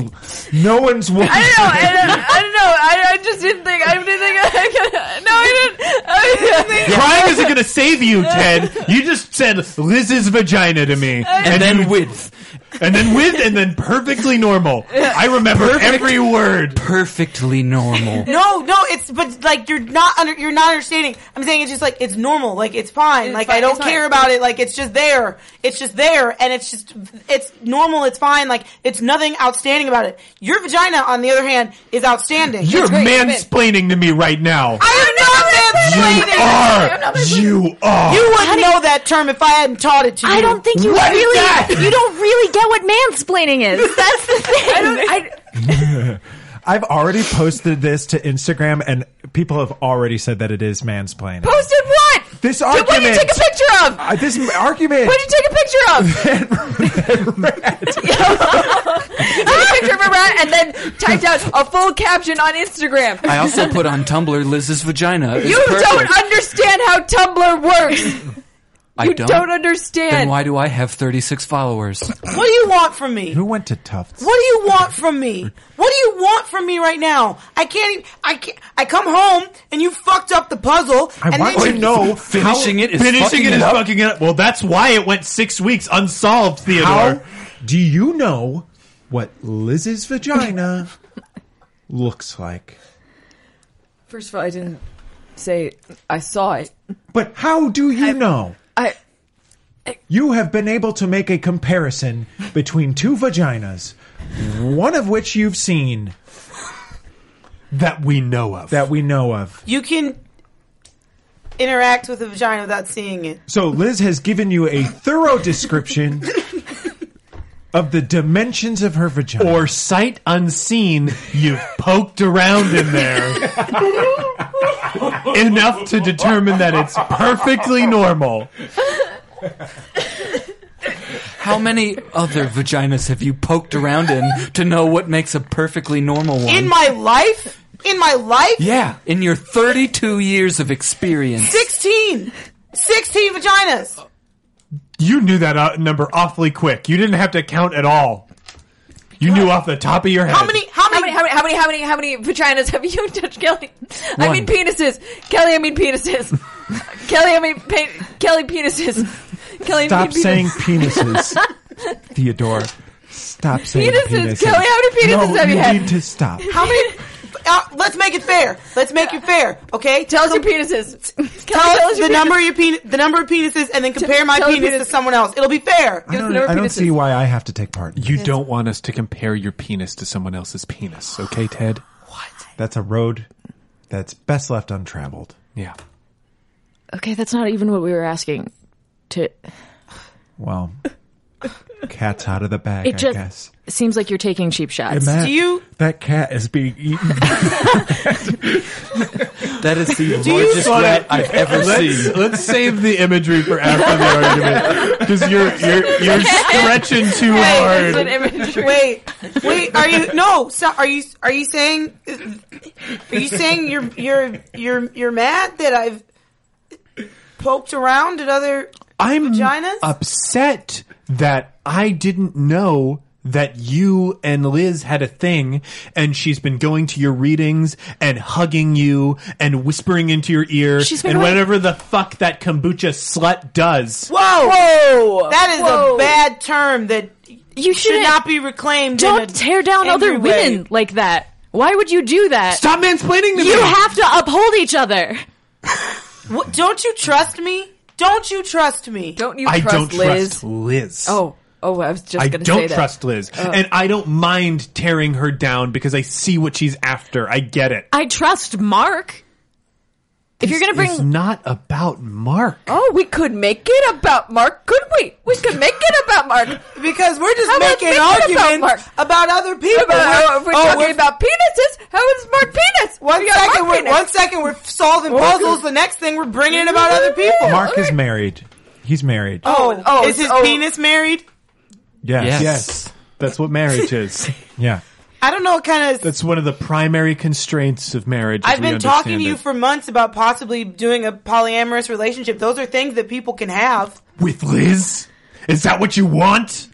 Speaker 1: No one's wondering.
Speaker 9: I don't know. I don't, [laughs] I don't know. I, I just didn't think. I didn't think. [laughs] I, could- no, I didn't. I didn't think.
Speaker 17: Crime isn't going to save you, Ted. You just said Liz's vagina to me,
Speaker 8: And
Speaker 17: you-
Speaker 8: then width.
Speaker 17: and then with, and then perfectly normal. I remember every word.
Speaker 8: Perfectly normal.
Speaker 7: No, no, it's but like you're not under, you're not understanding. I'm saying it's just like it's normal, like it's fine, like I
Speaker 9: fine,
Speaker 7: don't
Speaker 9: it's fine.
Speaker 7: care about it, like it's just there, it's just there, and it's just it's normal, it's fine, like it's nothing outstanding about it. Your vagina, on the other hand, is outstanding.
Speaker 17: You're
Speaker 7: It's great.
Speaker 17: mansplaining to me right now.
Speaker 7: I am not mansplaining.
Speaker 17: Are you are?
Speaker 7: You wouldn't know that term if I hadn't taught it to you.
Speaker 3: I don't think you
Speaker 17: What is
Speaker 3: really
Speaker 17: that?
Speaker 3: you don't really get what mansplaining is. That's the thing. I don't,
Speaker 1: I've already posted this to Instagram, and people have already said that it is mansplaining.
Speaker 9: Posted what?
Speaker 1: this
Speaker 9: What
Speaker 1: argument.
Speaker 9: did you take a picture of?
Speaker 1: Uh, this argument.
Speaker 9: What did you take a picture of?
Speaker 16: Took a picture of a rat and then typed out a full caption on Instagram.
Speaker 8: I also put on Tumblr Liz's vagina. It's
Speaker 16: You
Speaker 8: perfect.
Speaker 16: don't understand how Tumblr works.
Speaker 8: I
Speaker 16: You
Speaker 8: don't.
Speaker 16: don't, understand.
Speaker 8: Then why do I have 36 followers?
Speaker 7: What do you want from me?
Speaker 6: Who went to Tufts?
Speaker 7: What do you want from me? What do you want from me right now? I can't. Even, I can't. I come home and you fucked up the puzzle.
Speaker 6: I
Speaker 7: and
Speaker 6: want
Speaker 7: then
Speaker 6: to
Speaker 7: you-
Speaker 6: know
Speaker 8: Finishing it is fucking
Speaker 1: Finishing it
Speaker 8: it
Speaker 1: is
Speaker 8: up.
Speaker 1: fucking it up. Well, that's why it went six weeks unsolved,
Speaker 6: how
Speaker 1: Theodore.
Speaker 6: do you know what Liz's
Speaker 16: [laughs]
Speaker 6: vagina looks like?
Speaker 16: First of all, I didn't say I saw it.
Speaker 6: But how do you know?
Speaker 16: I
Speaker 6: You have been able to make a comparison between two vaginas, one of which you've seen
Speaker 1: That we know of.
Speaker 6: that we know of.
Speaker 7: You can interact with a vagina without seeing it.
Speaker 6: So Liz has given you a thorough
Speaker 16: [laughs]
Speaker 6: description of the dimensions of her vagina.
Speaker 1: or sight unseen, you've poked around in
Speaker 8: [laughs]
Speaker 1: there enough to determine that it's perfectly normal.
Speaker 8: How many other vaginas have you poked around in to know what makes a perfectly normal one?
Speaker 7: In my life, in my life,
Speaker 8: yeah, in your 32 years of experience.
Speaker 7: 16. 16 vaginas.
Speaker 1: You knew that uh, number awfully quick. You didn't have to count at all. You knew off the top of your head.
Speaker 7: How many? How
Speaker 16: how
Speaker 7: many?
Speaker 16: many how many how many how many how many vaginas have you touched, Kelly? I
Speaker 8: One.
Speaker 16: mean penises, Kelly. I mean penises, Kelly. I mean pe- Kelly penises, Kelly. I
Speaker 6: Stop
Speaker 16: mean penis-
Speaker 6: saying penises, Theodore. Stop saying
Speaker 16: Penises,
Speaker 6: penises.
Speaker 16: Kelly, how many penises
Speaker 6: no,
Speaker 16: have you
Speaker 6: you
Speaker 16: had?
Speaker 6: need to stop.
Speaker 7: How many? Uh, let's make it fair. Let's make it fair. Okay.
Speaker 16: Tell us your penises. Kelly, [laughs]
Speaker 7: Tell us the
Speaker 16: your
Speaker 7: number of your penis, the number of penises, and then compare my
Speaker 16: tell us
Speaker 7: penis to
Speaker 16: penis.
Speaker 7: someone else. It'll be fair.
Speaker 6: I don't,
Speaker 16: number of
Speaker 6: I don't
Speaker 16: penises.
Speaker 6: see why I have to take part. in
Speaker 1: You
Speaker 6: this.
Speaker 1: don't want us to compare your penis to someone else's penis, okay, Ted?
Speaker 6: That's a road that's best left untraveled.
Speaker 1: Yeah.
Speaker 3: Okay, that's not even what we were asking. To
Speaker 6: Well, [laughs] cat's out of the bag,
Speaker 3: it
Speaker 6: I
Speaker 3: just
Speaker 6: guess.
Speaker 3: seems like you're taking cheap shots.
Speaker 6: Matt,
Speaker 7: Do you-
Speaker 6: That cat is being eaten.
Speaker 8: That is the largest rat I've ever seen.
Speaker 1: Let's save the imagery for after the argument because you're you're you're stretching too
Speaker 16: penises.
Speaker 1: hard.
Speaker 16: An image.
Speaker 7: Wait, wait. Are you no? So, are you are you saying? Are you saying you're you're you're you're mad that I've poked around at other?
Speaker 1: I'm
Speaker 7: Vaginas?
Speaker 1: upset that I didn't know that you and Liz had a thing and she's been going to your readings and hugging you and whispering into your ear
Speaker 3: She's been
Speaker 1: and
Speaker 3: right-
Speaker 1: whatever the fuck that kombucha slut does.
Speaker 7: Whoa,
Speaker 16: Whoa.
Speaker 7: that is
Speaker 16: Whoa.
Speaker 7: a bad term that
Speaker 3: you
Speaker 7: should
Speaker 3: shouldn't.
Speaker 7: not be reclaimed. in a
Speaker 3: don't tear down
Speaker 7: angry
Speaker 3: other
Speaker 7: way.
Speaker 3: women like that. Why would you do that?
Speaker 1: Stop mansplaining to
Speaker 3: You
Speaker 1: me.
Speaker 3: have to uphold each other.
Speaker 7: What, don't you trust me? Don't you trust me?
Speaker 16: Don't you
Speaker 1: I
Speaker 16: trust
Speaker 1: don't
Speaker 16: Liz?
Speaker 1: trust Liz.
Speaker 16: Oh, oh, I was just
Speaker 1: I
Speaker 16: gonna
Speaker 1: don't
Speaker 16: say that.
Speaker 1: trust Liz. And I don't mind tearing her down because I see what she's after. I get it.
Speaker 3: I trust Mark. If you're gonna bring
Speaker 1: It's not about Mark.
Speaker 16: Oh, we could make it about Mark, could we? We could make it about Mark.
Speaker 7: Because we're just
Speaker 16: How about
Speaker 7: making
Speaker 16: thinking about Mark?
Speaker 7: arguments about, other people.
Speaker 16: About, oh, if we're
Speaker 7: Oh,
Speaker 16: talking
Speaker 7: we're-
Speaker 16: about penises, how is Mark penis?
Speaker 7: One
Speaker 16: We Oh. got
Speaker 7: second,
Speaker 16: Mark
Speaker 7: we're,
Speaker 16: penis.
Speaker 7: one second we're solving puzzles. The next thing we're bringing it about other people.
Speaker 6: Mark is married. He's married.
Speaker 7: oh,
Speaker 16: oh,
Speaker 7: is his
Speaker 16: oh.
Speaker 7: penis married?
Speaker 1: Yes.
Speaker 8: Yes.
Speaker 1: That's what marriage is.
Speaker 6: Yeah.
Speaker 7: I don't know what kind of.
Speaker 1: That's one of the primary constraints of marriage. as
Speaker 7: I've
Speaker 1: we
Speaker 7: been talking
Speaker 1: understand
Speaker 7: to you
Speaker 1: it.
Speaker 7: for months about possibly doing a polyamorous relationship. Those are things that people can have.
Speaker 1: with Liz. Is that what you want?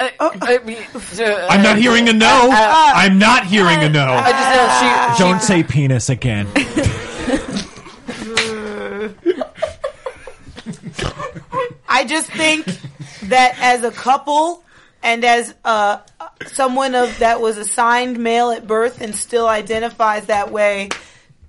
Speaker 16: uh, I mean, uh,
Speaker 1: I'm not hearing a no. I'm not hearing a no.
Speaker 16: I
Speaker 1: Ah.
Speaker 16: just know
Speaker 6: Don't say penis again.
Speaker 7: I just think that as a couple and as uh, someone of that was assigned male at birth and still identifies that way,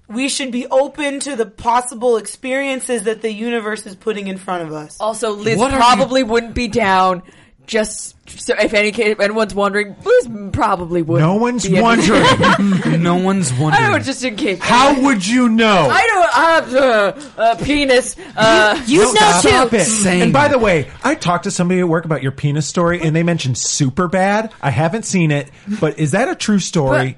Speaker 7: we should be open to the possible experiences that the universe is putting in front of us.
Speaker 16: Also, Liz
Speaker 8: What are
Speaker 16: probably wouldn't be down. Just so if any if anyone's wondering, Liz probably would.
Speaker 6: No one's
Speaker 16: [laughs]
Speaker 6: wondering.
Speaker 8: No one's wondering.
Speaker 16: I would Oh, just in case.
Speaker 1: How would you know?
Speaker 16: I don't have uh, uh, penis. Uh,
Speaker 3: you know
Speaker 6: Stop
Speaker 3: too.
Speaker 6: it.
Speaker 8: Saying
Speaker 6: and by
Speaker 8: that.
Speaker 6: the way, I talked to somebody at work about your penis story, and they mentioned super bad. I haven't seen it, but is that a true story?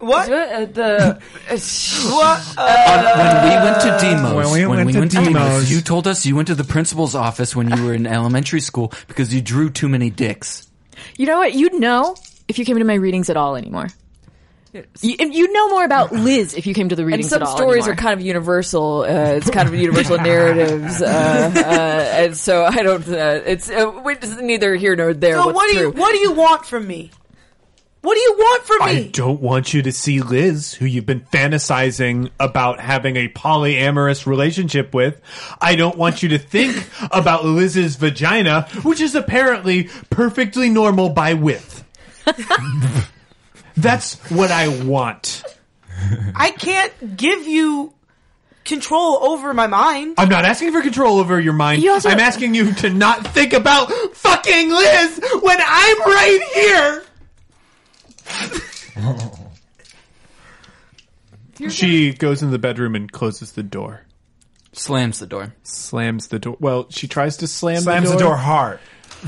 Speaker 16: what? Uh, the uh, sh-
Speaker 7: What? Uh,
Speaker 8: when we went to Demos, when we went, to, Demos,
Speaker 6: Demos.
Speaker 8: you told us you went to the principal's office when you were in elementary school because you drew too many dicks.
Speaker 3: You know what? You'd know if you came to my readings at all anymore. You, you'd know more about Liz if you came to the
Speaker 9: And
Speaker 3: readings
Speaker 9: some
Speaker 3: at all
Speaker 9: stories
Speaker 3: anymore.
Speaker 9: are kind of universal. Uh, it's kind of
Speaker 16: [laughs]
Speaker 9: universal narratives, uh, uh, and so I don't. Uh, it's uh, we- it's neither here nor there.
Speaker 7: So
Speaker 9: what's
Speaker 7: what do
Speaker 9: true.
Speaker 7: you what do you want from me? What do you want from
Speaker 19: I
Speaker 7: me?
Speaker 19: don't want you to see Liz, who you've been fantasizing about having a polyamorous relationship with. I don't want you to think [laughs] about Liz's vagina, which is apparently perfectly normal by width. That's what I want.
Speaker 7: I can't give you control over my mind.
Speaker 19: I'm not asking for control over your mind.
Speaker 3: You also-
Speaker 19: I'm asking you to not think about fucking Liz when I'm right here.
Speaker 1: She goes in the bedroom and closes the door.
Speaker 8: Slams the door.
Speaker 1: Slams the door. Well, she tries to slam
Speaker 6: Slams the door hard.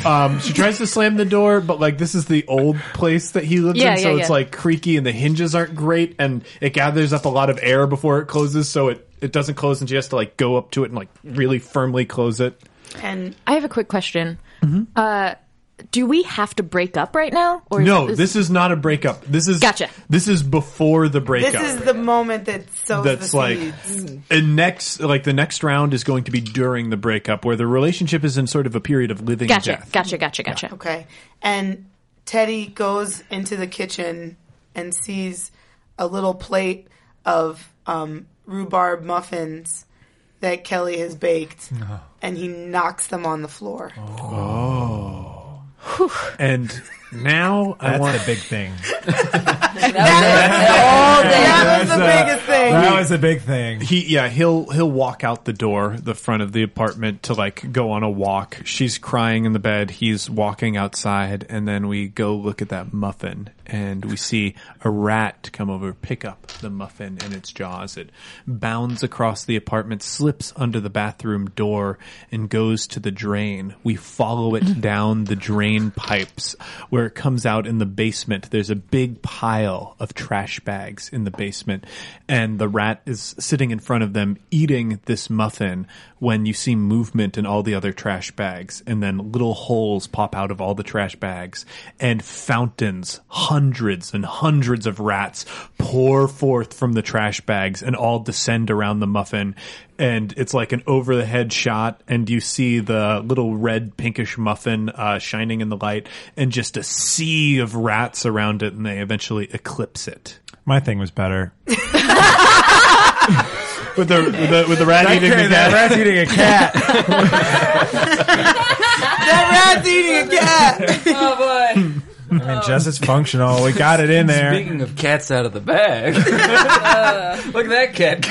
Speaker 1: Um, she tries to slam the door, but like this is the old place that he lives
Speaker 3: Yeah,
Speaker 1: in, so
Speaker 3: yeah,
Speaker 1: it's
Speaker 3: yeah.
Speaker 1: like creaky and the hinges aren't great, and it gathers up a lot of air before it closes, so it it doesn't close, and she has to like go up to it and like really firmly close it.
Speaker 7: And
Speaker 3: I have a quick question.
Speaker 1: Mm-hmm.
Speaker 3: Uh, do we have to break up right now? Or is-
Speaker 1: No,
Speaker 3: is-
Speaker 1: this is not a breakup. This is
Speaker 3: Gotcha.
Speaker 1: This is before the
Speaker 7: this
Speaker 1: breakup.
Speaker 7: is the moment that sows
Speaker 1: that's
Speaker 7: the
Speaker 1: like mm.
Speaker 7: seeds.
Speaker 1: and next like the next round is going to be during the breakup where the relationship is in sort of a period of living and
Speaker 3: Gotcha,
Speaker 1: death.
Speaker 3: gotcha, gotcha, gotcha.
Speaker 7: Okay. And Teddy goes into the kitchen and sees a little plate of um, rhubarb muffins that Kelly has baked, and he knocks them on the floor.
Speaker 1: Oh. And now I
Speaker 6: That's
Speaker 1: want
Speaker 6: the big thing.
Speaker 7: that was the
Speaker 6: That's, uh,
Speaker 7: biggest thing.
Speaker 6: That was the big thing.
Speaker 1: he yeah he'll he'll walk out the door the front of the apartment to like go on a walk she's crying in the bed he's walking outside and then we go look at that muffin and we see a rat come over pick up the muffin in its jaws it bounds across the apartment slips under the bathroom door and goes to the drain we follow it down the drain pipes where it comes out in the basement there's a big pile of trash bags in the basement and the rat is sitting in front of them eating this muffin when you see movement in all the other trash bags and then little holes pop out of all the trash bags and fountains hundreds and hundreds of rats pour forth from the trash bags and all descend around the muffin and it's like an over the head shot and you see the little red pinkish muffin uh, shining in the light and just a sea of rats around it and they eventually eclipse it
Speaker 6: My thing was better.
Speaker 1: with the with the, with the rat eating the cat.
Speaker 6: rat's eating a cat.
Speaker 7: that rat's eating a cat.
Speaker 9: Oh boy.
Speaker 6: I mean, just as functional. We got it in there.
Speaker 8: Speaking of cats out of the
Speaker 9: [laughs]
Speaker 8: bag,
Speaker 9: Uh.
Speaker 8: [laughs] look at that cat.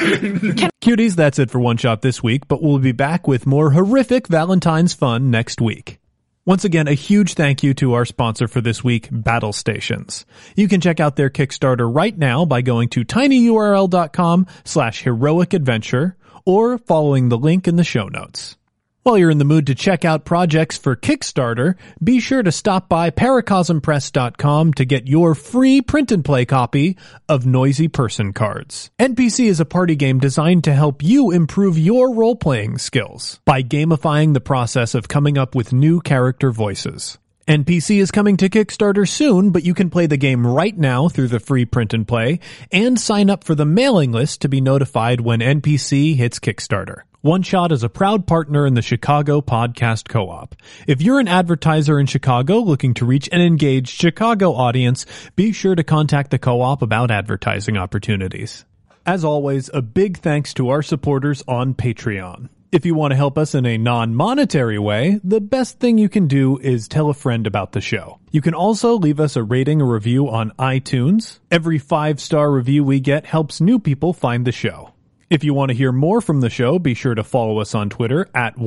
Speaker 20: Cuties, that's it for One Shot this week, but we'll be back with more horrific Valentine's fun next week. Once again, a huge thank you to our sponsor for this week, Battle Stations. You can check out their Kickstarter right now by going to tinyurl.com slash heroic adventure or following the link in the show notes. While you're in the mood to check out projects for Kickstarter, be sure to stop by paracosmpress.com to get your free print and play copy of Noisy Person Cards. NPC is a party game designed to help you improve your role playing skills by gamifying the process of coming up with new character voices. NPC is coming to Kickstarter soon, but you can play the game right now through the free print and play and sign up for the mailing list to be notified when NPC hits Kickstarter. One Shot is a proud partner in the Chicago Podcast Co-op. If you're an advertiser in Chicago looking to reach an engaged Chicago audience, be sure to contact the co-op about advertising opportunities. As always, a big thanks to our supporters on Patreon. If you want to help us in a non monetary way, the best thing you can do is tell a friend about the show. You can also leave us a rating or review on iTunes. Every five star review we get helps new people find the show. If you want to hear more from the show, be sure to follow us on Twitter at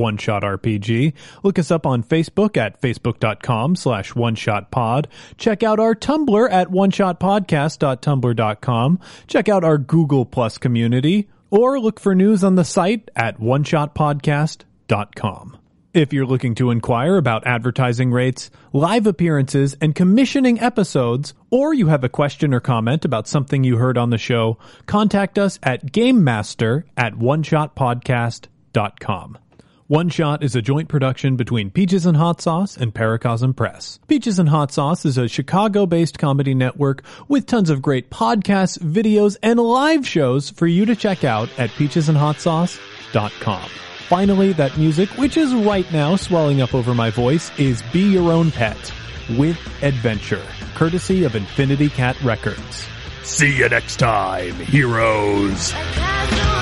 Speaker 20: OneShotRPG. Look us up on Facebook at facebook.com slash OneShotPod. Check out our Tumblr at OneShotPodcast.tumblr.com. Check out our Google Plus community or look for news on the site at OneShotPodcast.com. If you're looking to inquire about advertising rates, live appearances, and commissioning episodes, or you have a question or comment about something you heard on the show, contact us at GameMaster at OneShotPodcast.com.
Speaker 1: One Shot is a joint production between Peaches and Hot Sauce and Paracosm Press. Peaches and Hot Sauce is a Chicago based comedy network with tons of great podcasts, videos, and live shows for you to check out at peachesandhotsauce.com. Finally, that music, which is right now swelling up over my voice, is Be Your Own Pet with Adventure, courtesy of Infinity Cat Records. See you next time, heroes.
Speaker 2: Cast away